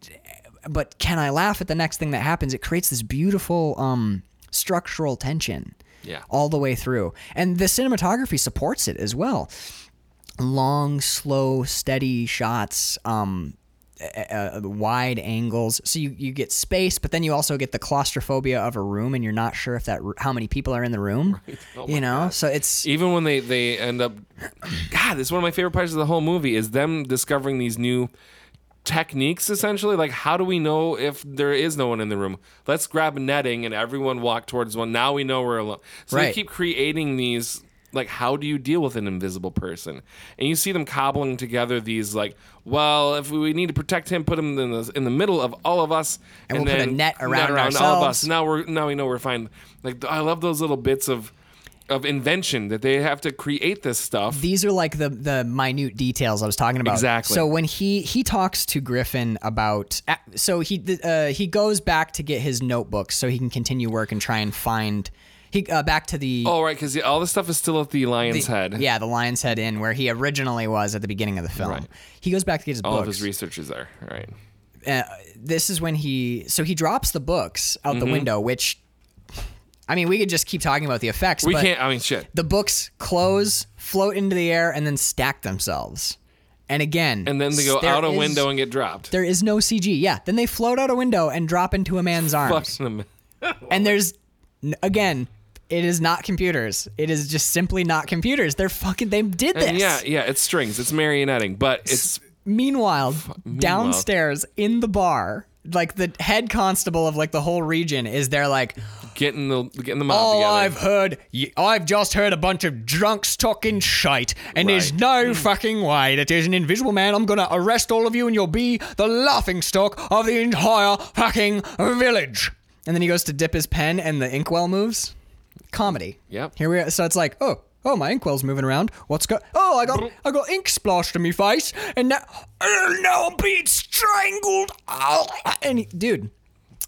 Speaker 2: But can I laugh at the next thing that happens? It creates this beautiful um, structural tension
Speaker 1: Yeah.
Speaker 2: all the way through, and the cinematography supports it as well long, slow, steady shots, um, uh, wide angles. So you, you get space, but then you also get the claustrophobia of a room, and you're not sure if that r- how many people are in the room.
Speaker 1: Oh my
Speaker 2: you know, so it's
Speaker 1: Even when they they end up, God, this is one of my favorite parts of the whole movie is them discovering these new techniques. Essentially, like how do we know if there is no one in the room? Let's grab netting and everyone walk towards one. Now we know we're alone. So they
Speaker 2: Right.
Speaker 1: keep creating these. Like, how do you deal with an invisible person? And you see them cobbling together these, like, well, if we need to protect him, put him in the in the middle of all of us,
Speaker 2: And we'll put a net around
Speaker 1: all of
Speaker 2: ourselves.
Speaker 1: us. Now we're now we know we're fine. Like th- I love those little bits of of invention that they have to create this stuff.
Speaker 2: these are like the the minute details I was talking about.
Speaker 1: Exactly.
Speaker 2: So when he he talks to Griffin about uh, so he uh, he goes back to get his notebooks so he can continue work and try and find he uh, back to the
Speaker 1: oh right, because all this stuff is still at the lion's head.
Speaker 2: Yeah, the Lion's Head Inn, where he originally was at the beginning of the film.
Speaker 1: Right.
Speaker 2: He goes back to get his
Speaker 1: all
Speaker 2: books.
Speaker 1: of his research is there. All right.
Speaker 2: uh, this is when he so he drops the books out
Speaker 1: Mm-hmm.
Speaker 2: the window, which I mean, we could just keep talking about the effects.
Speaker 1: We
Speaker 2: but
Speaker 1: can't. I mean, shit.
Speaker 2: The books close, float into the air, and then stack themselves. And again,
Speaker 1: And then they go
Speaker 2: there
Speaker 1: out a
Speaker 2: is-
Speaker 1: window and get dropped.
Speaker 2: There is no CG. Yeah, then they float out a window and drop into a man's
Speaker 1: Fuck
Speaker 2: arms.
Speaker 1: them.
Speaker 2: And there's n- again, it is not computers. It is just simply not computers. They're fucking. They did this.
Speaker 1: And yeah, yeah. It's strings. It's marionetting, but it's
Speaker 2: Meanwhile, downstairs in the bar, like the head constable of like the whole region is there, like,
Speaker 1: getting the getting the mob
Speaker 2: oh,
Speaker 1: together.
Speaker 2: I've heard, y- I've just heard a bunch of drunks talking shite, and there's
Speaker 1: Right. Hmm.
Speaker 2: no fucking way that there's an invisible man. I'm gonna arrest all of you, and you'll be the laughing stock of the entire fucking village. And then he goes to dip his pen, and the inkwell moves. Comedy.
Speaker 1: Yep.
Speaker 2: Here we are. So it's like, oh, oh, my inkwell's moving around. What's go? Oh, I got, I got ink splashed in my face, and now, oh, now I'm being strangled. Oh, and he- dude,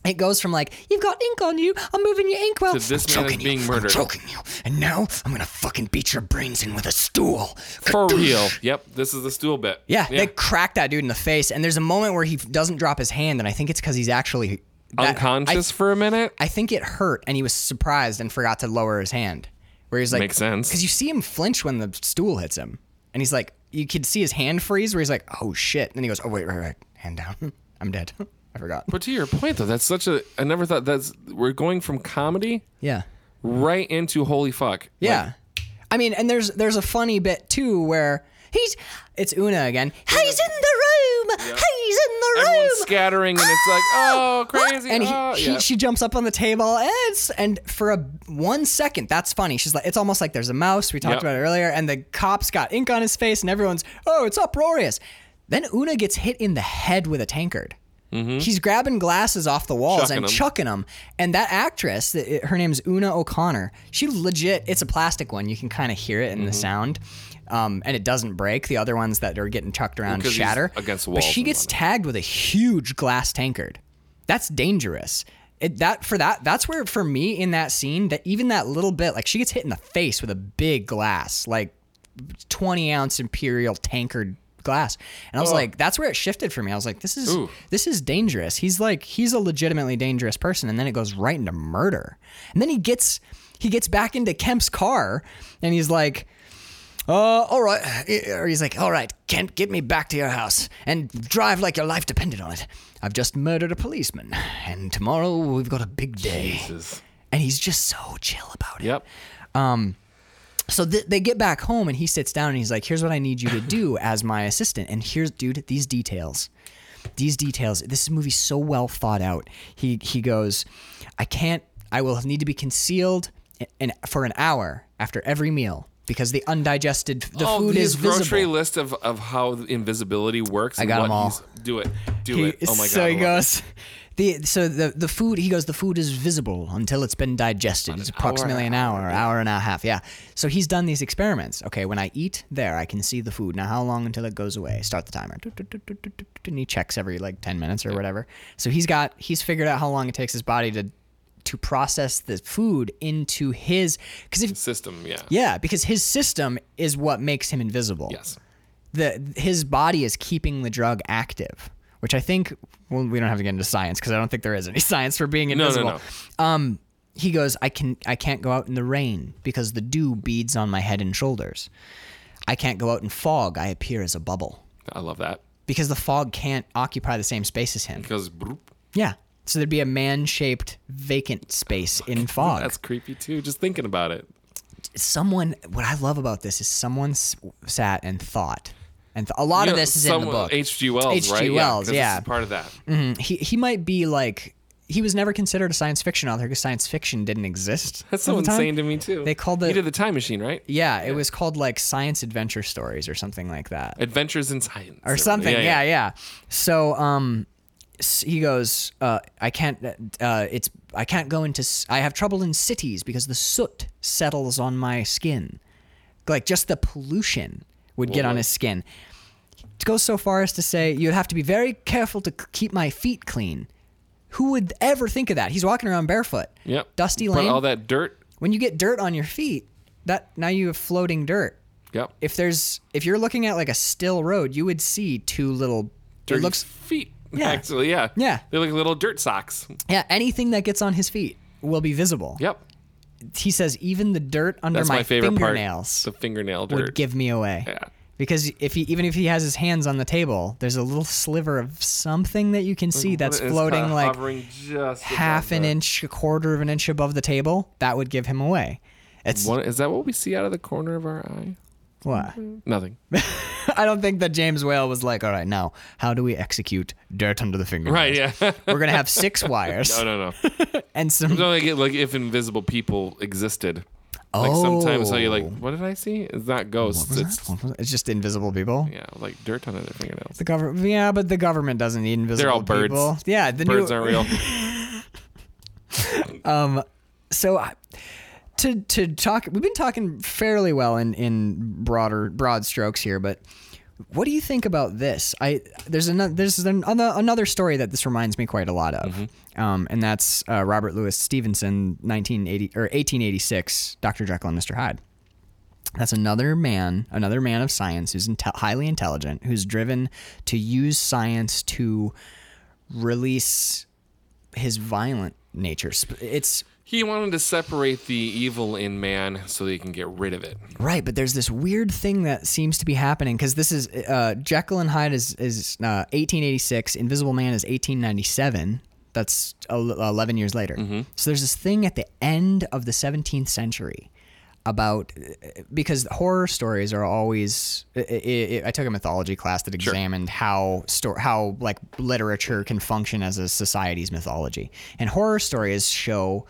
Speaker 2: it goes from like, you've got ink on you. I'm moving your inkwell.
Speaker 1: To this
Speaker 2: I'm
Speaker 1: man is
Speaker 2: choking
Speaker 1: being
Speaker 2: you.
Speaker 1: murdered.
Speaker 2: I'm choking you, and now I'm gonna fucking beat your brains in with a stool.
Speaker 1: for real. Yep. This is the stool bit.
Speaker 2: Yeah, they crack that dude in the face, and there's a moment where he doesn't drop his hand, and I think it's because he's actually that-
Speaker 1: unconscious for a minute.
Speaker 2: I think it hurt, and he was surprised and forgot to lower his hand. Where he's like,
Speaker 1: Makes sense.
Speaker 2: because you see him flinch when the stool hits him, and he's like, you could see his hand freeze. Where he's like, oh shit, and then he goes, oh wait, right, right, hand down, I'm dead, I forgot.
Speaker 1: But to your point though, that's such a. I never thought that's we're going from comedy
Speaker 2: Yeah,
Speaker 1: right into holy fuck.
Speaker 2: yeah. I mean, and there's there's a funny bit too where he's it's Una again. He's in the room. He's in the room.
Speaker 1: everyone's scattering and it's like oh
Speaker 2: What?
Speaker 1: crazy
Speaker 2: And he,
Speaker 1: oh,
Speaker 2: he-
Speaker 1: yeah.
Speaker 2: she jumps up on the table. And, it's, and for a one second, that's funny. She's like, it's almost like there's a mouse. We talked
Speaker 1: Yep.
Speaker 2: about it earlier. And the cops got ink on his face, and everyone's, oh, it's uproarious. Then Una gets hit in the head with a tankard. She's grabbing glasses off the walls
Speaker 1: Mm-hmm. Chucking
Speaker 2: and
Speaker 1: 'em.
Speaker 2: chucking them. And that actress, th- it- her name's Una O'Connor. She legit, it's a plastic one. You can kind of hear it
Speaker 1: Mm-hmm.
Speaker 2: in the sound. Um, and it doesn't break. The other ones that are getting chucked around
Speaker 1: Because he's
Speaker 2: shatter
Speaker 1: against the
Speaker 2: But
Speaker 1: walls
Speaker 2: she
Speaker 1: and
Speaker 2: gets tagged with a huge glass tankard. That's dangerous. It, that for that that's where for me in that scene that even that little bit like she gets hit in the face with a big glass like 20 ounce imperial tankard glass. And I was like, that's where it shifted for me. I was like, this is
Speaker 1: Oh. Ooh.
Speaker 2: this is dangerous. He's like he's a legitimately dangerous person. And then it goes right into murder. And then he gets he gets back into Kemp's car and he's like uh, all right. Or he's like, all right, Kent, get me back to your house and drive like your life depended on it. I've just murdered a policeman, and tomorrow we've got a big day.
Speaker 1: Jesus.
Speaker 2: And he's just so chill about it.
Speaker 1: Yep.
Speaker 2: So th- they get back home, and he sits down and he's like, here's what I need you to do as my assistant. And here's, dude, these details. These details. This movie's so well thought out. He, he goes, I can't, I will need to be concealed and for an hour after every meal. Because the undigested the
Speaker 1: oh,
Speaker 2: food
Speaker 1: his
Speaker 2: is visible.
Speaker 1: grocery list of, of how invisibility works. and
Speaker 2: got
Speaker 1: what
Speaker 2: 'em all.
Speaker 1: he's- Do it. Do
Speaker 2: He-
Speaker 1: it. Oh my god.
Speaker 2: So
Speaker 1: I
Speaker 2: he
Speaker 1: love
Speaker 2: goes. The, so the the food he goes the food is visible until it's been digested. It's approximately an hour, hour and a half. Yeah. So he's done these experiments. Okay, when I eat there, I can see the food. Now how long until it goes away? Start the timer. Doot, doot, doot, doot, doot, doot, And he checks every like ten minutes or whatever. So he's got he's figured out how long it takes his body to to process the food into his because
Speaker 1: it.
Speaker 2: if
Speaker 1: System. Yeah.
Speaker 2: yeah because his system is what makes him invisible
Speaker 1: Yes.
Speaker 2: the his body is keeping the drug active, which I think well we don't have to get into science because I don't think there is any science for being
Speaker 1: No, no,
Speaker 2: invisible. Um he goes I can I can't go out in the rain because the dew beads on my head and shoulders. I can't go out in fog, I appear as a bubble
Speaker 1: I love that
Speaker 2: because the fog can't occupy the same space as him.
Speaker 1: because broop,
Speaker 2: Yeah. So there'd be a man-shaped vacant space in fog.
Speaker 1: that's creepy too. Just thinking about it.
Speaker 2: someone what I love about this is someone s- sat and thought. And th- a lot of
Speaker 1: You know,
Speaker 2: this is
Speaker 1: some
Speaker 2: in the book.
Speaker 1: H.G. Wells, right?
Speaker 2: H.G. Wells,
Speaker 1: 'cause this
Speaker 2: yeah.
Speaker 1: is part of that.
Speaker 2: Mm, he he might be like he was never considered a science fiction author because science fiction didn't exist.
Speaker 1: That's
Speaker 2: at
Speaker 1: so
Speaker 2: the time.
Speaker 1: insane to me too.
Speaker 2: They called it-
Speaker 1: He did the time machine, right?
Speaker 2: Yeah, it was called like science adventure stories or something like that,
Speaker 1: Adventures in Science
Speaker 2: or something. Yeah, yeah. So um, s- he goes, uh, I can't. Uh, it's I can't go into. s- I have trouble in cities because the soot settles on my skin. Like just the pollution would get on his skin. To go so far as to say you'd have to be very careful to c- keep my feet clean. Who would ever think of that? He's walking around barefoot.
Speaker 1: Yep.
Speaker 2: Dusty
Speaker 1: But
Speaker 2: lane.
Speaker 1: all that dirt.
Speaker 2: when you get dirt on your feet, that now you have floating dirt.
Speaker 1: Yep.
Speaker 2: If there's if you're looking at like a still road, you would see two little
Speaker 1: Dirty
Speaker 2: it looks
Speaker 1: feet.
Speaker 2: Yeah.
Speaker 1: Actually, yeah.
Speaker 2: Yeah.
Speaker 1: They're like little dirt socks.
Speaker 2: yeah, anything that gets on his feet will be visible.
Speaker 1: Yep.
Speaker 2: He says even the dirt under
Speaker 1: That's
Speaker 2: my,
Speaker 1: my, favorite
Speaker 2: fingernails
Speaker 1: part. The fingernail dirt.
Speaker 2: would give me away.
Speaker 1: Yeah.
Speaker 2: Because if he even if he has his hands on the table, there's a little sliver of something that you can see that's
Speaker 1: It's
Speaker 2: floating
Speaker 1: kinda
Speaker 2: like
Speaker 1: hovering just
Speaker 2: half
Speaker 1: above
Speaker 2: an
Speaker 1: the-
Speaker 2: inch, a quarter of an inch above the table. That would give him away. It's
Speaker 1: What, is that what we see out of the corner of our eye?
Speaker 2: what?
Speaker 1: Nothing.
Speaker 2: I don't think that James Whale was like, all right, now how do we execute dirt under the finger?
Speaker 1: Right, yeah.
Speaker 2: We're gonna have six wires
Speaker 1: No, no, no.
Speaker 2: and some.
Speaker 1: No, like, it- like if invisible people existed. Like sometimes how you're
Speaker 2: Oh.
Speaker 1: like, what did I see? It's not ghosts. it's
Speaker 2: It's just invisible people.
Speaker 1: yeah, like dirt under their fingernails.
Speaker 2: The government, yeah, but the government doesn't need invisible.
Speaker 1: all birds.
Speaker 2: people. Yeah, the
Speaker 1: Birds
Speaker 2: new.
Speaker 1: aren't real.
Speaker 2: so I- to to talk, we've been talking fairly well in in broader broad strokes here, but. What do you think about this? I there's another there's another another story that this reminds me quite a lot of, um, and that's uh, Robert Louis Stevenson, 1980 or 1886, Doctor Jekyll and Mister Hyde. That's another man, another man of science who's inte- highly intelligent, who's driven to use science to release his violent nature. Sp- It's
Speaker 1: He wanted to separate the evil in man so that he can get rid of it.
Speaker 2: Right, but there's this weird thing that seems to be happening because this is uh, Jekyll and Hyde is is uh, 1886, Invisible Man is 1897. That's el- 11 years later. So there's this thing at the end of the 17th century about uh, because horror stories are always. I, I, I took a mythology class that examined how sto- how like literature can function as a society's mythology, and horror stories show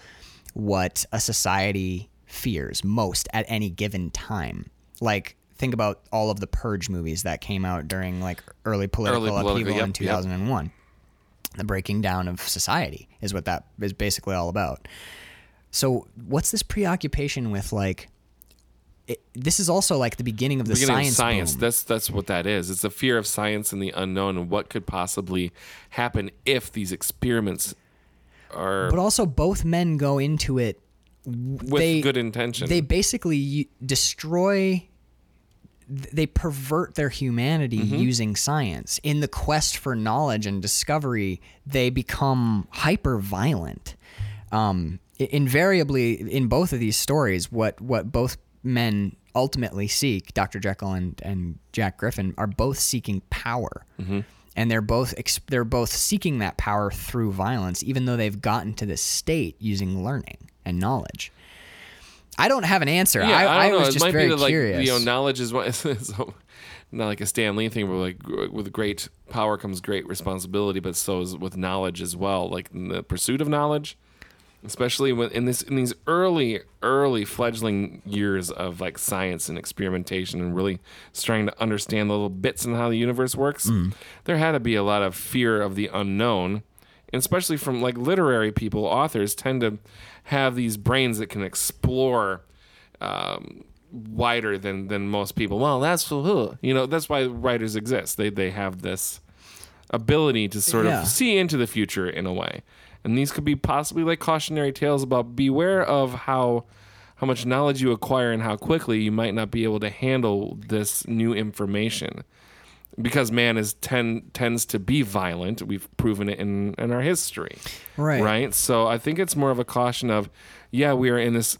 Speaker 2: what a society fears most at any given time. Like think about all of the purge movies that came out during like early political
Speaker 1: Early political,
Speaker 2: upheaval in
Speaker 1: yep, yep.
Speaker 2: 2001. The breaking down of society is what that is basically all about. So what's this preoccupation with like it, this is also like the beginning of the
Speaker 1: Beginning of
Speaker 2: science,
Speaker 1: science.
Speaker 2: boom.
Speaker 1: That's that's what that is. It's the fear of science and the unknown and what could possibly happen if these experiments are
Speaker 2: But also both men go into it
Speaker 1: with
Speaker 2: they-
Speaker 1: good intention.
Speaker 2: They basically y- destroy th- they pervert their humanity using science. In the quest for knowledge and discovery, they become hyper violent. Um, i- invariably, in both of these stories, what what both men ultimately seek, Dr. Jekyll and, and Jack Griffin, are both seeking power. And they're both ex- they're both seeking that power through violence, even though they've gotten to this state using learning and knowledge. I don't have an answer.
Speaker 1: Yeah,
Speaker 2: I, I,
Speaker 1: don't know.
Speaker 2: was
Speaker 1: it
Speaker 2: just
Speaker 1: might
Speaker 2: very
Speaker 1: be that, like
Speaker 2: curious.
Speaker 1: you know, knowledge is one. so, not like a Stan Lee thing, but like gr- with great power comes great responsibility. But so is with knowledge as well, like in the pursuit of knowledge, especially when in this in these early early fledgling years of like science and experimentation and really trying to understand the little bits and how the universe works.
Speaker 2: Mm.
Speaker 1: There had to be a lot of fear of the unknown. And especially from like literary people, authors tend to have these brains that can explore um, wider than than most people. Well, that's ugh. you know that's why writers exist. They they have this ability to sort
Speaker 2: Yeah.
Speaker 1: of see into the future in a way, and these could be possibly like cautionary tales about beware of how how much knowledge you acquire and how quickly you might not be able to handle this new information because man is ten, tends to be violent we've proven it in, in our history
Speaker 2: Right.
Speaker 1: right so i think it's more of a caution of yeah we are in this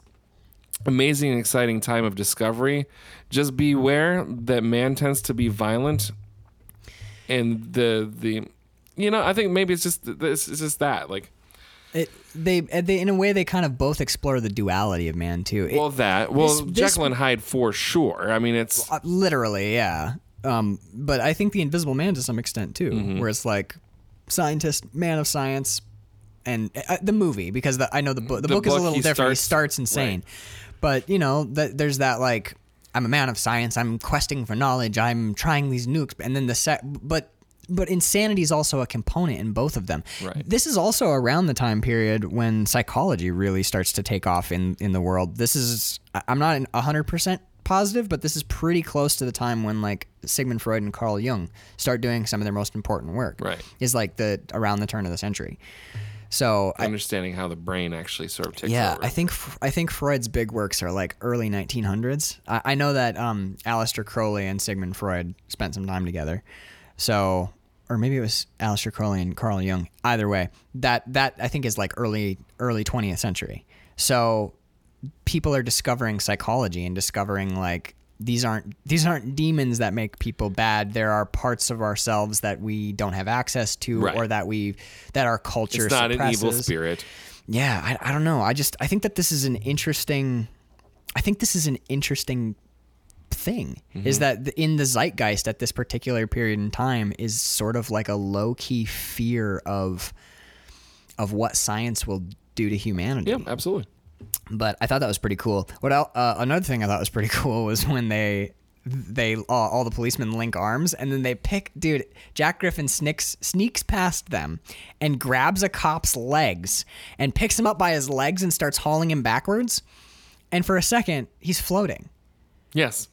Speaker 1: amazing and exciting time of discovery just beware that man tends to be violent and the the you know i think maybe it's just this it's just that like
Speaker 2: It, they, uh, they, in a way, they kind of both explore the duality of man too. It-
Speaker 1: well that well
Speaker 2: this-
Speaker 1: jekyll and hyde for sure i mean it's
Speaker 2: uh, literally, yeah. Um, but I think the Invisible Man to some extent too,
Speaker 1: Mm-hmm.
Speaker 2: where it's like scientist, man of science, and uh, the movie because the, I know the book. The,
Speaker 1: The
Speaker 2: book, is a
Speaker 1: book,
Speaker 2: little
Speaker 1: he
Speaker 2: different. he
Speaker 1: starts-
Speaker 2: starts insane, but you know, that there's that like I'm a man of science. I'm questing for knowledge. I'm trying these nukes, and then the set, but. But insanity is also a component in both of them.
Speaker 1: Right.
Speaker 2: This is also around the time period when psychology really starts to take off in, in the world. This is, I- I'm not an 100% positive, but this is pretty close to the time when like Sigmund Freud and Carl Jung start doing some of their most important work.
Speaker 1: Right.
Speaker 2: Is like the around the turn of the century. So I,
Speaker 1: understanding how the brain actually sort of takes
Speaker 2: yeah,
Speaker 1: over.
Speaker 2: I think F- I think Freud's big works are like early 1900s. I, I know that um, Aleister Crowley and Sigmund Freud spent some time together, so or maybe it was Aleister Crowley and Carl Jung. Either way, that that I think is like early early 20th century. So people are discovering psychology and discovering like these aren't these aren't demons that make people bad. There are parts of ourselves that we don't have access to,
Speaker 1: Right.
Speaker 2: or that we that our culture
Speaker 1: it's not an evil
Speaker 2: suppresses
Speaker 1: spirit
Speaker 2: yeah I, I don't know i just i think that this is an interesting i think this is an interesting thing is that the, in the zeitgeist at this particular period in time is sort of like a low-key fear of of what science will do to humanity
Speaker 1: yeah absolutely
Speaker 2: but I thought that was pretty cool. What el uh, another thing I thought was pretty cool was when they they uh, all, all the policemen link arms and then they pick dude Jack Griffin sneaks sneaks past them and grabs a cop's legs and picks him up by his legs and starts hauling him backwards and for a second he's floating
Speaker 1: yes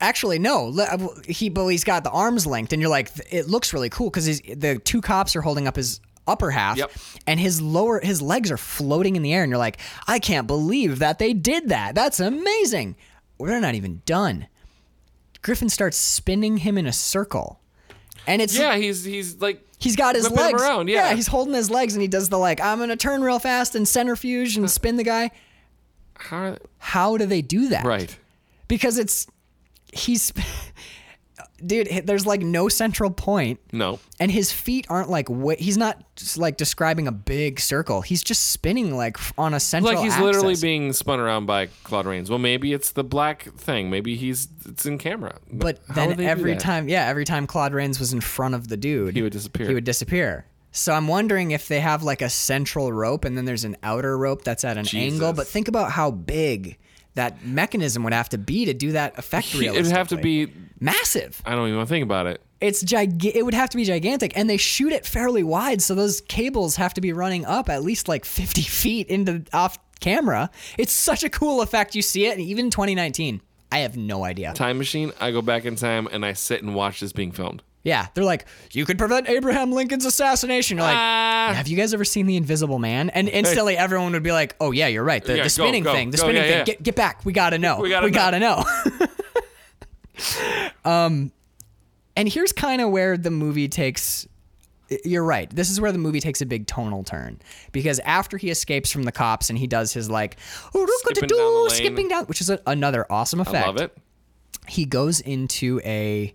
Speaker 2: actually no le- uh, he but he's got the arms linked and you're like th- it looks really cool because the two cops are holding up his upper half
Speaker 1: Yep.
Speaker 2: and his lower his legs are floating in the air and you're like i can't believe that they did that that's amazing we're not even done griffin starts spinning him in a circle and it's
Speaker 1: yeah he's he's like
Speaker 2: He's got his
Speaker 1: Whipping him
Speaker 2: legs.
Speaker 1: around, yeah.
Speaker 2: he's holding his legs and he does the like, I'm gonna turn real fast and centrifuge and spin the guy.
Speaker 1: how are they-
Speaker 2: How do they do that?
Speaker 1: right
Speaker 2: because it's he's dude h- there's like no central point
Speaker 1: no
Speaker 2: and his feet aren't like wa- he's not just like describing a big circle he's just spinning like f- on a central
Speaker 1: like he's literally
Speaker 2: axis.
Speaker 1: being spun around by Claude Rains. Well, maybe it's the black thing. Maybe he's it's in camera.
Speaker 2: but
Speaker 1: How would
Speaker 2: then
Speaker 1: they do
Speaker 2: every
Speaker 1: that?
Speaker 2: time yeah every time claude rains was in front of the dude
Speaker 1: He would disappear.
Speaker 2: he would disappear so i'm wondering if they have like a central rope and then there's an outer rope that's at an angle
Speaker 1: Jesus.
Speaker 2: but think about how big that mechanism would have to be to do that effect
Speaker 1: He- it'd have to
Speaker 2: realistically.
Speaker 1: be.
Speaker 2: massive
Speaker 1: I don't even want to think about it.
Speaker 2: it's giga- it would have to be gigantic and they shoot it fairly wide so those cables have to be running up at least like 50 feet into off camera it's such a cool effect you see it and even 2019 i have no idea
Speaker 1: Time machine. I go back in time and I sit and watch this being filmed.
Speaker 2: yeah they're like you could prevent abraham lincoln's assassination You're like
Speaker 1: Ah.
Speaker 2: have you guys ever seen the invisible man and instantly everyone would be like oh yeah you're right the,
Speaker 1: Yeah,
Speaker 2: the
Speaker 1: go,
Speaker 2: spinning
Speaker 1: go,
Speaker 2: thing the
Speaker 1: go,
Speaker 2: spinning
Speaker 1: yeah,
Speaker 2: thing
Speaker 1: yeah.
Speaker 2: Get, get back we gotta know
Speaker 1: We gotta know."
Speaker 2: know Um, and here's kind of where the movie takes you're right this is where the movie takes a big tonal turn because after he escapes from the cops and he does his like skipping
Speaker 1: down the
Speaker 2: down,
Speaker 1: lane.
Speaker 2: skipping down which is a, another awesome
Speaker 1: I
Speaker 2: effect
Speaker 1: love it.
Speaker 2: he goes into a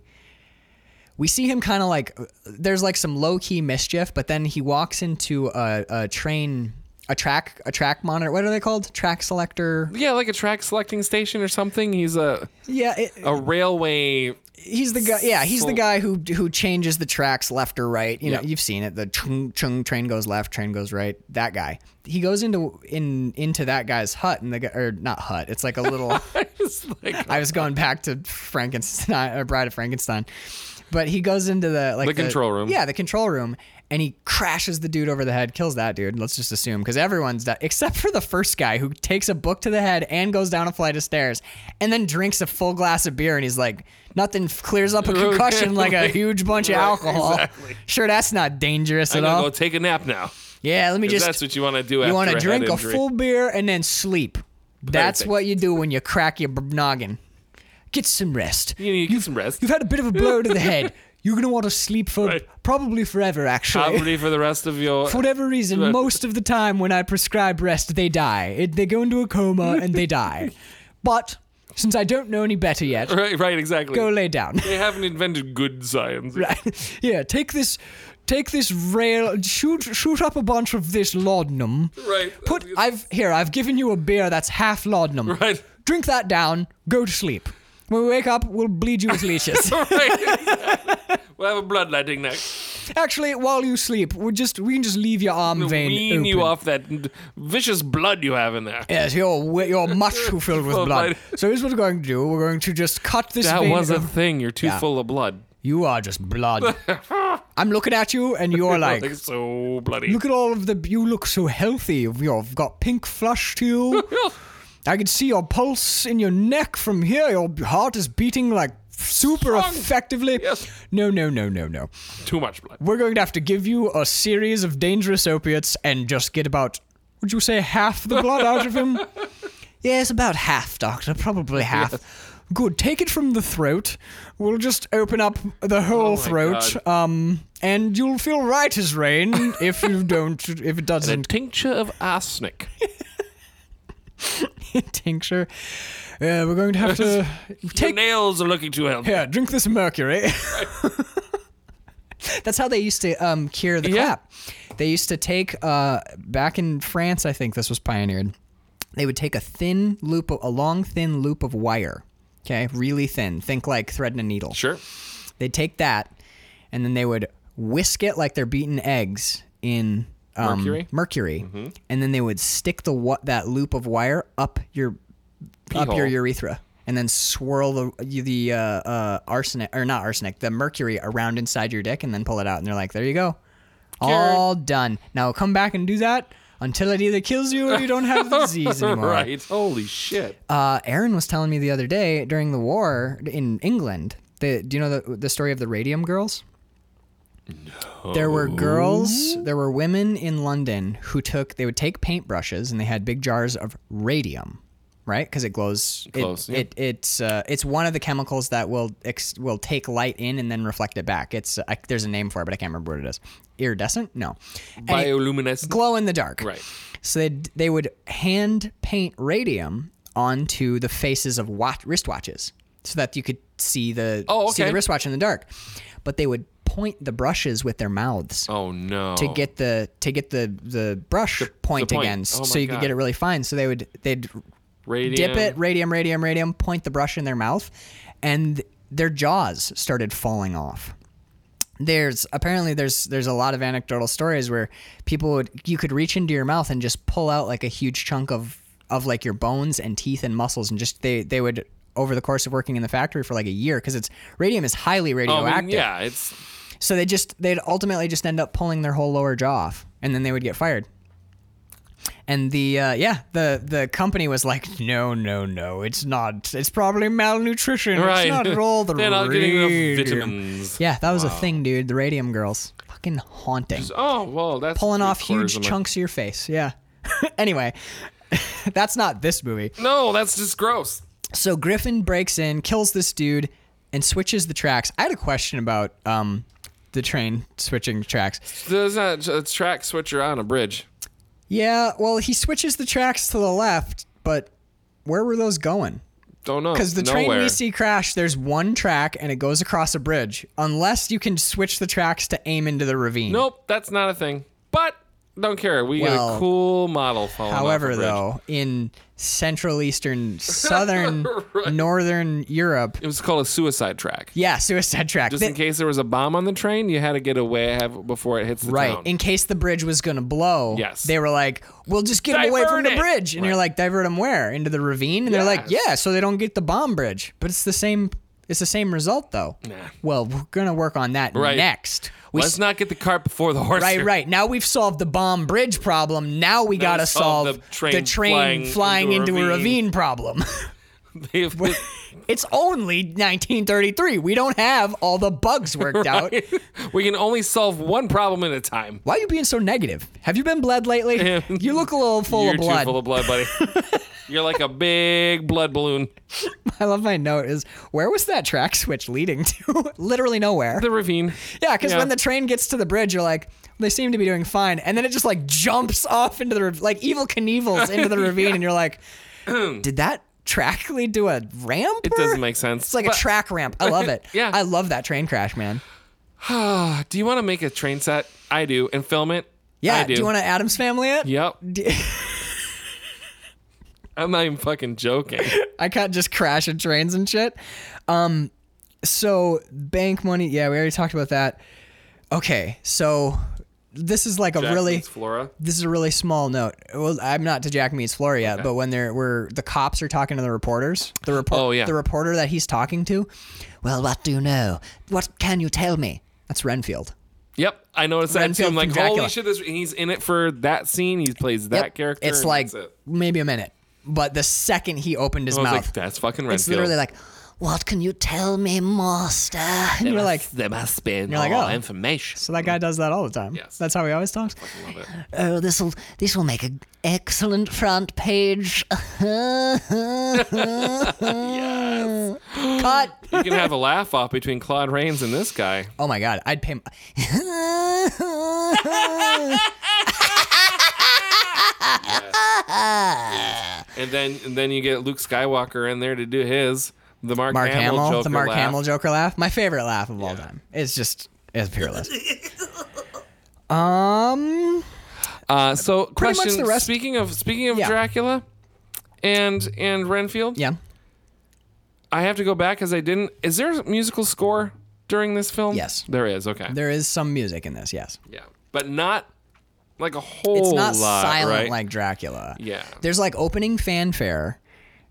Speaker 2: we see him kind of like there's like some low key mischief but then he walks into a, a train a track a track monitor what are they called track selector
Speaker 1: Yeah, like a track selecting station or something. He's a
Speaker 2: yeah it,
Speaker 1: a railway.
Speaker 2: Uh, he's the guy. Yeah, he's the
Speaker 1: Full-
Speaker 2: guy who who changes the tracks left or right. You know,
Speaker 1: Yeah.
Speaker 2: you've seen it. The chung chung train goes left, train goes right. That guy. He goes into in into that guy's hut and the guy, or not hut. It's like a little.
Speaker 1: It's like
Speaker 2: I was going back to Frankenstein or Bride of Frankenstein, but he goes into the like
Speaker 1: The control room.
Speaker 2: Yeah, the control room. And he crashes the dude over the head, kills that dude. Let's just assume because everyone's dead except for the first guy who takes a book to the head and goes down a flight of stairs, and then drinks a full glass of beer. And he's like, nothing f- clears up a concussion like a huge bunch of alcohol. Sure, that's not dangerous
Speaker 1: I'm
Speaker 2: at
Speaker 1: gonna
Speaker 2: all.
Speaker 1: go take a nap now.
Speaker 2: yeah, let me
Speaker 1: If
Speaker 2: just
Speaker 1: that's what you want to do.
Speaker 2: you
Speaker 1: after
Speaker 2: want
Speaker 1: a
Speaker 2: to
Speaker 1: head
Speaker 2: drink a
Speaker 1: injury.
Speaker 2: full beer and then sleep. That's
Speaker 1: Perfect.
Speaker 2: what you do when you crack your b- noggin. Get some rest.
Speaker 1: You need to get some rest.
Speaker 2: You've had a bit of a blow to the head. You're going to want to sleep for
Speaker 1: Right.
Speaker 2: probably forever, actually.
Speaker 1: Probably for the rest of your.
Speaker 2: For whatever reason, most of the time when I prescribe rest, they die. It, they go into a coma and they die. But since I don't know any better yet,
Speaker 1: Right, right, exactly.
Speaker 2: go lay down.
Speaker 1: They haven't invented good science.
Speaker 2: yeah, take this, take this rail, shoot, shoot up a bunch of this laudanum.
Speaker 1: Right.
Speaker 2: Put I've here. I've given you a beer that's half laudanum.
Speaker 1: Right.
Speaker 2: Drink that down. Go to sleep. When we wake up, we'll bleed you with leeches.
Speaker 1: right. we'll have a bloodletting next.
Speaker 2: Actually, while you sleep, we will just we can just leave your arm vein
Speaker 1: Wean
Speaker 2: open.
Speaker 1: you off that n- vicious blood you have in there.
Speaker 2: Yes, you're wi- you're much too filled with
Speaker 1: Full of
Speaker 2: blood.
Speaker 1: blood.
Speaker 2: So here's what we're going to do. We're going to just cut this.
Speaker 1: Oh That
Speaker 2: vein
Speaker 1: was a
Speaker 2: of-
Speaker 1: thing. You're too
Speaker 2: Yeah.
Speaker 1: full of blood.
Speaker 2: you are just blood. I'm looking at you, and you're like,
Speaker 1: Like, so bloody.
Speaker 2: look at all of the. You look so healthy. You've got pink flush to you. I can see your pulse in your neck from here. Your heart is beating like super
Speaker 1: Strong.
Speaker 2: effectively.
Speaker 1: Yes.
Speaker 2: No, no, no, no, no.
Speaker 1: Too much blood.
Speaker 2: We're going to have to give you a series of dangerous opiates and just get about, would you say, half the blood out of him? Yes, about half, Doctor. Probably half. Good. Take it from the throat. We'll just open up the whole
Speaker 1: Oh my
Speaker 2: throat. Um, and you'll feel right as rain if you don't, if it
Speaker 1: A
Speaker 2: doesn't
Speaker 1: tincture of arsenic.
Speaker 2: tincture. Uh, we're going to have to
Speaker 1: Your
Speaker 2: take
Speaker 1: nails are looking too healthy.
Speaker 2: Here, drink this mercury. That's how they used to um, cure the
Speaker 1: Yeah.
Speaker 2: clap. They used to take uh, back in France. I think this was pioneered. They would take a thin loop, of, a long thin loop of wire. Okay, really thin. Think like threading a needle.
Speaker 1: Sure.
Speaker 2: They'd take that, and then they would whisk it like they're beaten eggs in um,
Speaker 1: Mercury? Mm-hmm.
Speaker 2: mercury. and then they would stick the wa- that loop of wire up your up your
Speaker 1: hole.
Speaker 2: urethra, and then swirl the the uh, uh, arsenic or not arsenic, the mercury around inside your dick, and then pull it out. And they're like, "There you go, all done." Now come back and do that until it either kills you or you don't have the disease anymore.
Speaker 1: right. Holy shit.
Speaker 2: Uh, Aaron was telling me the other day during the war in England. The, do you know the, the story of the Radium Girls? No. There were girls, there were women in London who took, they would take paintbrushes and they had big jars of radium, right? Because it glows. It,
Speaker 1: glows, yeah.
Speaker 2: it- it's uh, it's one of the chemicals that will ex- will take light in and then reflect it back. It's uh, I, there's a name for it, but I can't remember what it is. Iridescent? No. And it-
Speaker 1: Bioluminescent.
Speaker 2: glow in the dark.
Speaker 1: Right.
Speaker 2: So they they would hand paint radium onto the faces of watch wristwatches so that you could see the
Speaker 1: Oh,
Speaker 2: see the
Speaker 1: okay.
Speaker 2: wristwatch in the dark. But they would point the brushes with their mouths
Speaker 1: Oh no.
Speaker 2: to get the to get the the brush point,
Speaker 1: point.
Speaker 2: against
Speaker 1: Oh
Speaker 2: so
Speaker 1: my
Speaker 2: you could get
Speaker 1: God.
Speaker 2: it really fine. So they would they'd
Speaker 1: Radium.
Speaker 2: dip it radium radium radium point the brush in their mouth and their jaws started falling off there's apparently there's there's a lot of anecdotal stories where people would you could reach into your mouth and just pull out like a huge chunk of of like your bones and teeth and muscles and just they they would over the course of working in the factory for like a year because it's radium is highly
Speaker 1: Oh,
Speaker 2: radioactive
Speaker 1: I mean, yeah, it's
Speaker 2: so they just they'd ultimately just end up pulling their whole lower jaw off, and then they would get fired. And the uh, yeah the the company was like, no no no, it's not. It's probably malnutrition.
Speaker 1: right.
Speaker 2: It's not at all the
Speaker 1: They're not getting
Speaker 2: radium."
Speaker 1: enough vitamins.
Speaker 2: Yeah, that was a thing, dude. The radium girls, fucking haunting,
Speaker 1: Oh well, that's
Speaker 2: pulling
Speaker 1: three
Speaker 2: off
Speaker 1: quarters
Speaker 2: huge
Speaker 1: of my-
Speaker 2: chunks of your face. Yeah. anyway, that's not this movie.
Speaker 1: No, that's just gross.
Speaker 2: So Griffin breaks in, kills this dude. and switches the tracks. I had a question about um, the train switching tracks.
Speaker 1: There's not a track switcher on a bridge.
Speaker 2: Yeah, well, he switches the tracks to the left, but where were those going?
Speaker 1: Don't know.
Speaker 2: Because the train
Speaker 1: Nowhere.
Speaker 2: we see crash, there's one track and it goes across a bridge. Unless you can switch the tracks to aim into the ravine.
Speaker 1: Nope, that's not a thing. But don't care. We got
Speaker 2: Well,
Speaker 1: a cool model phone.
Speaker 2: However, though, in Central Eastern, Southern,
Speaker 1: Right.
Speaker 2: Northern Europe,
Speaker 1: it was called a suicide track.
Speaker 2: yeah, suicide track.
Speaker 1: Just
Speaker 2: Th-
Speaker 1: in case there was a bomb on the train, you had to get away have, before it hits the
Speaker 2: right.
Speaker 1: town.
Speaker 2: In case the bridge was going to blow,
Speaker 1: Yes.
Speaker 2: they were like, we'll just get 'em away from
Speaker 1: Divert
Speaker 2: the
Speaker 1: it."
Speaker 2: bridge. And you're
Speaker 1: Right.
Speaker 2: like, divert them where? Into the ravine? And they're like,
Speaker 1: Yes.
Speaker 2: yeah, so they don't get the bomb bridge. But it's the same. It's the same result though. Well, we're gonna work on that
Speaker 1: Right.
Speaker 2: next. We
Speaker 1: Let's not get the cart before the horse.
Speaker 2: Right,
Speaker 1: here.
Speaker 2: right. Now we've solved the bomb bridge problem. Now we gotta
Speaker 1: we
Speaker 2: solve,
Speaker 1: solved
Speaker 2: the
Speaker 1: the
Speaker 2: train,
Speaker 1: train
Speaker 2: flying,
Speaker 1: flying
Speaker 2: into,
Speaker 1: into a
Speaker 2: a
Speaker 1: ravine.
Speaker 2: ravine problem.
Speaker 1: They've-
Speaker 2: it's only 1933. We don't have all the bugs worked out.
Speaker 1: we can only solve one problem at a time.
Speaker 2: Why are you being so negative? Have you been bled lately? you look a little full
Speaker 1: You're
Speaker 2: of blood.
Speaker 1: too full of blood, buddy. You're like a big blood balloon.
Speaker 2: I love my note is where was that track switch leading to? Literally nowhere.
Speaker 1: The ravine.
Speaker 2: Yeah, because
Speaker 1: Yeah.
Speaker 2: when the train gets to the bridge, you're like, they seem to be doing fine, and then it just like jumps off into the rav- like evil Knievel's into the ravine, and you're like, did that track lead to a ramp?
Speaker 1: It doesn't make sense.
Speaker 2: It's like
Speaker 1: But-
Speaker 2: a track ramp. I love it.
Speaker 1: Yeah.
Speaker 2: I love that train crash, man.
Speaker 1: Uh, Do you want to make a train set? I do, and film it.
Speaker 2: Yeah.
Speaker 1: I do.
Speaker 2: you want to Adams Family it?
Speaker 1: Yep.
Speaker 2: D-
Speaker 1: I'm not even fucking joking.
Speaker 2: I can't just crash in trains and shit. Um, so bank money. Yeah, we already talked about that. Okay, so this is like a really
Speaker 1: Jackson's Flora.
Speaker 2: this is a really small note. Well, I'm not to Jack meets Flora yet, but when they're where the cops are talking to the reporters, the report,
Speaker 1: Oh, yeah.
Speaker 2: the reporter that he's talking to. Well, what do you know? What can you tell me? That's Renfield.
Speaker 1: Yep, I noticed that too.
Speaker 2: Renfield
Speaker 1: I'm like,
Speaker 2: from Dracula.
Speaker 1: holy shit, this, he's in it for that scene. He plays that
Speaker 2: Yep.
Speaker 1: character.
Speaker 2: It's
Speaker 1: and
Speaker 2: like
Speaker 1: that's it.
Speaker 2: maybe a minute, but the second he opened his
Speaker 1: I was
Speaker 2: mouth,
Speaker 1: like, that's fucking Renfield.
Speaker 2: it's literally like, "What can you tell me, master?" And you're like,
Speaker 1: there must be more
Speaker 2: like, oh.
Speaker 1: information.
Speaker 2: So that guy does that all the time.
Speaker 1: Mm. Yes.
Speaker 2: That's how he always talks.
Speaker 1: Love it.
Speaker 2: Oh, this will this will make an excellent front page.
Speaker 1: Yes.
Speaker 2: Cut.
Speaker 1: You can have a laugh off between Claude Rains and this guy.
Speaker 2: Oh my god, I'd pay. My-
Speaker 1: And then and then you get Luke Skywalker in there to do his the Mark,
Speaker 2: Mark
Speaker 1: Hamill,
Speaker 2: Hamill,
Speaker 1: Joker
Speaker 2: the Mark
Speaker 1: laugh.
Speaker 2: Hamill Joker laugh, my favorite laugh of all time. It's just it's peerless. um,
Speaker 1: Uh, so
Speaker 2: Pretty much
Speaker 1: question.
Speaker 2: the rest-
Speaker 1: Speaking of speaking of
Speaker 2: Yeah.
Speaker 1: Dracula, and and Renfield.
Speaker 2: yeah,
Speaker 1: I have to go back because I didn't. Is there a musical score during this film?
Speaker 2: Yes.
Speaker 1: there is. Okay.
Speaker 2: there is some music in this. Yes,
Speaker 1: yeah, but not like a whole.
Speaker 2: it's not
Speaker 1: lot,
Speaker 2: silent
Speaker 1: right?
Speaker 2: like Dracula.
Speaker 1: Yeah.
Speaker 2: There's like opening fanfare,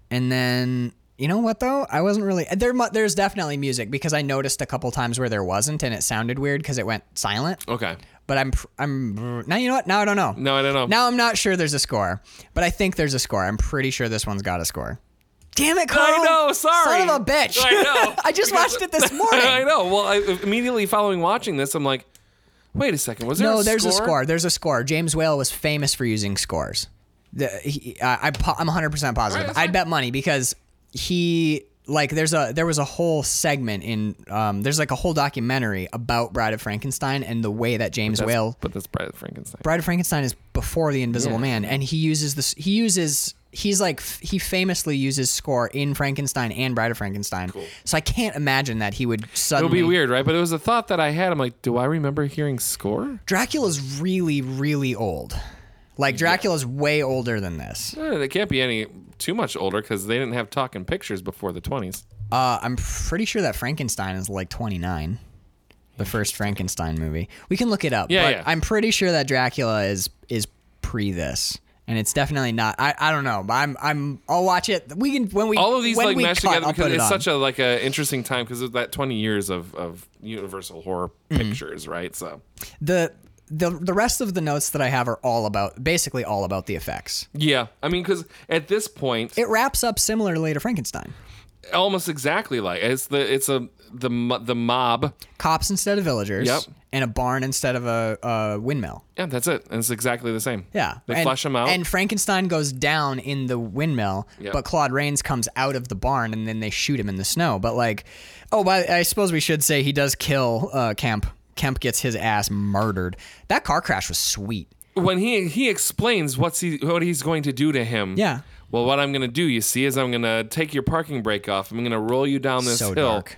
Speaker 2: and then you know what though? I wasn't really there. mu- There's definitely music because I noticed a couple times where there wasn't, and it sounded weird because it went silent.
Speaker 1: Okay.
Speaker 2: But I'm pr- I'm now you know what? Now I don't know.
Speaker 1: No, I don't know.
Speaker 2: Now I'm not sure there's a score, but I think there's a score. I'm pretty sure this one's got a score. Damn it, Carl!
Speaker 1: I know. Sorry.
Speaker 2: son of a bitch.
Speaker 1: I know.
Speaker 2: I
Speaker 1: Because-
Speaker 2: just watched it this morning.
Speaker 1: I know. Well, I, immediately following watching this, I'm like, wait a second. Was there
Speaker 2: no,
Speaker 1: a
Speaker 2: there's a score. There's a score. James Whale was famous for using scores. The, he, I, I, po- I'm 100 percent positive.
Speaker 1: that's
Speaker 2: I'd bet money because he like there's a there was a whole segment in um, there's like a whole documentary about Bride of Frankenstein and the way that James
Speaker 1: That's-
Speaker 2: Whale
Speaker 1: But that's Bride of Frankenstein.
Speaker 2: Bride of Frankenstein is before the Invisible Man, and he uses this. He uses he's like f- he famously uses score in Frankenstein and Bride of Frankenstein. So I can't imagine that he would
Speaker 1: It
Speaker 2: suddenly.
Speaker 1: would be weird, right? But it was a thought that I had. I'm like, do I remember hearing score?
Speaker 2: Dracula's really really old. Like Dracula's way older than this.
Speaker 1: Eh, It can't be any too much older because they didn't have talking pictures before the 20s.
Speaker 2: Uh, I'm pretty sure that Frankenstein is like 29. The first Frankenstein movie. We can look it up.
Speaker 1: Yeah,
Speaker 2: but
Speaker 1: yeah.
Speaker 2: I'm pretty sure that Dracula is is pre this. And it's definitely not. I, I don't know. But I'm I'm. I'll watch it. We can when we
Speaker 1: all of these
Speaker 2: when
Speaker 1: like
Speaker 2: we
Speaker 1: mesh
Speaker 2: cut,
Speaker 1: together
Speaker 2: I'll
Speaker 1: because
Speaker 2: put it
Speaker 1: it's
Speaker 2: on.
Speaker 1: such a like a interesting time because of that 20 years of of universal horror
Speaker 2: Mm-hmm.
Speaker 1: pictures right so
Speaker 2: the the the rest of the notes that I have are all about basically all about the effects.
Speaker 1: yeah i mean because at this point
Speaker 2: It wraps up similarly to Frankenstein.
Speaker 1: almost exactly like it's the it's a the mo- the mob.
Speaker 2: Cops instead of villagers.
Speaker 1: Yep.
Speaker 2: And a barn instead of a, a windmill.
Speaker 1: Yeah, that's it. And it's exactly the same.
Speaker 2: Yeah.
Speaker 1: they
Speaker 2: and,
Speaker 1: flush them out.
Speaker 2: And Frankenstein goes down in the windmill,
Speaker 1: Yep.
Speaker 2: but Claude Rains comes out of the barn and then they shoot him in the snow. But like, oh, but I suppose we should say he does kill uh, Kemp. Kemp gets his ass murdered. That car crash was sweet.
Speaker 1: when he he explains what's he what he's going to do to him.
Speaker 2: Yeah.
Speaker 1: Well, what I'm going to do, you see, is I'm going to take your parking brake off. I'm going to roll you down this
Speaker 2: So
Speaker 1: hill.
Speaker 2: dark.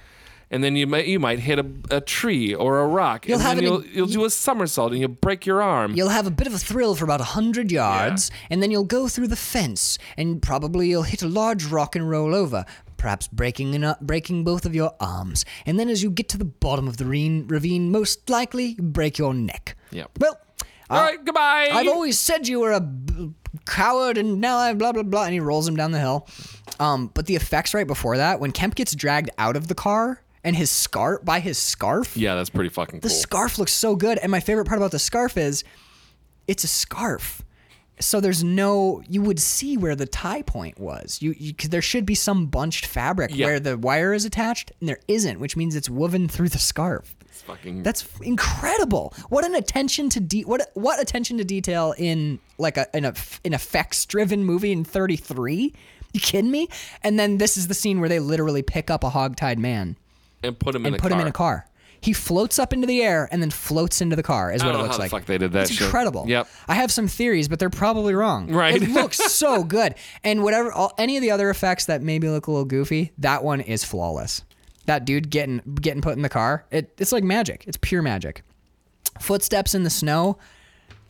Speaker 1: And then you might you might hit a, a tree or a rock,
Speaker 2: You'll
Speaker 1: and
Speaker 2: have
Speaker 1: then
Speaker 2: an- e-
Speaker 1: you'll you'll do a somersault and you'll break your arm.
Speaker 2: You'll have a bit of a thrill for about a hundred yards, and then you'll go through the fence, and probably you'll hit a large rock and roll over, perhaps breaking and breaking both of your arms. And then, as you get to the bottom of the ravine, ravine most likely you break your neck.
Speaker 1: Yep.
Speaker 2: Well,
Speaker 1: All right, goodbye.
Speaker 2: I've always said you were a b- coward, and now I blah blah blah. And he rolls him down the hill. Um, but the effects right before that, when Kemp gets dragged out of the car and his scarf by his scarf,
Speaker 1: yeah, that's pretty fucking
Speaker 2: the
Speaker 1: cool.
Speaker 2: scarf looks so good. And my favorite part about the scarf is, it's a scarf. So there's no you would see where the tie point was. You, you 'cause there should be some bunched fabric
Speaker 1: Yeah.
Speaker 2: where the wire is attached, and there isn't, which means it's woven through the scarf.
Speaker 1: It's fucking
Speaker 2: That's f- incredible. What an attention to de- what what attention to detail in like a in a an effects driven movie in 33? You kidding me? And then this is the scene where they literally pick up a hogtied man
Speaker 1: and put him in
Speaker 2: and
Speaker 1: a
Speaker 2: put
Speaker 1: car.
Speaker 2: him in a car. He floats up into the air and then floats into the car is
Speaker 1: I
Speaker 2: what
Speaker 1: don't know
Speaker 2: it looks
Speaker 1: how the
Speaker 2: like.
Speaker 1: fuck they did that
Speaker 2: It's
Speaker 1: shit.
Speaker 2: incredible.
Speaker 1: Yep.
Speaker 2: I have some theories, but they're probably wrong.
Speaker 1: Right.
Speaker 2: It looks so good. And whatever all, any of the other effects that maybe look a little goofy, that one is flawless. That dude getting getting put in the car, it, it's like magic. It's pure magic. Footsteps in the snow.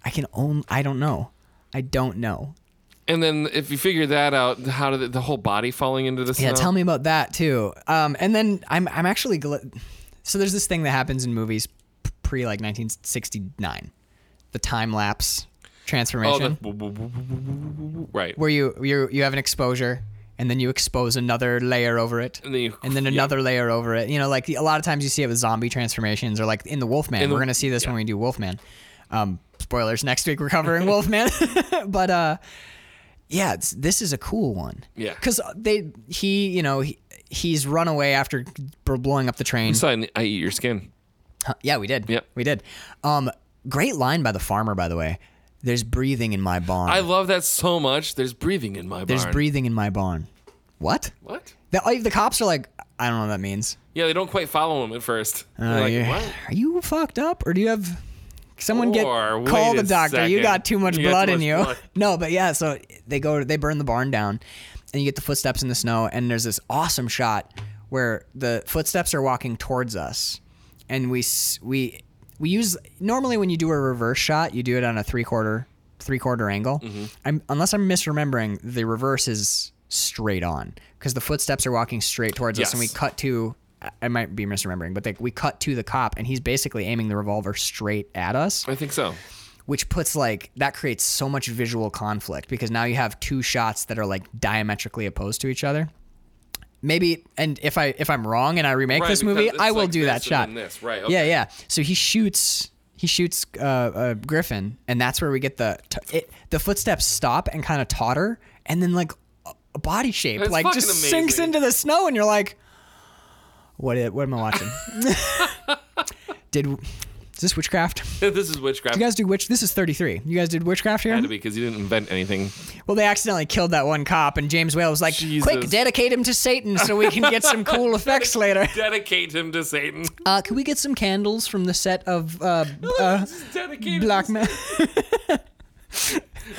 Speaker 2: I can own. I don't know. I don't know.
Speaker 1: And then if you figure that out, how did the, the whole body falling into the snow?
Speaker 2: Yeah, tell me about that too. Um, and then I'm I'm actually gl- so there's this thing that happens in movies p- pre like 1969, the time lapse
Speaker 1: Oh,
Speaker 2: transformation
Speaker 1: the, right.
Speaker 2: where you you you have an exposure and then you expose another layer over it.
Speaker 1: And then you-
Speaker 2: and then
Speaker 1: yeah.
Speaker 2: another layer over it. You know, like a lot of times you see it with zombie transformations or like in the Wolfman.
Speaker 1: In the-
Speaker 2: We're gonna see this
Speaker 1: yeah.
Speaker 2: when we do Wolfman. Um, spoilers next week. We're covering Wolfman, but uh, yeah, it's, this is a cool one.
Speaker 1: Yeah.
Speaker 2: because they he you know he, he's run away after b- blowing up the train.
Speaker 1: So I, I eat your skin.
Speaker 2: Huh, yeah, we did.
Speaker 1: Mm-hmm. Yep.
Speaker 2: we did. Um, great line by the farmer, by the way. There's breathing in my barn.
Speaker 1: I love that so much. There's breathing in my
Speaker 2: There's
Speaker 1: barn.
Speaker 2: breathing in my barn. What?
Speaker 1: What?
Speaker 2: The, oh, the cops are like, I don't know what that means.
Speaker 1: Yeah, they don't quite follow him at first.
Speaker 2: Uh,
Speaker 1: They're like,
Speaker 2: you're-
Speaker 1: what?
Speaker 2: Are you fucked up, or do you have someone get
Speaker 1: Or, wait
Speaker 2: call the
Speaker 1: a
Speaker 2: doctor? You
Speaker 1: second.
Speaker 2: got too much
Speaker 1: You got
Speaker 2: blood
Speaker 1: too
Speaker 2: in
Speaker 1: much
Speaker 2: you.
Speaker 1: blood.
Speaker 2: No, but yeah. So they go, they burn the barn down, and you get the footsteps in the snow. And there's this awesome shot where the footsteps are walking towards us, and we s- we we use normally when you do a reverse shot, you do it on a three quarter three quarter angle. I'm, unless I'm misremembering, the reverse is straight on because the footsteps are walking straight towards us, and we
Speaker 1: Yes.
Speaker 2: cut to I- I might be misremembering, but they, we cut to the cop and he's basically aiming the revolver straight at us,
Speaker 1: I think so.
Speaker 2: which puts like that creates so much visual conflict because now you have two shots that are like diametrically opposed to each other. Maybe and if I if I'm wrong and I remake
Speaker 1: Right,
Speaker 2: this movie,
Speaker 1: because it's
Speaker 2: I will
Speaker 1: like
Speaker 2: do
Speaker 1: this
Speaker 2: that
Speaker 1: and
Speaker 2: shot.
Speaker 1: then this, right,
Speaker 2: Yeah,
Speaker 1: okay.
Speaker 2: yeah. So he shoots he shoots uh, uh, Griffin and that's where we get the t- it, the footsteps stop and kind of totter and then like a- a body shape
Speaker 1: It's
Speaker 2: like
Speaker 1: fucking
Speaker 2: just sinks
Speaker 1: amazing.
Speaker 2: into the snow and you're like what i- what am I watching? Did is this witchcraft?
Speaker 1: this is witchcraft.
Speaker 2: You guys do witch. This is 33. You guys did witchcraft here.
Speaker 1: had to be because you didn't invent anything.
Speaker 2: Well, they accidentally killed that one cop, and James Whale was like, "Quick,
Speaker 1: Jesus.
Speaker 2: dedicate him to Satan, so we can get some cool effects later."
Speaker 1: Dedicate him to Satan.
Speaker 2: Uh, can we get some candles from the set of uh, uh,
Speaker 1: Just dedicate him
Speaker 2: Black
Speaker 1: to-
Speaker 2: Man?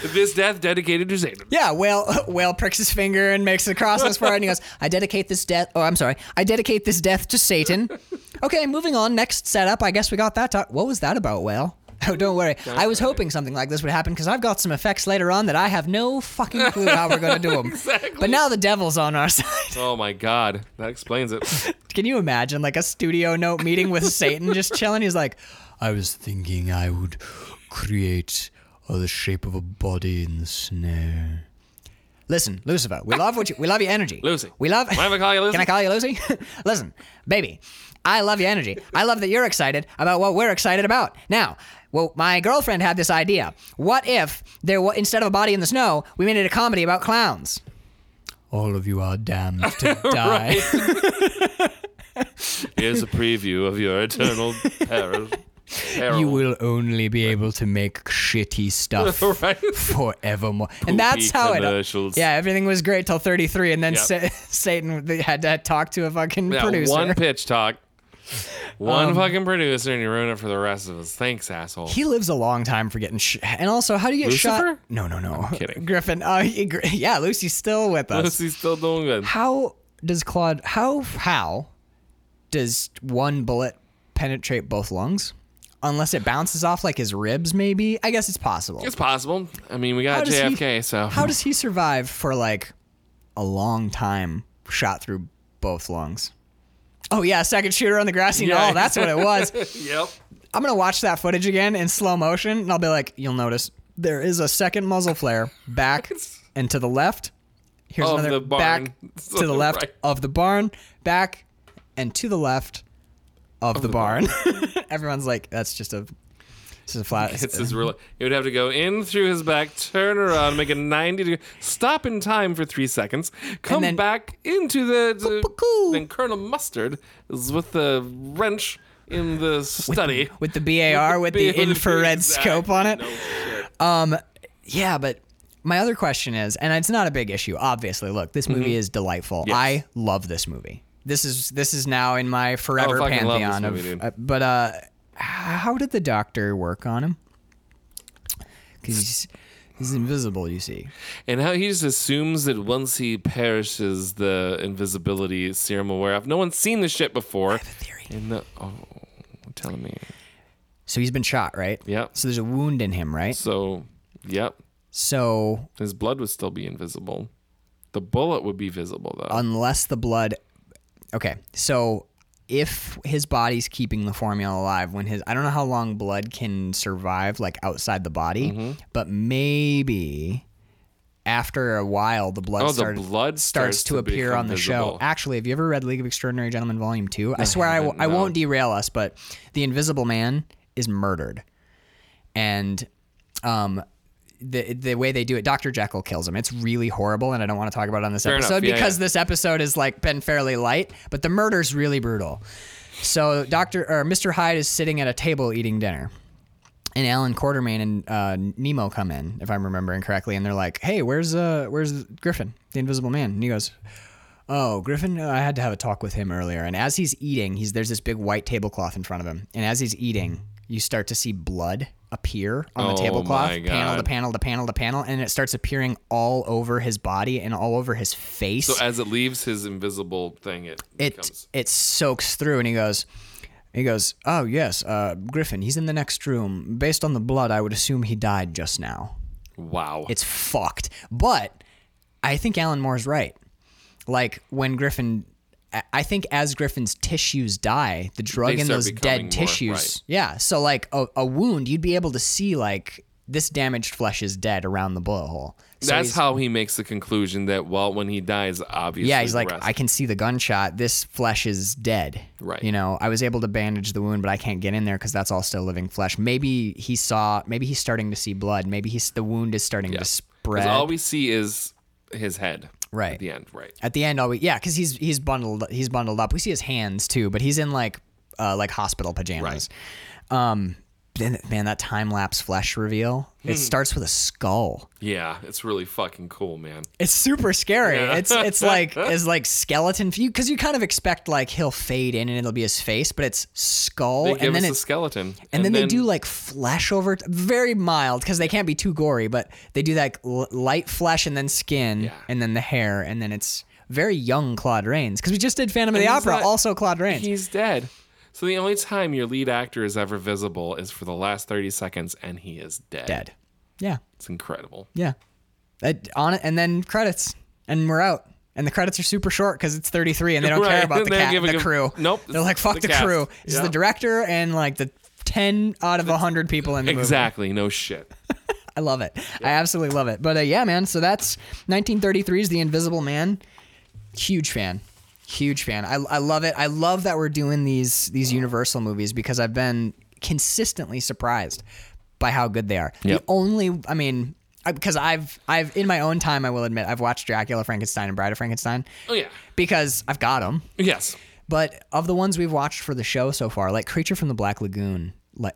Speaker 1: This death dedicated to Satan.
Speaker 2: Yeah, whale whale pricks his finger and makes a cross on his forehead, and he goes, "I dedicate this death." Oh, I'm sorry. I dedicate this death to Satan. Okay, moving on. Next setup. I guess we got that. To- what was that about, whale? Oh, don't worry. I was hoping something like this would happen because I've got some effects later on that I have no fucking clue how we're going to do them. But now the devil's on our side.
Speaker 1: Oh my God, that explains it.
Speaker 2: Can you imagine like a studio note meeting with Satan just chilling? He's like, I was thinking I would create uh, the shape of a body in the snow. Listen, Lucifer, we love what you, we love your energy.
Speaker 1: Lucy.
Speaker 2: we love.
Speaker 1: Why am I calling you Lucy?
Speaker 2: Can I call you Lucy? Listen, baby, I love your energy. I love that you're excited about what we're excited about. Now, well, my girlfriend had this idea. What if there, wa- instead of a body in the snow, we made it a comedy about clowns? all of you are damned to die.
Speaker 1: Here's a preview of your eternal peril. peril.
Speaker 2: You will only be able to make shitty stuff
Speaker 1: Right.
Speaker 2: forevermore. and that's how
Speaker 1: commercials.
Speaker 2: it. Yeah, everything was great till 33, and then
Speaker 1: Yep.
Speaker 2: Sa- Satan had to talk to a fucking
Speaker 1: Yeah,
Speaker 2: producer. Um,
Speaker 1: one pitch talk, one fucking producer, and you ruin it for the rest of us. Thanks, asshole.
Speaker 2: He lives a long time for getting shot. And also, how do you get shot?
Speaker 1: Lucifer?
Speaker 2: No, no, no.
Speaker 1: kidding.
Speaker 2: Griffin. Uh, he- Gr- yeah, Lucy's still with us.
Speaker 1: He's still doing good.
Speaker 2: How does Claude? How how does one bullet penetrate both lungs? Unless it bounces off like his ribs, maybe. I guess it's possible.
Speaker 1: It's possible. I mean, we
Speaker 2: How
Speaker 1: got
Speaker 2: does he-
Speaker 1: JFK, so
Speaker 2: How does he survive for like a long time, shot through both lungs? Oh yeah, second shooter on the grassy
Speaker 1: Yeah.
Speaker 2: knoll. That's what it was.
Speaker 1: yep.
Speaker 2: I'm gonna watch that footage again in slow motion, and I'll be like, you'll notice there is a second muzzle flare back and to the left. Here's
Speaker 1: Of
Speaker 2: another
Speaker 1: the barn.
Speaker 2: back
Speaker 1: So
Speaker 2: to the left
Speaker 1: right.
Speaker 2: of the barn, back and to the left of, the, barn. Everyone's like, that's just a, this is a flat.
Speaker 1: It's his real. He would have to go in through his back, turn around, make a ninety degree stop in time for three seconds, come
Speaker 2: then-
Speaker 1: back into the.
Speaker 2: Cuckoo.
Speaker 1: then Colonel Mustard is with the wrench in the study.
Speaker 2: with the BAR with the,
Speaker 1: Big
Speaker 2: infrared
Speaker 1: exact-
Speaker 2: scope on it.
Speaker 1: No shit.
Speaker 2: Yeah, but my other question is, and it's not a big issue, obviously. Look, this movie is delightful.
Speaker 1: Mm-hmm. Yes.
Speaker 2: I love this movie. This is this is now in my forever
Speaker 1: fucking love this
Speaker 2: pantheon
Speaker 1: movie,
Speaker 2: of.
Speaker 1: dude.
Speaker 2: uh, but uh, h- how did the doctor work on him? Because he's, he's invisible, you see.
Speaker 1: And how he just assumes that once he perishes, the invisibility serum will wear off. No one's seen this shit before.
Speaker 2: Theory.
Speaker 1: And the, oh, tell me.
Speaker 2: So he's been shot, right?
Speaker 1: Yep.
Speaker 2: So there's a wound in him, right?
Speaker 1: So, yep,
Speaker 2: So
Speaker 1: his blood would still be invisible. The bullet would be visible
Speaker 2: Uh,
Speaker 1: though.
Speaker 2: unless the blood okay so if his body's keeping the formula alive when his i don't know how long blood can survive like outside the body
Speaker 1: Mm-hmm.
Speaker 2: but maybe after a while the blood,
Speaker 1: Oh, the
Speaker 2: started-
Speaker 1: blood
Speaker 2: starts,
Speaker 1: starts
Speaker 2: to,
Speaker 1: to
Speaker 2: appear on
Speaker 1: become
Speaker 2: the show
Speaker 1: visible.
Speaker 2: actually have you ever read league of extraordinary gentlemen volume 2 i swear I, w-
Speaker 1: haven't,
Speaker 2: I
Speaker 1: no.
Speaker 2: won't derail us but the invisible man is murdered and um the, the way they do it, Dr. Jekyll kills him. It's really horrible, and I don't want to talk about it on this
Speaker 1: Fair enough.
Speaker 2: episode
Speaker 1: Yeah,
Speaker 2: because
Speaker 1: yeah.
Speaker 2: this episode has like been fairly light, but the murder's really brutal. So Dr. or Mr. Hyde is sitting at a table eating dinner. And Alan Quartermain and uh, Nemo come in, if I'm remembering correctly, and they're like, "Hey, where's uh, where's Griffin, the Invisible Man?" And he goes, "Oh, Griffin, uh, I had to have a talk with him earlier." And as he's eating, he's there's this big white tablecloth in front of him, and as he's eating, you start to see blood appear on the
Speaker 1: Oh
Speaker 2: tablecloth,
Speaker 1: my
Speaker 2: panel to
Speaker 1: God.
Speaker 2: panel to panel to panel, and it starts appearing all over his body and all over his face
Speaker 1: so as it leaves his invisible thing, it,
Speaker 2: it
Speaker 1: becomes.
Speaker 2: it soaks through and he goes he goes oh yes uh, griffin he's in the next room based on the blood i would assume he died just now
Speaker 1: Wow.
Speaker 2: it's fucked but i think alan moore's right like when griffin I- I think as Griffin's tissues die, the drug
Speaker 1: They
Speaker 2: in
Speaker 1: start
Speaker 2: those
Speaker 1: becoming
Speaker 2: dead
Speaker 1: more-
Speaker 2: tissues.
Speaker 1: right.
Speaker 2: Yeah. So, like a, a wound, you'd be able to see, like, this damaged flesh is dead around the bullet hole. So
Speaker 1: That's
Speaker 2: he's-
Speaker 1: how he makes the conclusion that well, when he dies, obviously.
Speaker 2: yeah, he's like,
Speaker 1: the rest-
Speaker 2: I can see the gunshot. This flesh is dead.
Speaker 1: Right.
Speaker 2: You know, I was able to bandage the wound, but I can't get in there because that's all still living flesh. Maybe he saw. Maybe he's starting to see blood. Maybe he's the wound is starting to
Speaker 1: 'Cause
Speaker 2: spread.
Speaker 1: all we see is his head.
Speaker 2: Right.
Speaker 1: At the end. Right.
Speaker 2: At the end, all we yeah, because he's he's bundled he's bundled up. We see his hands too, but he's in like uh, like hospital pajamas. Um, then man, that time lapse flesh reveal.
Speaker 1: Hmm.
Speaker 2: It starts with a skull.
Speaker 1: Yeah, it's really fucking cool, man.
Speaker 2: It's super scary.
Speaker 1: Yeah.
Speaker 2: It's it's like it's like skeleton view because you kind of expect like he'll fade in and it'll be his face, but it's skull
Speaker 1: They
Speaker 2: and
Speaker 1: give
Speaker 2: then
Speaker 1: us a
Speaker 2: it's
Speaker 1: skeleton,
Speaker 2: and, then, they do like flesh over, t- very mild because they can't be too gory, but they do like l- light flesh and then skin and then the hair and then it's very young Claude Rains because we just did Phantom of the
Speaker 1: he's
Speaker 2: Opera,
Speaker 1: not-
Speaker 2: also Claude Rains.
Speaker 1: He's dead. So the only time your lead actor is ever visible is for the last 30 seconds, and he is dead.
Speaker 2: dead. Yeah,
Speaker 1: It's incredible.
Speaker 2: yeah. That- on it, and then credits, and we're out. And the credits are super short because it's 33, and they don't care
Speaker 1: Right.
Speaker 2: about the,
Speaker 1: They don't
Speaker 2: cat,
Speaker 1: give a
Speaker 2: the
Speaker 1: good-
Speaker 2: crew.
Speaker 1: Nope,
Speaker 2: They're like, fuck the,
Speaker 1: the cast.
Speaker 2: crew. It's
Speaker 1: Yeah.
Speaker 2: the director and like the 10 out of 100 people in the movie.
Speaker 1: Exactly. No shit.
Speaker 2: I love it. I absolutely love it. But uh, yeah, man. So that's 1933's The Invisible Man. Huge fan. Huge fan. I, I love it. I love that we're doing these these Universal movies because I've been consistently surprised by how good they are.
Speaker 1: Yep.
Speaker 2: The only, I mean, because I've I've in my own time I will admit I've watched Dracula, Frankenstein, and Bride of Frankenstein
Speaker 1: Oh yeah.
Speaker 2: because I've got them.
Speaker 1: Yes.
Speaker 2: But of the ones we've watched for the show so far, like Creature from the Black Lagoon, like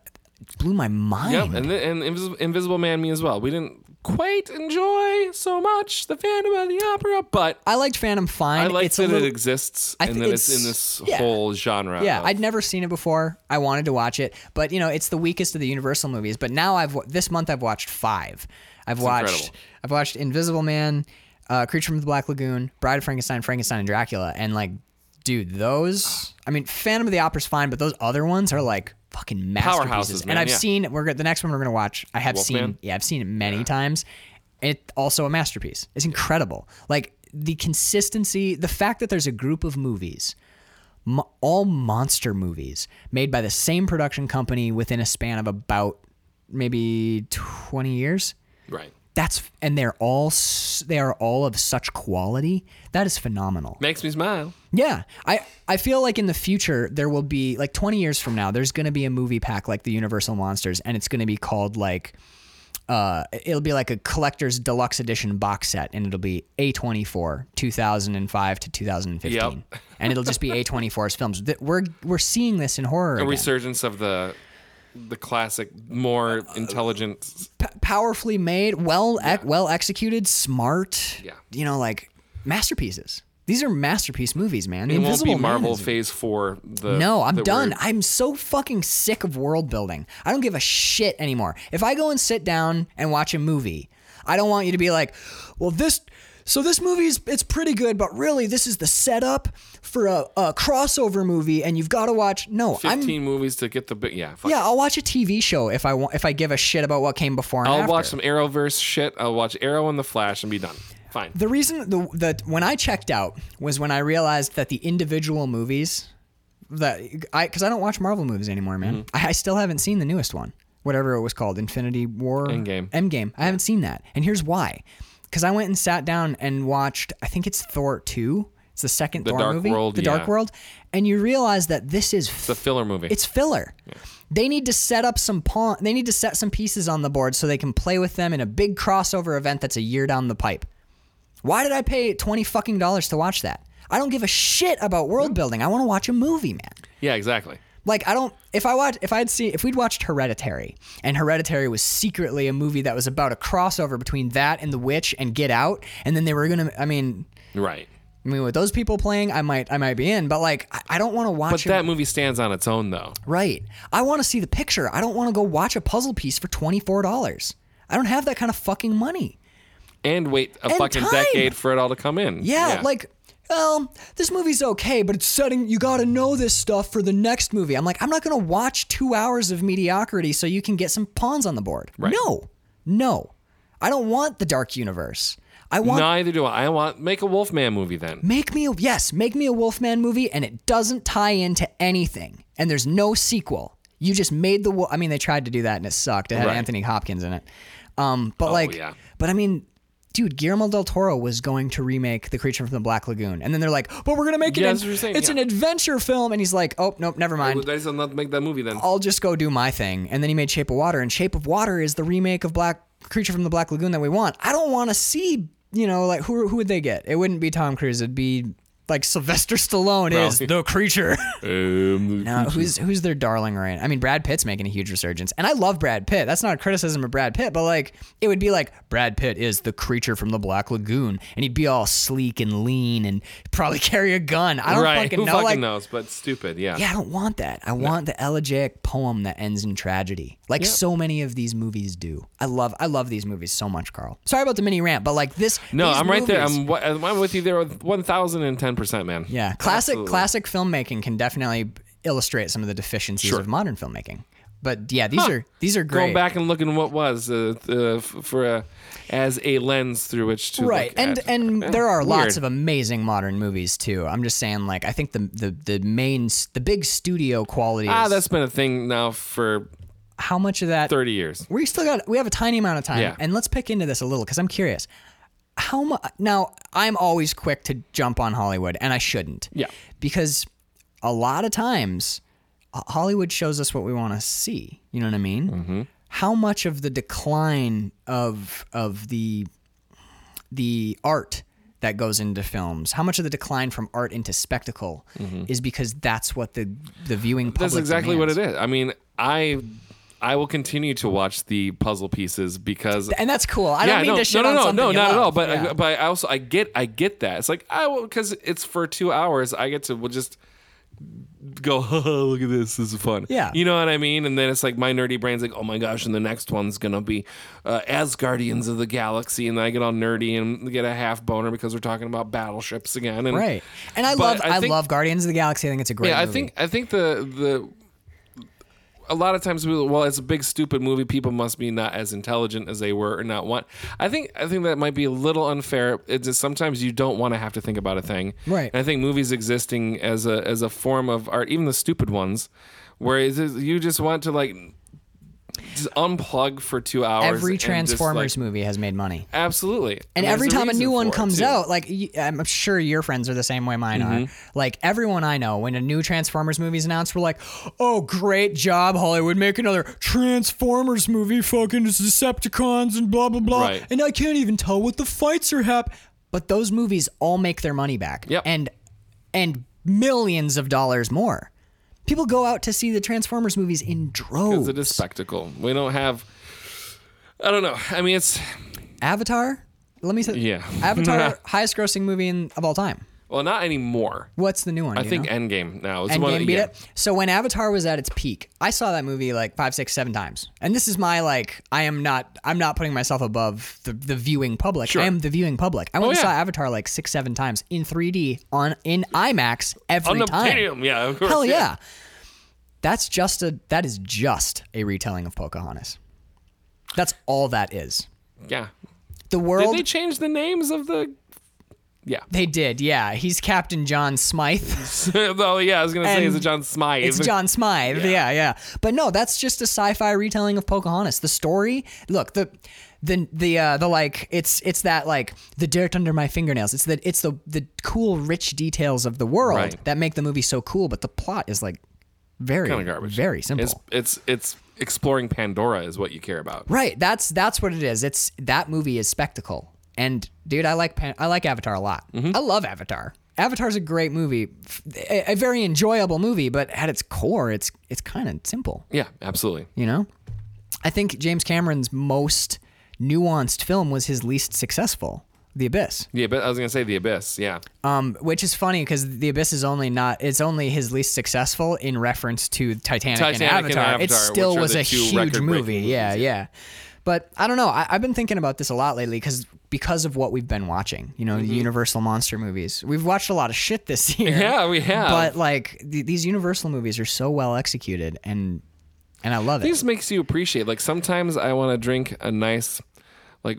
Speaker 2: blew my mind.
Speaker 1: Yep. And the, and Invis- Invisible Man me as well. We didn't quite enjoy so much the Phantom of the Opera, but
Speaker 2: I liked Phantom fine.
Speaker 1: I like
Speaker 2: it's
Speaker 1: that
Speaker 2: a little,
Speaker 1: it exists
Speaker 2: I
Speaker 1: and
Speaker 2: th-
Speaker 1: that it's,
Speaker 2: it's-
Speaker 1: in this
Speaker 2: yeah.
Speaker 1: whole genre.
Speaker 2: Yeah,
Speaker 1: of-
Speaker 2: I'd never seen it before. I wanted to watch it, but you know, it's the weakest of the Universal movies. But now I've wa- this month I've watched five. I've watched
Speaker 1: incredible.
Speaker 2: I've watched Invisible Man, uh, Creature from the Black Lagoon, Bride of Frankenstein, Frankenstein and Dracula, and like, dude, those. I mean, Phantom of the Opera's fine, but those other ones are like fucking masterpieces.
Speaker 1: Powerhouses, man,
Speaker 2: and I've
Speaker 1: yeah.
Speaker 2: seen we're go- the next one we're gonna watch. I have seen
Speaker 1: Wolfman?
Speaker 2: yeah, I've seen it many times. It also a masterpiece. It's incredible. Like the consistency, the fact that there's a group of movies mo- all monster movies made by the same production company within a span of about maybe 20 years
Speaker 1: right.
Speaker 2: that's and they're all s- they are all of such quality that is phenomenal
Speaker 1: Makes me smile.
Speaker 2: yeah i i feel like in the future there will be like 20 years from now there's going to be a movie pack like the universal monsters and it's going to be called like uh, it'll be like a collector's deluxe edition box set, and it'll be A24, 2005 to 2015, and it'll just be A24's films. That we're we're seeing this in horror.
Speaker 1: A
Speaker 2: again.
Speaker 1: resurgence of the the classic, more
Speaker 2: Uh,
Speaker 1: intelligent.
Speaker 2: P- powerfully made, well ec- well executed, smart.
Speaker 1: Yeah.
Speaker 2: You know, like masterpieces. These are masterpiece movies, man.
Speaker 1: It won't be
Speaker 2: Invisible Man
Speaker 1: Marvel
Speaker 2: is-
Speaker 1: Phase Four. The,
Speaker 2: No, I'm
Speaker 1: that
Speaker 2: done.
Speaker 1: we're-
Speaker 2: I'm so fucking sick of world building. I don't give a shit anymore. If I go and sit down and watch a movie, I don't want you to be like, "Well, this so this movie's it's pretty good, but really this is the setup for a, a crossover movie and you've got to watch." No, I'm
Speaker 1: 15 movies to get the big. Yeah. fuck
Speaker 2: Yeah, I'll watch a TV show if I want if I give a shit about what came before and
Speaker 1: I'll
Speaker 2: after.
Speaker 1: watch some Arrowverse shit. I'll watch Arrow and the Flash and be done. Fine.
Speaker 2: The reason the that when I checked out was when I realized that the individual movies that I because I don't watch Marvel movies anymore, man.
Speaker 1: Mm-hmm.
Speaker 2: I, I still haven't seen the newest one, whatever it was called, Infinity War,
Speaker 1: Endgame.
Speaker 2: Endgame. I haven't seen that, and here's why: because I went and sat down and watched. I think it's Thor two. It's the second Thor
Speaker 1: Dark
Speaker 2: movie,
Speaker 1: World,
Speaker 2: the Dark
Speaker 1: yeah.
Speaker 2: World, and you realize that this is
Speaker 1: It's a filler movie.
Speaker 2: it's filler. They need to set up some pawn. They need to set some pieces on the board so they can play with them in a big crossover event that's a year down the pipe. Why did I pay twenty fucking dollars to watch that? I don't give a shit about world building. I want to watch a movie, man.
Speaker 1: yeah, exactly.
Speaker 2: Like I don't. If I watch, if I'd see, if we'd watched Hereditary, and Hereditary was secretly a movie that was about a crossover between that and The Witch and Get Out, and then they were gonna. I mean,
Speaker 1: Right.
Speaker 2: I mean, with those people playing, I might, I might be in. But like, I, I don't want to watch.
Speaker 1: But
Speaker 2: a-
Speaker 1: that movie stands on its own, though.
Speaker 2: Right. I want to see the picture. I don't want to go watch a puzzle piece for $24. I don't have that kind of fucking money.
Speaker 1: And wait a
Speaker 2: And
Speaker 1: fucking
Speaker 2: time.
Speaker 1: decade for it all to come in.
Speaker 2: Yeah, like, well, this movie's okay, but it's setting, you got to know this stuff for the next movie. I'm like, I'm not going to watch two hours of mediocrity so you can get some pawns on the board.
Speaker 1: Right.
Speaker 2: No, no. I don't want the dark universe. I want.
Speaker 1: Neither do I. I want make a Wolfman movie then.
Speaker 2: Make me a yes, make me a Wolfman movie, and it doesn't tie into anything, and there's no sequel. You just made the. Wo- I mean, they tried to do that and it sucked. It had
Speaker 1: Right. Oh,
Speaker 2: Anthony Hopkins in it, um, but like,
Speaker 1: yeah.
Speaker 2: but I mean, dude, Guillermo del Toro was going to remake The Creature from the Black Lagoon, and then they're like, but we're gonna make it.
Speaker 1: Yeah,
Speaker 2: an-
Speaker 1: that's what you're saying,
Speaker 2: it's
Speaker 1: yeah.
Speaker 2: an adventure film, and he's like, oh nope, never mind.
Speaker 1: Well, they should not make that movie then.
Speaker 2: I'll just go do my thing. And then he made Shape of Water, and Shape of Water is the remake of Black Creature from the Black Lagoon that we want. I don't want to see, you know, like who who would they get? It wouldn't be Tom Cruise. It'd be like Sylvester Stallone is the creature.
Speaker 1: Um,
Speaker 2: no, who's who's their darling right? I mean, Brad Pitt's making a huge resurgence, and I love Brad Pitt. That's not a criticism of Brad Pitt, but like it would be like Brad Pitt is the creature from the Black Lagoon, and he'd be all sleek and lean and probably carry a gun. I don't
Speaker 1: right.
Speaker 2: fucking
Speaker 1: Who
Speaker 2: know.
Speaker 1: fucking
Speaker 2: like,
Speaker 1: knows? But stupid. Yeah.
Speaker 2: yeah, I don't want that. I want the elegiac poem that ends in tragedy, like so many of these movies do. I love, I love these movies so much, Carl. Sorry about the mini rant, but like this.
Speaker 1: No,
Speaker 2: these
Speaker 1: I'm right there.
Speaker 2: movies-
Speaker 1: I'm wa- I'm with you there. One thousand and ten percent, man.
Speaker 2: yeah, classic
Speaker 1: Absolutely.
Speaker 2: classic filmmaking can definitely illustrate some of the deficiencies of modern filmmaking. But yeah, these are these are great.
Speaker 1: Going back and looking what was uh, uh, f- for a, as a lens through which to
Speaker 2: right
Speaker 1: look
Speaker 2: and
Speaker 1: at.
Speaker 2: and there are lots
Speaker 1: Weird.
Speaker 2: of amazing modern movies too i'm just saying like i think the the, the main s- the big studio quality
Speaker 1: ah
Speaker 2: is
Speaker 1: that's been a thing now for
Speaker 2: how much of that
Speaker 1: thirty years.
Speaker 2: we still got we have a tiny amount of time
Speaker 1: Yeah.
Speaker 2: and let's pick into this a little because i'm curious how much now i'm always quick to jump on hollywood and i shouldn't
Speaker 1: Yeah.
Speaker 2: because a lot of times Ho- hollywood shows us what we want to see you know what i mean mm-hmm. how much of the decline of of the the art that goes into films, how much of the decline from art into spectacle is because that's what the the viewing public
Speaker 1: Mm-hmm. That's exactly
Speaker 2: demands.
Speaker 1: what it is. I mean, I I will continue to watch the puzzle pieces because
Speaker 2: and that's cool. I don't mean
Speaker 1: no,
Speaker 2: to shit
Speaker 1: no,
Speaker 2: on
Speaker 1: no,
Speaker 2: something
Speaker 1: no,
Speaker 2: you
Speaker 1: not at
Speaker 2: love.
Speaker 1: all. But uh,
Speaker 2: Yeah.
Speaker 1: I, but I also I get I get that. It's like I because it's for two hours. I get to we'll just go. "Ha, ha, look at this. This is fun.
Speaker 2: Yeah.
Speaker 1: you know what I mean. And then it's like my nerdy brain's like, oh my gosh, and the next one's gonna be uh, as Guardians of the Galaxy, and then I get all nerdy and get a half boner because we're talking about battleships again. And
Speaker 2: right, and I
Speaker 1: But
Speaker 2: love
Speaker 1: I
Speaker 2: I,
Speaker 1: think-
Speaker 2: love Guardians of the Galaxy. I think it's a great.
Speaker 1: yeah, I
Speaker 2: movie.
Speaker 1: think I think the the a lot of times people well it's a big stupid movie people must be not as intelligent as they were or not want I think I think that might be a little unfair it's just sometimes you don't want to have to think about a thing
Speaker 2: Right.
Speaker 1: and I think movies existing as a as a form of art even the stupid ones where it's just- you just want to like just unplug for two hours
Speaker 2: every
Speaker 1: and just,
Speaker 2: Transformers
Speaker 1: like,
Speaker 2: movie has made money.
Speaker 1: absolutely
Speaker 2: And
Speaker 1: There's
Speaker 2: every time a
Speaker 1: reason
Speaker 2: new one
Speaker 1: for it,
Speaker 2: comes
Speaker 1: too.
Speaker 2: out, like y- I'm sure your friends are the same way mine are.
Speaker 1: Mm-hmm.
Speaker 2: Like everyone I know, when a new Transformers movie is announced, we're like, "Oh, great job, Hollywood! Make another Transformers movie, fucking it's Decepticons and blah blah blah."
Speaker 1: Right.
Speaker 2: And I can't even tell what the fights are happening. But those movies all make their money back,
Speaker 1: Yep.
Speaker 2: and and millions of dollars more. People go out to see the Transformers movies in droves.
Speaker 1: because it is spectacle we don't have I don't know I mean it's
Speaker 2: Avatar. Let me say,
Speaker 1: Yeah.
Speaker 2: Avatar, highest grossing movie in, of all time.
Speaker 1: Well, not anymore.
Speaker 2: What's the new one?
Speaker 1: I
Speaker 2: do you
Speaker 1: think
Speaker 2: know?
Speaker 1: Endgame now. It's
Speaker 2: Endgame
Speaker 1: one,
Speaker 2: beat
Speaker 1: yeah.
Speaker 2: it. So when Avatar was at its peak, I saw that movie like five, six, seven times. And this is my like, I am not, I'm not putting myself above the, the viewing public. I am the viewing public. I went and
Speaker 1: Oh, yeah.
Speaker 2: saw Avatar like six, seven times in 3D on in IMAX every
Speaker 1: On the
Speaker 2: time.
Speaker 1: podium, yeah, of course.
Speaker 2: Hell yeah. That's just a that is just a retelling of Pocahontas. That's all that is.
Speaker 1: Yeah.
Speaker 2: The
Speaker 1: Did
Speaker 2: world
Speaker 1: they change the names of the? Yeah.
Speaker 2: they did, yeah. He's Captain John Smythe.
Speaker 1: oh yeah, I was gonna say
Speaker 2: And
Speaker 1: it's a John Smythe.
Speaker 2: It's John Smythe. Yeah. yeah, But no, that's just a sci-fi retelling of Pocahontas. The story, look, the the the uh, the like it's it's that like the dirt under my fingernails. It's the it's the the cool rich details of the world
Speaker 1: Right.
Speaker 2: that make the movie so cool, but the plot is like very
Speaker 1: Kinda garbage.
Speaker 2: very simple.
Speaker 1: It's it's it's exploring Pandora is what you care about.
Speaker 2: right, that's that's what it is. It's that movie is spectacle. And dude, I like Pan- I like Avatar a lot.
Speaker 1: Mm-hmm.
Speaker 2: I love Avatar. Avatar's a great movie, f- a, a very enjoyable movie, but at its core, it's it's kind of simple.
Speaker 1: Yeah, absolutely.
Speaker 2: You know, I think James Cameron's most nuanced film was his least successful, The Abyss.
Speaker 1: Yeah, but I was gonna say the Abyss. Yeah.
Speaker 2: Um, which is funny because The Abyss is only not it's only his least successful in reference to Titanic, and,
Speaker 1: Titanic and
Speaker 2: Avatar. It
Speaker 1: Avatar,
Speaker 2: still
Speaker 1: which are
Speaker 2: was
Speaker 1: the
Speaker 2: a
Speaker 1: two
Speaker 2: huge
Speaker 1: record-breaking
Speaker 2: movie. Yeah,
Speaker 1: movies,
Speaker 2: yeah. But I don't know. I, I've been thinking about this a lot lately because because of what we've been watching. You know,
Speaker 1: Mm-hmm.
Speaker 2: the Universal monster movies. We've watched a lot of shit this year.
Speaker 1: Yeah, we have.
Speaker 2: But like th- these Universal movies are so well executed and and I love it.
Speaker 1: This makes you appreciate. Like sometimes I want to drink a nice, like,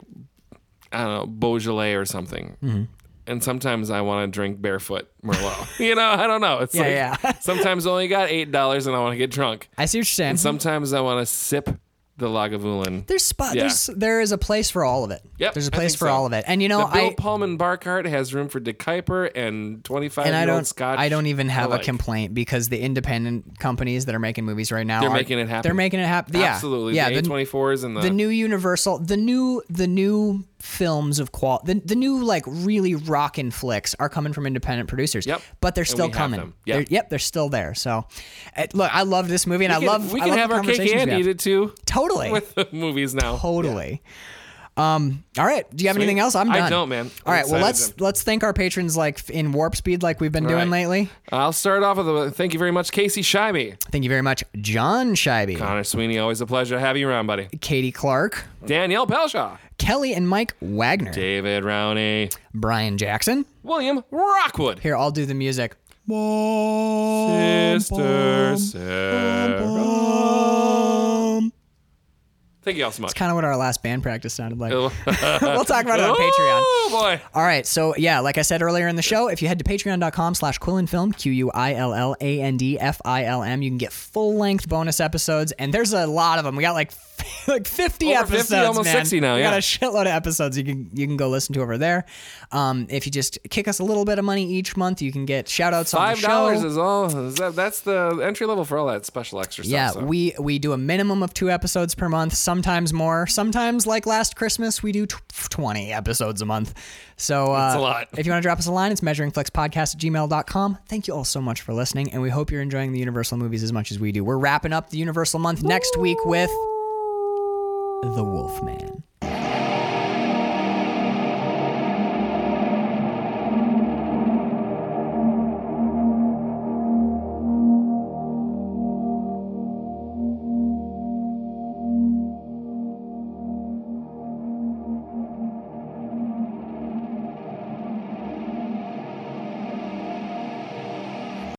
Speaker 1: I don't know, Beaujolais or something.
Speaker 2: Mm-hmm.
Speaker 1: And sometimes I want to drink barefoot Merlot. you know, I don't know. It's
Speaker 2: Yeah,
Speaker 1: like
Speaker 2: yeah.
Speaker 1: sometimes I only got eight dollars and I want to get drunk.
Speaker 2: I see what you're saying.
Speaker 1: Sometimes I want to sip the Lagavulin.
Speaker 2: There's spot.
Speaker 1: Yeah.
Speaker 2: There's there is a place for all of it.
Speaker 1: Yep,
Speaker 2: There's a
Speaker 1: I
Speaker 2: place
Speaker 1: think
Speaker 2: for
Speaker 1: so.
Speaker 2: all of it, and you know
Speaker 1: the Bill
Speaker 2: I
Speaker 1: Pullman bar cart has room for De Kuyper and 25
Speaker 2: and I
Speaker 1: year old
Speaker 2: don't
Speaker 1: Scotch.
Speaker 2: I don't even have
Speaker 1: alike.
Speaker 2: a complaint because the independent companies that are making movies right now
Speaker 1: They're
Speaker 2: are-
Speaker 1: making it happen.
Speaker 2: They're making it happen. Yeah,
Speaker 1: Absolutely.
Speaker 2: Yeah,
Speaker 1: The uh, A24s and the,
Speaker 2: the new Universal, the new the new films of qual, the, the new like really rockin' flicks are coming from independent producers.
Speaker 1: Yep.
Speaker 2: but they're
Speaker 1: And
Speaker 2: still
Speaker 1: we have
Speaker 2: coming.
Speaker 1: them. Yeah.
Speaker 2: They're, yep, they're still there. So, eh, look, I love this movie, and I
Speaker 1: We can-
Speaker 2: love.
Speaker 1: We
Speaker 2: I
Speaker 1: can
Speaker 2: love
Speaker 1: have
Speaker 2: the
Speaker 1: our cake
Speaker 2: conversations
Speaker 1: and
Speaker 2: we have.
Speaker 1: eat it too
Speaker 2: Totally.
Speaker 1: with the movies now.
Speaker 2: Totally. Um, all right. Do you have anything else? I'm
Speaker 1: I
Speaker 2: done.
Speaker 1: don't, man.
Speaker 2: All
Speaker 1: I'm
Speaker 2: right. Well,
Speaker 1: excited
Speaker 2: let's let's thank our patrons like in warp speed, like we've been doing
Speaker 1: right.
Speaker 2: lately.
Speaker 1: I'll start off with a thank you very much, Casey Scheibe.
Speaker 2: Thank you very much, John Scheibe,
Speaker 1: Connor Sweeney, always a pleasure to have you around, buddy.
Speaker 2: Katie Clark,
Speaker 1: Danielle Pelshaw,
Speaker 2: Kelly and Mike Wagner,
Speaker 1: David Rowney,
Speaker 2: Brian Jackson.
Speaker 1: William Rockwood,
Speaker 2: Here, I'll do the music.
Speaker 1: Sister Sarah. Thank you all so much.
Speaker 2: Kind of what our last band practice sounded like.
Speaker 1: Oh.
Speaker 2: we'll talk about it on Patreon.
Speaker 1: Oh boy.
Speaker 2: All right, so yeah, like I said earlier in the show, if you head to patreon.com slash quillandfilm, Q-U-I-L-L-A-N-D-F-I-L-M, you can get full-length bonus episodes, and there's a lot of them. We got like, like 50
Speaker 1: Over 50,
Speaker 2: episodes,
Speaker 1: almost
Speaker 2: man.
Speaker 1: 60 now,
Speaker 2: We
Speaker 1: yeah.
Speaker 2: got a shitload of episodes you can you can go listen to over there. Um, if you just kick us a little bit of money each month, you can get shout-outs on the
Speaker 1: Five
Speaker 2: show.
Speaker 1: dollars is all. Is that, that's the entry level for all that special extra stuff.
Speaker 2: Yeah,
Speaker 1: so.
Speaker 2: we we do a minimum of two episodes per month, sometimes more. Sometimes, like last Christmas, we do tw 20 episodes a month. So uh,
Speaker 1: a lot.
Speaker 2: If you want to drop us a line, it's measuringflexpodcast at gmail.com. Thank you all so much for listening, and we hope you're enjoying the Universal movies as much as we do. We're wrapping up the Universal month next week with The Wolfman.